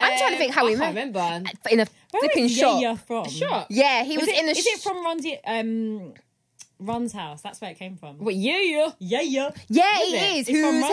S1: I'm trying to think how
S2: Um, I
S1: we
S2: can't
S1: met. Uh,
S2: remember.
S1: In a
S3: Where
S1: flipping
S3: is
S1: shop.
S3: Yaya from?
S2: Sure.
S1: Yeah, he
S3: Is
S1: was
S3: it,
S1: in a.
S3: is
S1: sh-
S3: it from Ron's, um, Ron's house? That's where it came from.
S2: But yeah, yeah.
S3: Yeah, yeah.
S1: yeah,
S2: is
S1: he
S2: it?
S1: is.
S3: It's from
S1: Whose
S3: Ron's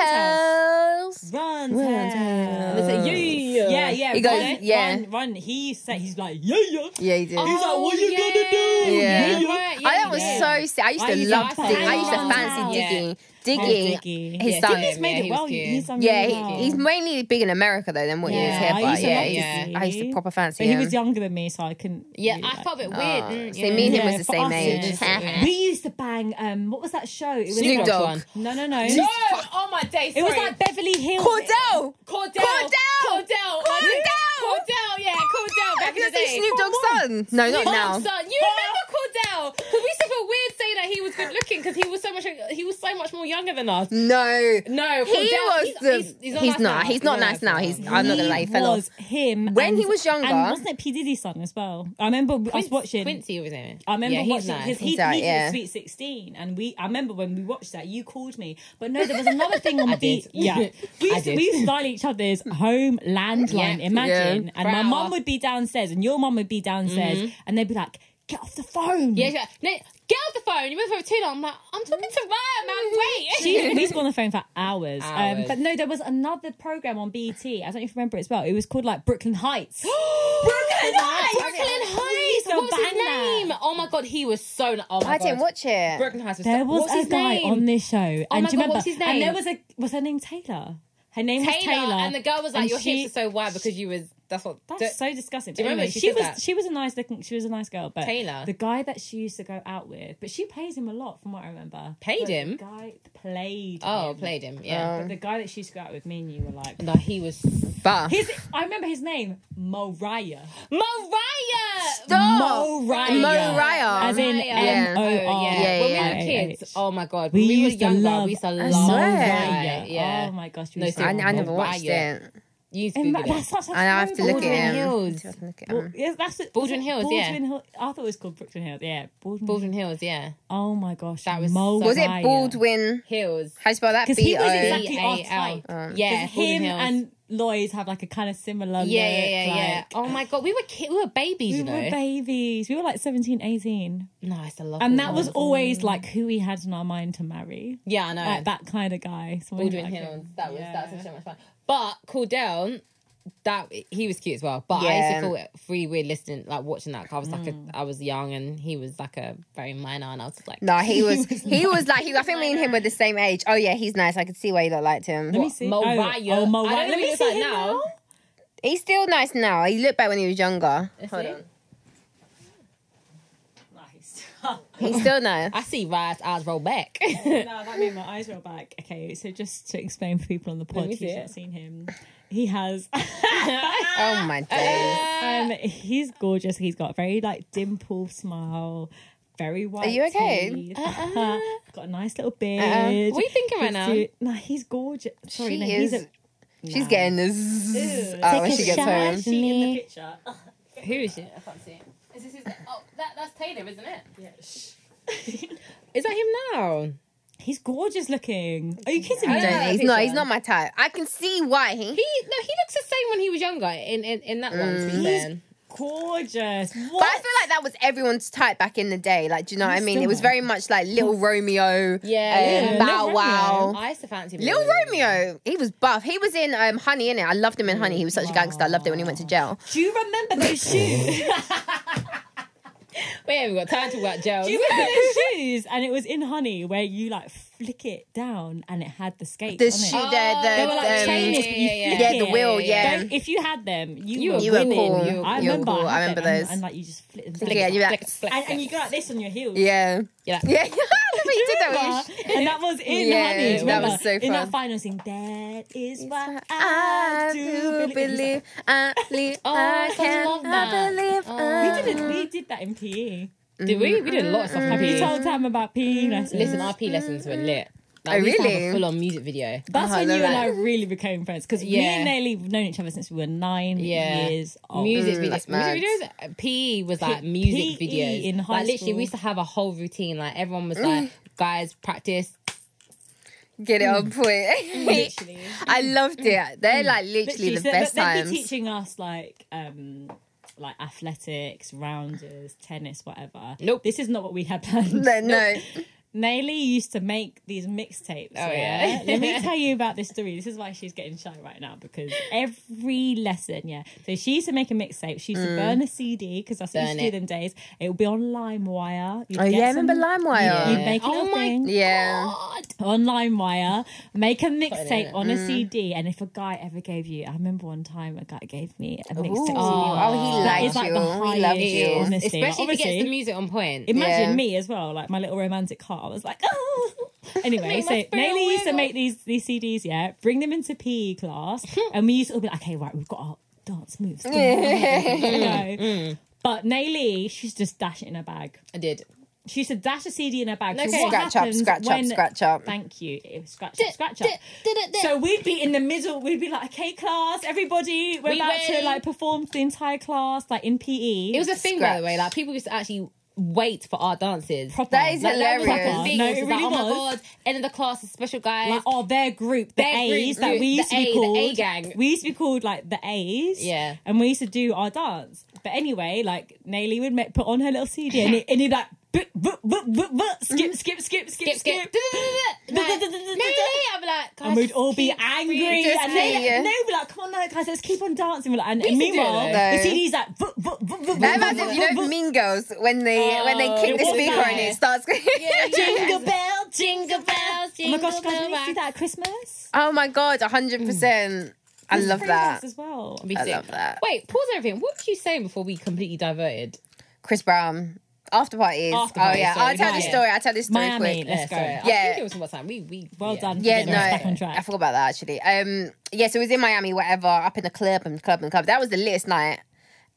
S1: house? Ron's
S3: Ron's, house.
S2: And it's like, yeah, yeah.
S3: Yeah, yeah.
S1: He goes,
S3: Ron,
S1: yeah.
S3: Ron, Ron, he said he's like, yeah, Oh, yeah.
S1: Yeah, he did.
S3: He's like, what you gonna do?
S1: Yeah.
S2: Yeah,
S1: Oh, that was
S2: yeah.
S1: so sick. I used
S3: I
S1: to
S3: used to
S1: love
S2: like
S1: Diggy. I
S2: Ron's
S1: used to fancy
S3: house.
S1: Diggy.
S3: Oh,
S1: Diggy.
S3: Diggy.
S1: His
S2: Yeah,
S1: son.
S2: Diggy's
S3: He's made
S2: Yeah,
S3: it
S2: he
S3: well.
S2: was cute.
S3: He's done
S1: Yeah,
S3: really
S1: he,
S3: well.
S1: he's mainly big in America though than what he is
S2: Yeah,
S1: here.
S3: I
S1: but
S3: used to
S1: yeah,
S3: love
S1: yeah.
S3: Diggy.
S1: I used to proper fancy
S3: But he
S1: him.
S3: was younger than me, so I couldn't.
S2: Yeah,
S3: really
S2: I
S3: like
S2: felt a bit
S3: him.
S2: weird.
S1: Oh,
S2: Mm,
S1: so
S2: yeah.
S1: me and him
S3: Yeah,
S1: was the
S3: for
S1: same
S3: us,
S1: age.
S2: yeah.
S3: We used to bang. Um, what was that show? It was
S1: Snoop
S3: like-
S1: Dogg.
S2: one.
S3: No, no, no.
S2: No, oh my day.
S3: It was
S2: sorry.
S3: like Beverly Hills.
S1: Cordell!
S2: Cordell.
S1: Cordell!
S2: Cordell.
S1: Cordell!
S2: Cordell, yeah, Cordell. Back
S1: Have
S2: in
S1: you
S2: the day.
S1: seen Snoop Dogg's son? No, not
S2: Cordell's
S1: now.
S2: son. You remember Cordell? Because we used to feel weird saying that he was good looking because he was so much he was so much more younger than us.
S1: No.
S2: No,
S1: He
S2: Cordell-
S1: was
S2: he's-
S1: the-
S2: he's, he's not.
S1: he's
S2: nice
S1: not-
S2: now.
S1: he's not nice now. He's- I'm not gonna lie, he fell off.
S3: was him
S1: When he
S3: and-
S1: was younger-
S3: And wasn't it P Diddy's son as well? I remember I was watching.
S2: Quincy was in it.
S3: I remember
S2: yeah, he's
S3: watching because
S2: nice.
S3: he,
S1: He's out,
S3: he did
S1: yeah.
S3: Sweet Sixteen, and we. I remember when we watched that, you called me, but no, there was another thing on
S2: I
S3: the beat.
S2: did.
S3: Yeah, we
S2: I
S3: used, to,
S2: did.
S3: we used to dial each other's home landline.
S2: Yeah.
S3: Imagine,
S1: Yeah.
S3: and
S2: For
S3: my
S2: an
S3: mum
S2: hour.
S3: would be downstairs, and your mum would be downstairs, and they'd be like, "Get off the phone."
S2: Yeah, she's like, no, get off the phone. You've been for too long. I'm like, I'm talking to her, man. Wait.
S3: She, we used to be on the phone for hours. Um,
S2: Hours.
S3: but no, there was another program on BT. I don't know if you remember it as well. It was called like Brooklyn Heights. Brooklyn
S2: Brooklyn Heights.
S3: So
S2: What's his
S3: bang that.
S2: name? Oh my god, he was so. Oh my
S1: I
S2: god.
S1: didn't watch it.
S2: Brooklyn Heights. Was
S3: There
S2: so,
S3: was
S2: what's
S3: a
S2: his
S3: guy
S2: name? Oh
S3: on this show. and
S2: my
S3: do you
S2: God,
S3: remember?
S2: what's his
S3: And
S2: name?
S3: there was a was her name Taylor. Her name
S2: Taylor,
S3: was Taylor.
S2: and the girl was like,
S3: And
S2: "Your
S3: she-
S2: hips are so wide because you was." That's what.
S3: That's
S2: that-
S3: so disgusting.
S2: do you remember
S3: Anyway,
S2: she
S3: she
S2: said
S3: was
S2: that?
S3: she was a nice looking she was a nice girl, but
S2: Taylor.
S3: the guy that she used to go out with, but she pays him a lot from what I remember.
S2: Paid
S3: But the
S2: him?
S3: guy played.
S2: oh,
S3: him.
S2: played him. Yeah.
S3: But the guy that she used to go out with, me and you were like.
S2: no, he was
S1: But
S3: His, I remember his name, Moriah.
S2: Mariah.
S1: Stop.
S3: Mariah.
S1: Mariah.
S3: As in
S2: Oh, Mariah.
S1: M
S2: Oh,
S1: O
S3: R.
S2: yeah.
S1: Yeah,
S2: when
S1: yeah,
S2: we
S3: yeah.
S2: were kids, oh my god,
S3: We
S2: when we were
S3: used to
S2: younger,
S3: love
S2: we used to
S1: I
S2: love
S1: swear.
S2: Mariah. Yeah,
S3: Oh my gosh. we
S2: No,
S3: used to
S1: I,
S3: love
S1: I never
S2: Oh,
S1: watched
S2: yeah.
S1: it.
S2: you used to
S3: And
S2: Google
S3: that-
S2: it.
S3: that's such a
S1: And I have to look at
S3: horrible-
S1: him.
S2: Hills.
S1: I have to look at
S3: Well,
S1: him.
S3: yes, that's it.
S2: Baldwin Hills, yeah.
S3: Baldwin Hill. I thought it was called Brooklyn Hills. Yeah, Baldwin.
S2: Baldwin Hills, yeah,
S3: Oh my gosh,
S2: That was
S3: Moriah.
S2: so-
S1: Was it Baldwin?
S2: Hills.
S1: How do you spell that?
S3: 'Cause he
S1: B
S3: was
S1: O.
S3: exactly- our
S2: B-A-L.
S3: type.
S2: Yeah,
S3: Because him
S2: Baldwin Hills.
S3: and Lois have like a kind of similar.
S2: yeah,
S3: look,
S2: yeah, yeah, yeah.
S3: like-
S2: Oh my god, we were ki- we were babies,
S3: We
S2: you know.
S3: were babies. We were like 17, 18.
S2: no, it's a love.
S3: And that was always like who we had in our mind to marry.
S2: yeah, I know.
S3: Like that kind of guy. Someone
S2: Baldwin
S3: like
S2: Hills. That was
S3: Yeah.
S2: that was so much fun. But Cordell, that he was cute as well. But I
S1: Yeah.
S2: used to feel free weird listening, like watching that. 'cause I was like, a, I was young and he was like a very minor, and I was like,
S1: No, he was. He was like. He, I think me and him were the same age. Oh yeah, he's nice. I could see why you lot liked him.
S3: Let me see. Oh,
S2: Mariah. I
S3: Oh, Mariah.
S2: don't know
S3: Let
S2: who
S3: me
S2: he looks
S3: see
S2: like
S3: him
S2: now.
S3: now.
S1: He's still nice now. He looked back when he was younger. Hold
S2: he?
S1: on.
S3: Nice.
S1: He's still nice.
S3: Ah,
S2: I see Ryan's eyes roll back.
S3: no, that made my eyes roll back. Okay, so just to explain for people on the pod
S2: me see
S3: who's not
S2: it.
S3: seen him, he has.
S1: Oh my days.
S3: um, he's gorgeous. He's got a very like dimple smile, very white.
S1: you okay?
S3: teeth.
S2: Uh-uh.
S3: got a nice little beard.
S2: What are you thinking right
S3: He's
S2: now?
S3: cute. No, he's gorgeous. Sorry,
S1: She
S3: no,
S1: is.
S3: he's a.
S1: She's getting the zzz out when
S3: Take a
S1: she gets
S3: shower.
S1: home.
S3: She in the picture.
S2: Who is it? I can't see it. Is this his, oh, that, that's Taylor, isn't it? Is that him now?
S3: He's gorgeous looking. Are you kidding me?
S2: Yeah.
S1: No, he's not. He's not my type. I can see why he.
S2: He no, he looks the same when he was younger. In in, in that one, to
S1: Mm.
S2: be fair.
S3: Gorgeous. What?
S1: But I feel like that was everyone's type back in the day. Like, do you know what I
S3: He's
S1: mean?
S3: still
S1: It was very much like Little Romeo,
S2: Yeah,
S1: um,
S2: yeah,
S1: Bow
S3: Little
S1: Wow.
S2: I used to fancy him.
S1: Little Romeo, he was buff. He was in um, Honey, innit? I loved him in Honey. He was such a gangster. I loved it when he went to jail.
S3: Do you remember those shoes?
S2: We haven't got time to talk about Joe.
S3: Do you remember those shoes? And it was in Honey where you like flick it down and it had the skates.
S1: The
S3: on
S1: shoe, the,
S3: it.
S1: the,
S2: Oh. They
S3: They were like
S1: um,
S3: chains, but you
S2: yeah, yeah,
S3: flick
S1: yeah,
S3: it.
S1: the wheel, yeah.
S3: They- If you had them, you,
S2: You
S3: were,
S2: were
S1: you were
S3: winning.
S1: cool.
S2: You were
S3: I
S1: You were
S3: remember,
S1: cool.
S3: I,
S1: I remember
S3: them,
S1: those.
S3: And, and like you just flick them.
S1: yeah,
S3: down.
S1: you
S2: Flick,
S1: like,
S2: flick,
S3: and,
S2: flick.
S3: and you go like this on your heels.
S1: yeah,
S2: You're like,
S1: yeah. I remember he did that with his-
S3: and that was in
S1: Yeah,
S3: Honey.
S1: that
S3: remember?
S1: was so
S3: In that
S1: fun.
S3: final scene, that is what
S1: I do believe, I believe, I
S2: I
S1: can,
S2: love
S1: I
S2: that.
S1: believe. I-
S3: We Oh. did, it, we did that in PE.
S1: Mm-hmm.
S2: Did we? We did a lot of stuff.
S3: Have you
S1: Mm.
S2: haven't we?
S3: told Tam about PE lessons?
S2: Listen, our P lessons were lit. Like,
S1: Oh,
S2: we used to have
S1: really?
S2: a full on music video.
S3: That's
S1: Oh, I
S3: when you
S1: love
S3: and I
S1: that.
S3: really became friends because me
S2: Yeah.
S3: and Nelly have known each other since we were nine
S2: Yeah.
S3: years old.
S2: Music,
S1: Mm,
S2: video-
S1: that's mad.
S2: music videos. PE was like music
S3: PE
S2: videos.
S3: in high
S2: like literally,
S3: school.
S2: we used to have a whole routine. Like everyone was like, "Guys, practice."
S1: Get it on point.
S3: Literally.
S1: I loved it. They're like literally,
S3: Literally,
S1: the
S3: so
S1: best
S3: they- They'd
S1: times.
S3: be teaching us like um like athletics, rounders, tennis, whatever.
S2: Nope.
S3: This is not what we had planned.
S1: no, no.
S3: Nelly used to make these mixtapes.
S2: Oh,
S3: yeah.
S2: yeah.
S3: Let me tell you about this story. This is why she's getting shy right now because every lesson, yeah. So she used to make a mixtape. She used to burn a CD because that's what you
S2: Mm. Burn
S3: used to
S2: it.
S3: do them days. It would be on LimeWire. You'd
S1: Oh
S3: get
S1: yeah, I remember
S3: some-
S1: LimeWire.
S3: You'd make a
S2: Oh
S3: little
S2: my
S3: thing
S1: Yeah.
S3: on LimeWire, make a mixtape
S2: it. Mm.
S3: on a CD, and if a guy ever gave you, I remember one time a guy gave me a mixtape.
S1: Ooh.
S3: CD.
S1: Oh, he
S3: That
S1: liked
S3: is like
S1: you.
S3: the
S1: He
S3: highest
S1: loved you.
S3: on this thing.
S2: Especially if it
S3: Obviously-
S2: gets the music on point.
S3: Imagine
S1: Yeah.
S3: me as well, like my little romantic heart. I was like, oh. Anyway,
S2: Make
S3: so
S2: my spirit
S3: Naily used to
S2: wiggle.
S3: make these these CDs, yeah, bring them into PE class, and we used to all be like, okay, right, we've got our dance moves.
S1: Mm,
S3: you know. But Naily, she's just dash it in a bag.
S2: I did.
S3: She used to dash a CD in her bag.
S2: Okay.
S3: So what
S1: Scratch up,
S3: happens
S1: scratch up,
S3: when-
S1: scratch up.
S3: Thank you. It was scratch up, scratch up.
S2: So
S3: So we'd be in the middle. We'd be like, "Okay, class, everybody, we're
S2: We
S3: about
S2: ready?"
S3: to like perform for the entire class, like in E. PE."
S2: it was a thing, by the way. Like people used to actually wait for our dances.
S3: proper.
S1: That is
S3: like,
S2: That was like
S1: Hilarious.
S2: a thing.
S3: No,
S2: it was
S3: it
S2: like,
S3: really
S2: oh my
S3: was.
S2: god, end of the class, the special guys.
S3: like, oh, their group, the
S2: Their group,
S3: A's that
S2: group,
S3: we used
S2: the
S3: to
S2: A,
S3: be
S2: the
S3: called.
S2: A gang.
S3: We used to be called like the A's.
S2: Yeah.
S3: And we used to do our dance. But anyway, like Naylee would make, put on her little CD and, it, and it'd be like, "Bu- bu- bu- bu- bu- skip, skip, skip, skip,
S2: Mm-hmm. skip, skip.
S3: skip.
S2: Like, Nelly, I'm like, guys,
S3: And we'd all be
S2: keep
S3: angry,
S2: breathing.
S1: Just
S3: and then
S1: yeah.
S3: yeah. no, be like, come on, no, guys, let's keep on dancing. We're like, and,
S2: used
S3: and
S2: to do it,
S3: meanwhile,
S1: though.
S3: the CD's like, bu- bu- bu- bu- bu-
S1: That reminds me of,
S3: bu-
S1: you
S3: bu-
S1: know,
S3: bu-
S1: Mean Girls when they when they
S2: Oh,
S1: kick the
S3: what was
S1: speaker
S3: that?
S1: and it starts.
S2: Yeah, yeah.
S3: jingle bell, jingle
S2: Jingle bells, jingle bell
S3: bell. Oh my gosh, guys, we used to do
S2: rock.
S3: that at Christmas.
S1: Oh my god, hundred percent. I
S3: It was
S1: love
S3: very
S1: that.
S3: nice as well.
S2: Be
S1: I
S2: sick.
S1: love that.
S2: Wait, pause everything. What were you saying before we completely diverted?
S1: Chris Brown after parties.
S2: After
S1: oh
S2: parties,
S1: yeah,
S2: sorry,
S1: I'll tell this
S2: Miami.
S1: story. I'll tell this story
S3: Miami,
S1: quick.
S3: Let's
S2: Yeah,
S3: go.
S2: sorry. I
S1: Yeah.
S2: think it was from what time. We, we,
S3: Well
S2: yeah.
S3: done.
S1: Yeah,
S3: getting
S1: no,
S3: us back on track.
S1: I forgot about that actually. Um, yeah, so it was in Miami, whatever, up in the club and club and club. That was the latest night.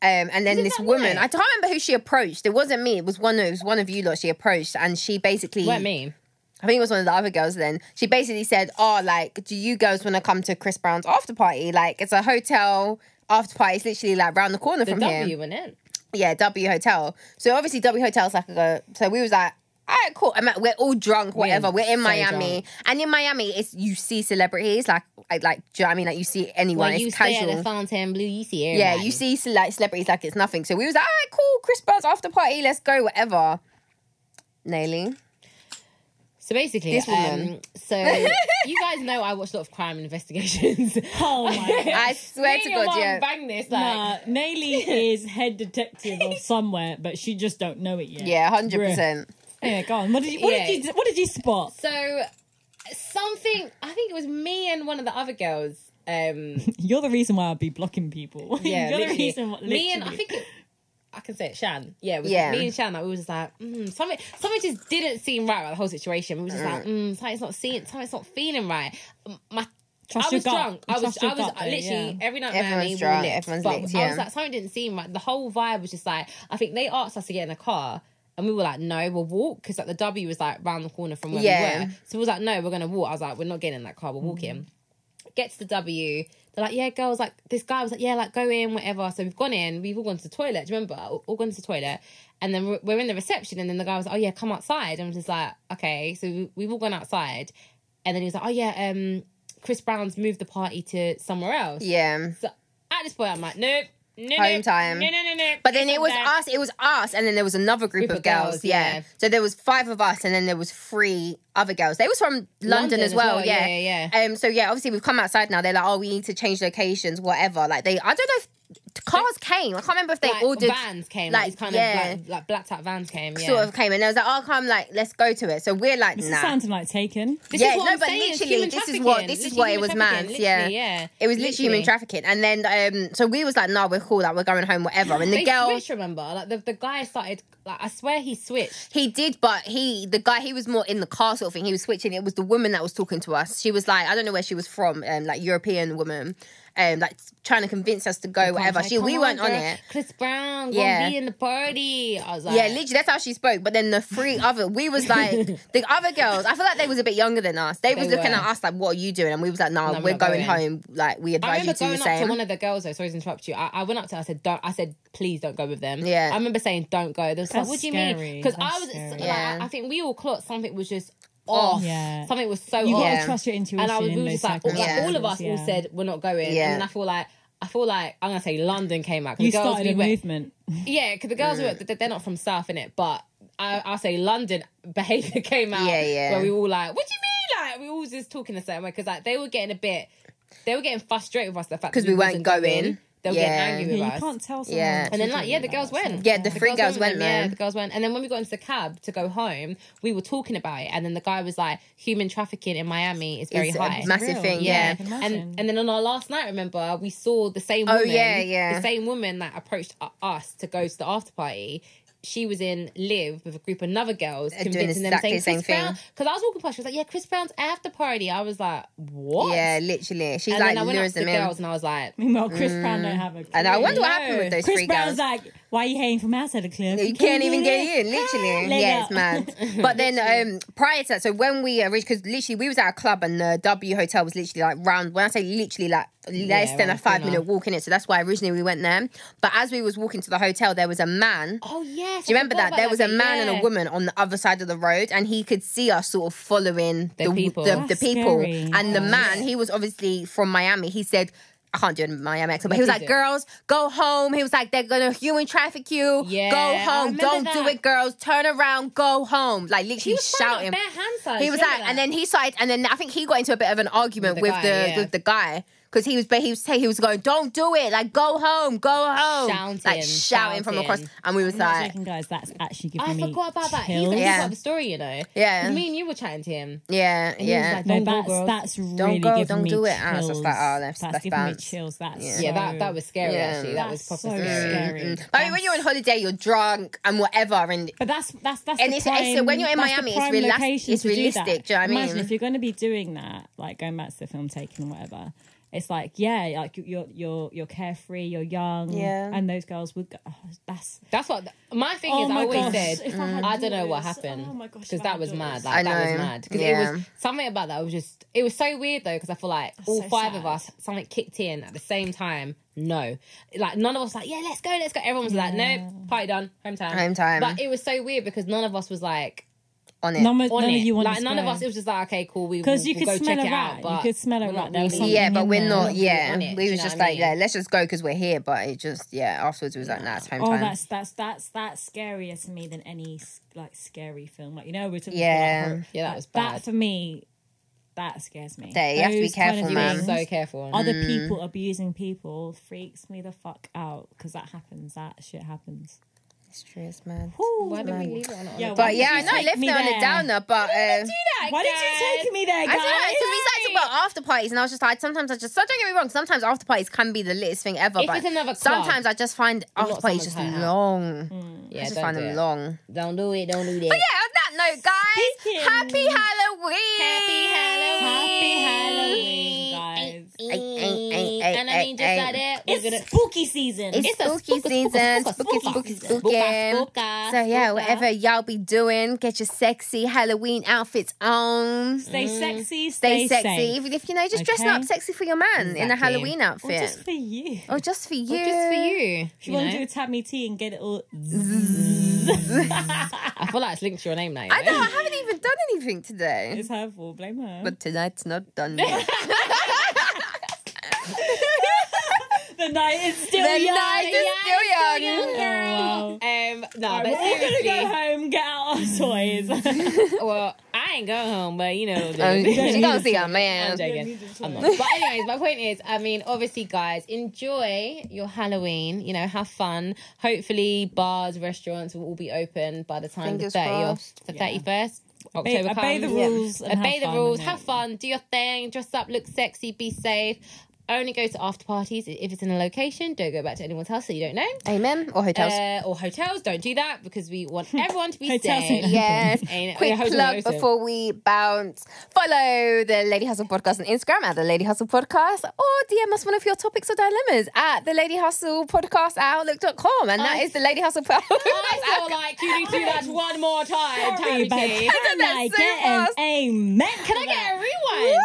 S1: Um, and then
S2: it
S1: this
S2: that
S1: woman,
S2: night?
S1: I can't remember who she approached. It wasn't me. It was one. Of, it was one of you lot. She approached, and she basically.
S2: What I mean?
S1: I think it was one of the other girls then. She basically said, Oh, like, do you girls want to come to Chris Brown's after party? Like, it's a hotel after party. It's literally like round the corner
S2: The
S1: from
S2: W
S1: here.
S2: in it.
S1: Yeah, W Hotel. So obviously, W Hotel's like a. So we was like, all right, cool. I'm at, we're all drunk, whatever. We're, in
S2: so
S1: Miami, and in Miami, it's you see celebrities, like, I like, do you know what I mean? Like, you see anyone.
S2: When you
S1: it's
S2: stay
S1: casual.
S2: at the Fountain Blue, you see
S1: Yeah,
S2: everyone.
S1: you see ce- like celebrities like it's nothing. So we was like, all right, cool, Chris Brown's after party, let's go, whatever. Nailing.
S2: So basically,
S1: This woman.
S2: um, so you guys know I watch a lot of crime investigations.
S3: Oh my god.
S1: I swear
S2: Me
S1: to
S2: and your
S1: God,
S2: mum
S1: yeah.
S2: bang this like.
S3: Nah, Nayli is head detective of somewhere, but she just don't know it yet.
S1: Yeah, hundred percent.
S3: Yeah, go on. What did you? What did
S2: Yeah.
S3: you? What did you spot?
S2: So something, I think it was me and one of the other girls. Um,
S3: You're the reason why I'd be blocking people.
S2: yeah,
S3: You're the
S2: literally.
S3: reason. Why,
S2: me and I
S3: literally.
S2: think it, I can say it, Shan. Yeah, it was
S1: Yeah.
S2: me and Shan. Like, we was just like mm, something, something just didn't seem right about the whole situation. We was just like, mm, something's not seeing, something's not feeling right. Um, My
S3: Trust
S2: I was
S3: your gut.
S2: drunk. I was,
S3: Trust your
S2: I was
S3: gut though,
S2: literally
S3: yeah.
S2: every night.
S1: Everyone's
S2: Miami, we were
S1: drunk,
S2: lit,
S1: everyone's
S2: but
S1: lit,
S2: I
S1: yeah.
S2: was like, something didn't seem right. The whole vibe was just like, I think they asked us to get in a car, and we were like, no, we'll walk because like the W was like round the corner from where
S1: Yeah.
S2: we were. So we was like, no, we're gonna walk. I was like, we're not getting in that car. We're walking. Get to the W. They're like, yeah, girls. Like this guy was like, yeah, like go in, whatever. So we've gone in. We've all gone to the toilet. Do you remember? All all gone to the toilet. And then we're- we're in the reception, and then the guy was like, "Oh yeah, come outside." And I was just like, "Okay." So we- we've all gone outside, and then he was like, "Oh yeah, um, Chris Brown's moved the party to somewhere else."
S1: Yeah.
S2: So at this point, I'm like, nope, no,
S1: Home
S2: nope,
S1: time.
S2: no, no, no, no.
S1: But then
S2: It's
S1: it
S2: not
S1: was
S2: there.
S1: us. It was us, and then there was another group, of, girls. yeah. So there was five of us, and then there was three other girls. They was from London,
S2: London
S1: as
S2: as
S1: well.
S2: well,
S1: Yeah.
S2: yeah,
S1: Um. So yeah, obviously we've come outside now. They're like, oh, we need to change locations, whatever. Like they, I don't know if cars came. I can't remember if they
S2: Like,
S1: all did.
S2: vans came,
S1: like,
S2: like, these kind
S1: yeah.
S2: of black, like blacked out vans came, yeah.
S1: Sort of came, and they was like, oh, come, like let's go to it. So we're like,
S3: This
S1: nah.
S3: is sounding like taken.
S2: This
S1: Yeah,
S2: is what
S1: no,
S2: I'm
S1: but
S2: saying, it's
S1: literally,
S2: human
S1: this is what-
S2: trafficking,
S1: this is
S2: literally
S1: what it
S2: human
S1: was
S2: trafficking,
S1: mass, yeah.
S2: literally, yeah.
S1: it was literally, human trafficking, and then um, so we was like, nah, we're cool, like we're going home, whatever. And the
S2: They
S1: girl,
S2: switched, remember? Like the, the guy started, like I swear he switched.
S1: He did, but he the guy he was more in the car sort of thing. He was switching. It was the woman that was talking to us. She was like, I don't know where she was from, um, like European woman, um, like trying to convince us to go,
S2: I was
S1: whatever.
S2: like,
S1: she we
S2: "Come
S1: weren't on
S2: girl,
S1: it.
S2: Chris Brown, go
S1: Yeah.
S2: be in the party. I was like,
S1: Yeah, literally, that's how she spoke. But then the three other, we was like the other girls. I feel like they was a bit younger than us. They, was
S2: They
S1: looking
S2: were.
S1: at us like, "What are you doing?" And we was like, "Nah,
S2: No, we're
S1: we're
S2: not
S1: going,
S2: going."
S1: home. Like we
S2: I
S1: advise you
S2: remember
S1: to do the
S2: going up to
S1: same."
S2: one of the girls though. Sorry to interrupt you. I, I went up to. her, I said, "Don't." I said, "Please don't go with them."
S1: Yeah.
S2: I remember saying, "Don't go." They was like,
S3: That's
S2: "What do you
S3: scary.
S2: mean?" Because I
S3: That's
S2: was.
S3: scary.
S2: Like,
S1: Yeah.
S2: I think we all clocked something was just off.
S3: Yeah.
S2: Something was so
S3: You
S2: off.
S3: gotta
S1: Yeah.
S3: trust your intuition.
S2: Oh, And I was,
S3: in
S2: we were
S3: those
S2: just like, all, like,
S1: Yeah.
S2: all of us
S3: circumstances,
S2: all said we're not going.
S1: Yeah.
S2: And then I feel like. I feel like I'm gonna say London came out. 'cause
S3: you
S2: the girls,
S3: started
S2: we
S3: a
S2: went-
S3: movement.
S2: yeah, because the girls
S1: Mm.
S2: were they- they're not from South in it, but I, I'll say London behavior came out.
S1: Yeah, yeah.
S2: Where we were all like, "What do you mean?" Like we all just talking the same way because like they were getting a bit, they were getting frustrated with us the fact
S1: 'Cause
S2: that
S1: we weren't
S2: wasn't
S1: going.
S2: They were
S1: Yeah.
S2: getting angry with
S3: Yeah, you
S2: us.
S3: can't tell someone.
S1: Yeah.
S2: and then like yeah, the girls went.
S1: Yeah, the three girls
S2: with
S1: went
S2: them, Yeah,
S1: there.
S2: the girls went. And then when we got into the cab to go home, we were talking about it, and then the guy was like, "Human trafficking in Miami is very
S1: It's a
S2: high."
S1: massive
S3: Real,
S1: thing.
S3: yeah.
S1: Yeah,
S3: I can imagine.
S2: And and then on our last night, remember, we saw the same
S1: Oh,
S2: woman.
S1: yeah, yeah.
S2: The same woman that approached u- us to go to the after party. She was in live with a group of another girls,
S1: Uh, doing
S2: convincing them
S1: exactly
S2: saying
S1: the same
S2: Chris Brown. Because I was walking past, she was like, "Yeah, Chris Brown's after party." I was like, "What?"
S1: yeah, literally. She's
S2: And
S1: like
S2: then I went up
S1: lures
S2: to the
S1: them in,
S2: girls and I was like, Mm.
S3: Meanwhile, Chris Brown don't have a.
S1: and I
S3: clue.
S1: wonder what
S2: No.
S1: happened with those
S3: Chris
S1: three
S3: Brown's
S1: girls.
S3: like, Why are you hanging from outside the club?
S1: You can't even get in, literally.
S3: Leg
S1: yeah, it's
S3: up.
S1: mad. But then um, prior to that, so when we reached, because literally we was at a club and the W Hotel was literally like round. When I say literally, like less
S2: Yeah,
S1: than a
S2: round
S1: five
S2: corner.
S1: minute walk in it. So that's why originally we went there. But as we was walking to the hotel, there was a man.
S2: Oh yes.
S1: Do you remember that? There was a man and a
S2: woman.
S1: woman on the other side of the road, and he could see us sort of following
S2: The people.
S1: The, the
S3: That's
S1: people.
S3: scary.
S1: And the man, he was obviously from Miami. He said, I can't do it in Miami accent, but he was
S2: What
S1: like,
S2: is it?
S1: girls, go home. He was like, they're going to human traffic you.
S2: Yeah, I
S1: go home.
S2: remember
S1: Don't do
S2: that.
S1: it, girls. Turn around. Go home. Like, literally
S2: He was shouting.
S1: shouting.
S2: Bare hand signs.
S1: He was
S2: you
S1: like,
S2: remember
S1: and
S2: that?
S1: then he started, and then I think he got into a bit of an argument with
S2: With
S1: the
S2: the guy, yeah.
S1: with the guy because he was, but he was saying he was going, "Don't do it! Like, go home, go home!" like
S2: Shouting,
S1: shouting from across,
S2: shouting.
S1: and we was
S3: I'm
S1: like,
S3: joking, guys. That's actually giving
S2: I
S3: me
S2: forgot about that. He
S3: chills.
S2: even
S1: Yeah.
S2: yeah. the story, you know.
S1: Yeah.
S2: 'Cause Me and you were chatting to him.
S1: "Yeah,
S2: was
S1: yeah."
S2: like,
S3: No,
S2: Don't go,
S3: that's
S2: girls.
S3: that's really
S1: go,
S3: giving
S1: don't
S3: me
S1: do it. And I was
S3: Chills.
S1: just like, oh, that's- that's
S3: giving
S1: bounce.
S3: me chills. That's
S1: Yeah.
S3: so,
S2: Yeah, that that was scary.
S1: Yeah.
S2: Actually, that was
S3: that's
S2: proper
S3: so
S2: scary.
S3: scary.
S1: Mm. I mean, when you're on holiday, you're drunk and whatever, and
S3: But that's that's that's
S1: And
S3: the
S1: it's- it's-
S3: prime-
S1: when you're in
S3: that's the
S1: Miami, it's
S3: prime
S1: relax-
S3: location
S1: it's
S3: to do
S1: realistic,
S3: that.
S1: do you know what I
S3: Imagine
S1: mean?
S3: if you're going to be doing that, like going back to the film taking or whatever. It's like yeah, like you- you're you're you're carefree, you're young,
S1: Yeah.
S3: and those girls would go. Oh, that's
S2: That's what my thing
S3: Oh
S2: is. I
S3: my
S2: always
S3: gosh,
S2: said
S3: if I had
S2: I, don't know what
S3: daughters,
S2: happened
S3: oh my gosh,
S2: because
S3: if I
S2: that
S3: had
S2: was mad.
S3: daughters.
S2: Like
S1: I
S2: that was
S1: know,
S2: mad because it
S1: yeah.
S2: was something about that was just it was so weird though because I feel like all
S3: so
S2: five of
S3: sad.
S2: us something kicked in at the same time. No, like none of us like yeah, let's go, let's go. Everyone was like no, party done, home time,
S1: Home time.
S2: But it was so weird because none of us was like
S1: on it.
S3: none, of-
S2: on
S3: none
S2: it.
S3: of you want
S2: like none of us. It was just like okay, cool. We
S3: because
S2: we'll-
S3: you
S2: we'll
S3: could
S2: go
S3: smell
S2: check
S3: a
S2: it out,
S3: rat.
S2: but
S3: You could smell a
S2: we're
S3: rat.
S2: not
S3: There was
S2: really-
S3: something
S1: yeah, but
S3: in
S1: we're
S3: there.
S1: not. Yeah,
S2: on it,
S1: we
S2: do you
S1: was
S2: know
S1: just
S2: what I
S1: like,
S2: mean?
S1: yeah, let's just go because we're here. But it just, yeah, afterwards it was like, nah, it's home
S3: Oh,
S1: time.
S3: that's that's that's that's scarier to me than any s- like scary film. Like you know, we're talking
S1: Yeah.
S3: about horror.
S2: Yeah, that was
S3: That
S2: bad.
S3: for me, that scares me.
S1: Yeah, you have to be
S3: Those
S1: careful,
S2: You
S1: man.
S2: were so careful.
S3: Other people abusing people freaks me the fuck out because that happens. That shit happens.
S1: it's true, it's mad.
S2: Why did we leave it on?
S3: Yeah,
S2: Yeah,
S3: why
S1: But
S3: did
S1: yeah,
S3: you
S1: I know. I
S3: take
S1: left
S3: me
S1: it on a
S3: there?
S1: downer, but. Uh,
S3: Why did you take me there,
S1: I
S3: guys?
S1: don't know, because we started talking about after parties, and I was just like, sometimes I just, so don't get me wrong, sometimes after parties can be the litest thing ever,
S2: If
S1: but
S2: it's another club,
S1: Oh, sometimes I just find after
S2: not
S1: parties just
S2: someone's hideout.
S1: long. I
S2: Mm.
S3: Mm.
S2: Yeah,
S1: just
S2: don't
S1: find
S2: do
S1: them
S2: it.
S1: long.
S2: Don't do it. Don't do that.
S1: But yeah, on that note, guys,
S3: Speaking-
S1: happy Halloween!
S2: Happy Halloween.
S3: Happy Halloween, guys.
S2: And I mean, just like that, we're gonna.
S3: It's spooky season.
S1: It's,
S2: It's a
S1: spooky
S2: spooker,
S1: season,
S2: spooker,
S1: spooky,
S2: spooker,
S1: spooky,
S2: spooker,
S1: spooky.
S2: spooker,
S1: So yeah,
S2: spooker.
S1: whatever y'all be doing, get your sexy Halloween outfits on.
S3: stay
S2: Mm.
S3: sexy.
S1: Stay,
S3: Stay,
S1: sexy.
S3: safe.
S1: Even if you know, just dressing
S3: Okay?
S1: up sexy for your man in a
S2: Exactly.
S1: Halloween outfit,
S3: Or just for you.
S1: Or just for you.
S2: Just for you.
S3: If
S2: you
S3: you, want
S2: know?
S3: to do a tab me tea and get it all.
S2: I feel like it's linked to your name now. You
S1: I know I haven't even done anything today,
S3: It's her fault. Blame her.
S1: but tonight's not done. yet.
S3: the night is still
S1: the
S3: young.
S1: night is still young.
S3: Oh, wow.
S2: Um, no,
S3: Right,
S2: but
S3: we're gonna go
S2: seriously,
S3: home, get out our toys.
S2: well, I ain't going home, but you know, the-
S1: Oh,
S3: don't
S1: you
S3: need
S1: gotta
S3: to
S1: see our man.
S2: I'm joking.
S3: need to
S2: I'm not. But anyways, my point is, I mean, obviously, guys, enjoy your Halloween. You know, have fun. Hopefully, bars, restaurants will all be open by the time
S1: Fingers
S2: the 30th,
S1: crossed.
S2: the
S3: Yeah.
S2: 31st.
S3: Obey,
S2: October
S3: obey the
S2: comes.
S3: rules. and
S2: obey
S3: have
S2: the
S3: fun,
S2: rules.
S3: innit?
S2: Have fun. Do your thing. Dress up. Look sexy. Be safe. Only go to after parties if it's in a location. Don't go back to anyone's house so you don't know.
S1: Amen. Or hotels.
S2: Uh, or hotels. Don't do that because we want everyone to be
S3: Hotels
S2: safe.
S3: and-
S1: Yes.
S2: Ain't-
S1: Quick
S2: oh, yeah, how's your
S1: plug
S2: notice?
S1: before we bounce. Follow the Lady Hustle Podcast on Instagram at the Lady Hustle Podcast or DM us one of your topics or dilemmas at the Lady Hustle Podcast at outlook.com. And that
S2: I-
S1: is the Lady Hustle Podcast.
S2: I feel like you need to do that one more time,
S3: Sorry,
S2: Tammy
S3: but
S2: T.
S1: did
S3: can
S1: that
S3: I
S1: so
S3: get an
S1: fast.
S3: amen?
S2: Can I get a rewind?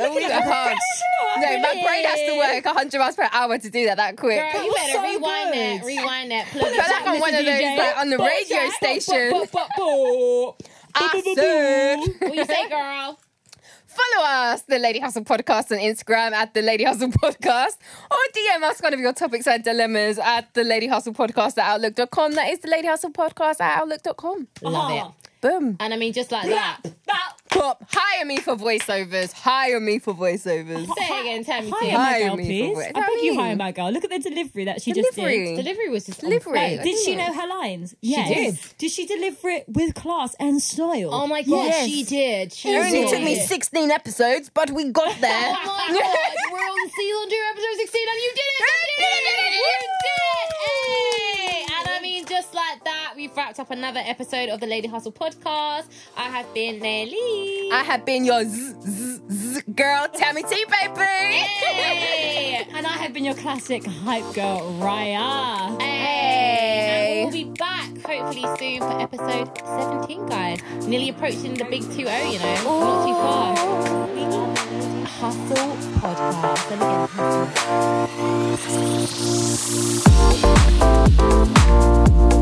S1: Oh,
S3: Look at
S1: I
S3: the
S1: can't.
S3: professional
S1: No, my
S3: over
S1: brain has to
S3: here.
S1: work 100 miles per hour to do that that quick.
S2: Girl, you
S3: was
S2: better
S3: so
S2: rewind that,
S3: good.
S2: rewind that. Plug
S1: Put that
S2: it
S1: on
S2: back.
S1: one of those,
S3: DJ.
S1: like on the radio station. I said-
S2: What you say, girl?
S1: Follow us, the Lady Hustle Podcast, on Instagram at the Lady Hustle Podcast, or DM us one of your topics and dilemmas at the Lady Hustle Podcast at outlook.com. That is the Lady Hustle Podcast at outlook.com.
S2: Love
S3: Ah.
S2: it.
S1: Boom.
S2: uh-huh. And I mean, just like that.
S1: Pop. Hire me for voiceovers. Hire me for voiceovers.
S2: Say it again, Tammy.
S3: Hire
S2: T.
S1: Hire
S3: my girl,
S1: me for
S3: please.
S1: what?
S3: I
S1: What do
S3: beg
S1: you
S3: you, hire
S1: mean?
S3: my girl. Look at the delivery that she
S1: Delivery.
S3: just did.
S2: Delivery was just on
S1: Delivery.
S2: point.
S1: I
S3: Did she
S1: didn't.
S3: know her lines?
S2: did.
S3: Did she deliver it with class and style?
S2: Oh my god,
S1: Yes.
S2: she did. She
S1: It only
S2: did.
S1: took me 16 episodes, but we got there.
S2: Oh my god, we're on season two, episode sixteen, and you did it! You did it! You did it! Hey! And I mean, just like that, we've wrapped up another episode of the Lady Hustle podcast. I have been Nelly.
S1: I have been your zzz, zzz, zzz girl, Tammy T, baby.
S2: Hey!
S3: And I have been your classic hype girl, Raya.
S2: Hey! will be back hopefully soon for episode 17, guys. Nearly approaching the big 2 0, you know. Not too far. Hustle Podcast. Let me get hustle.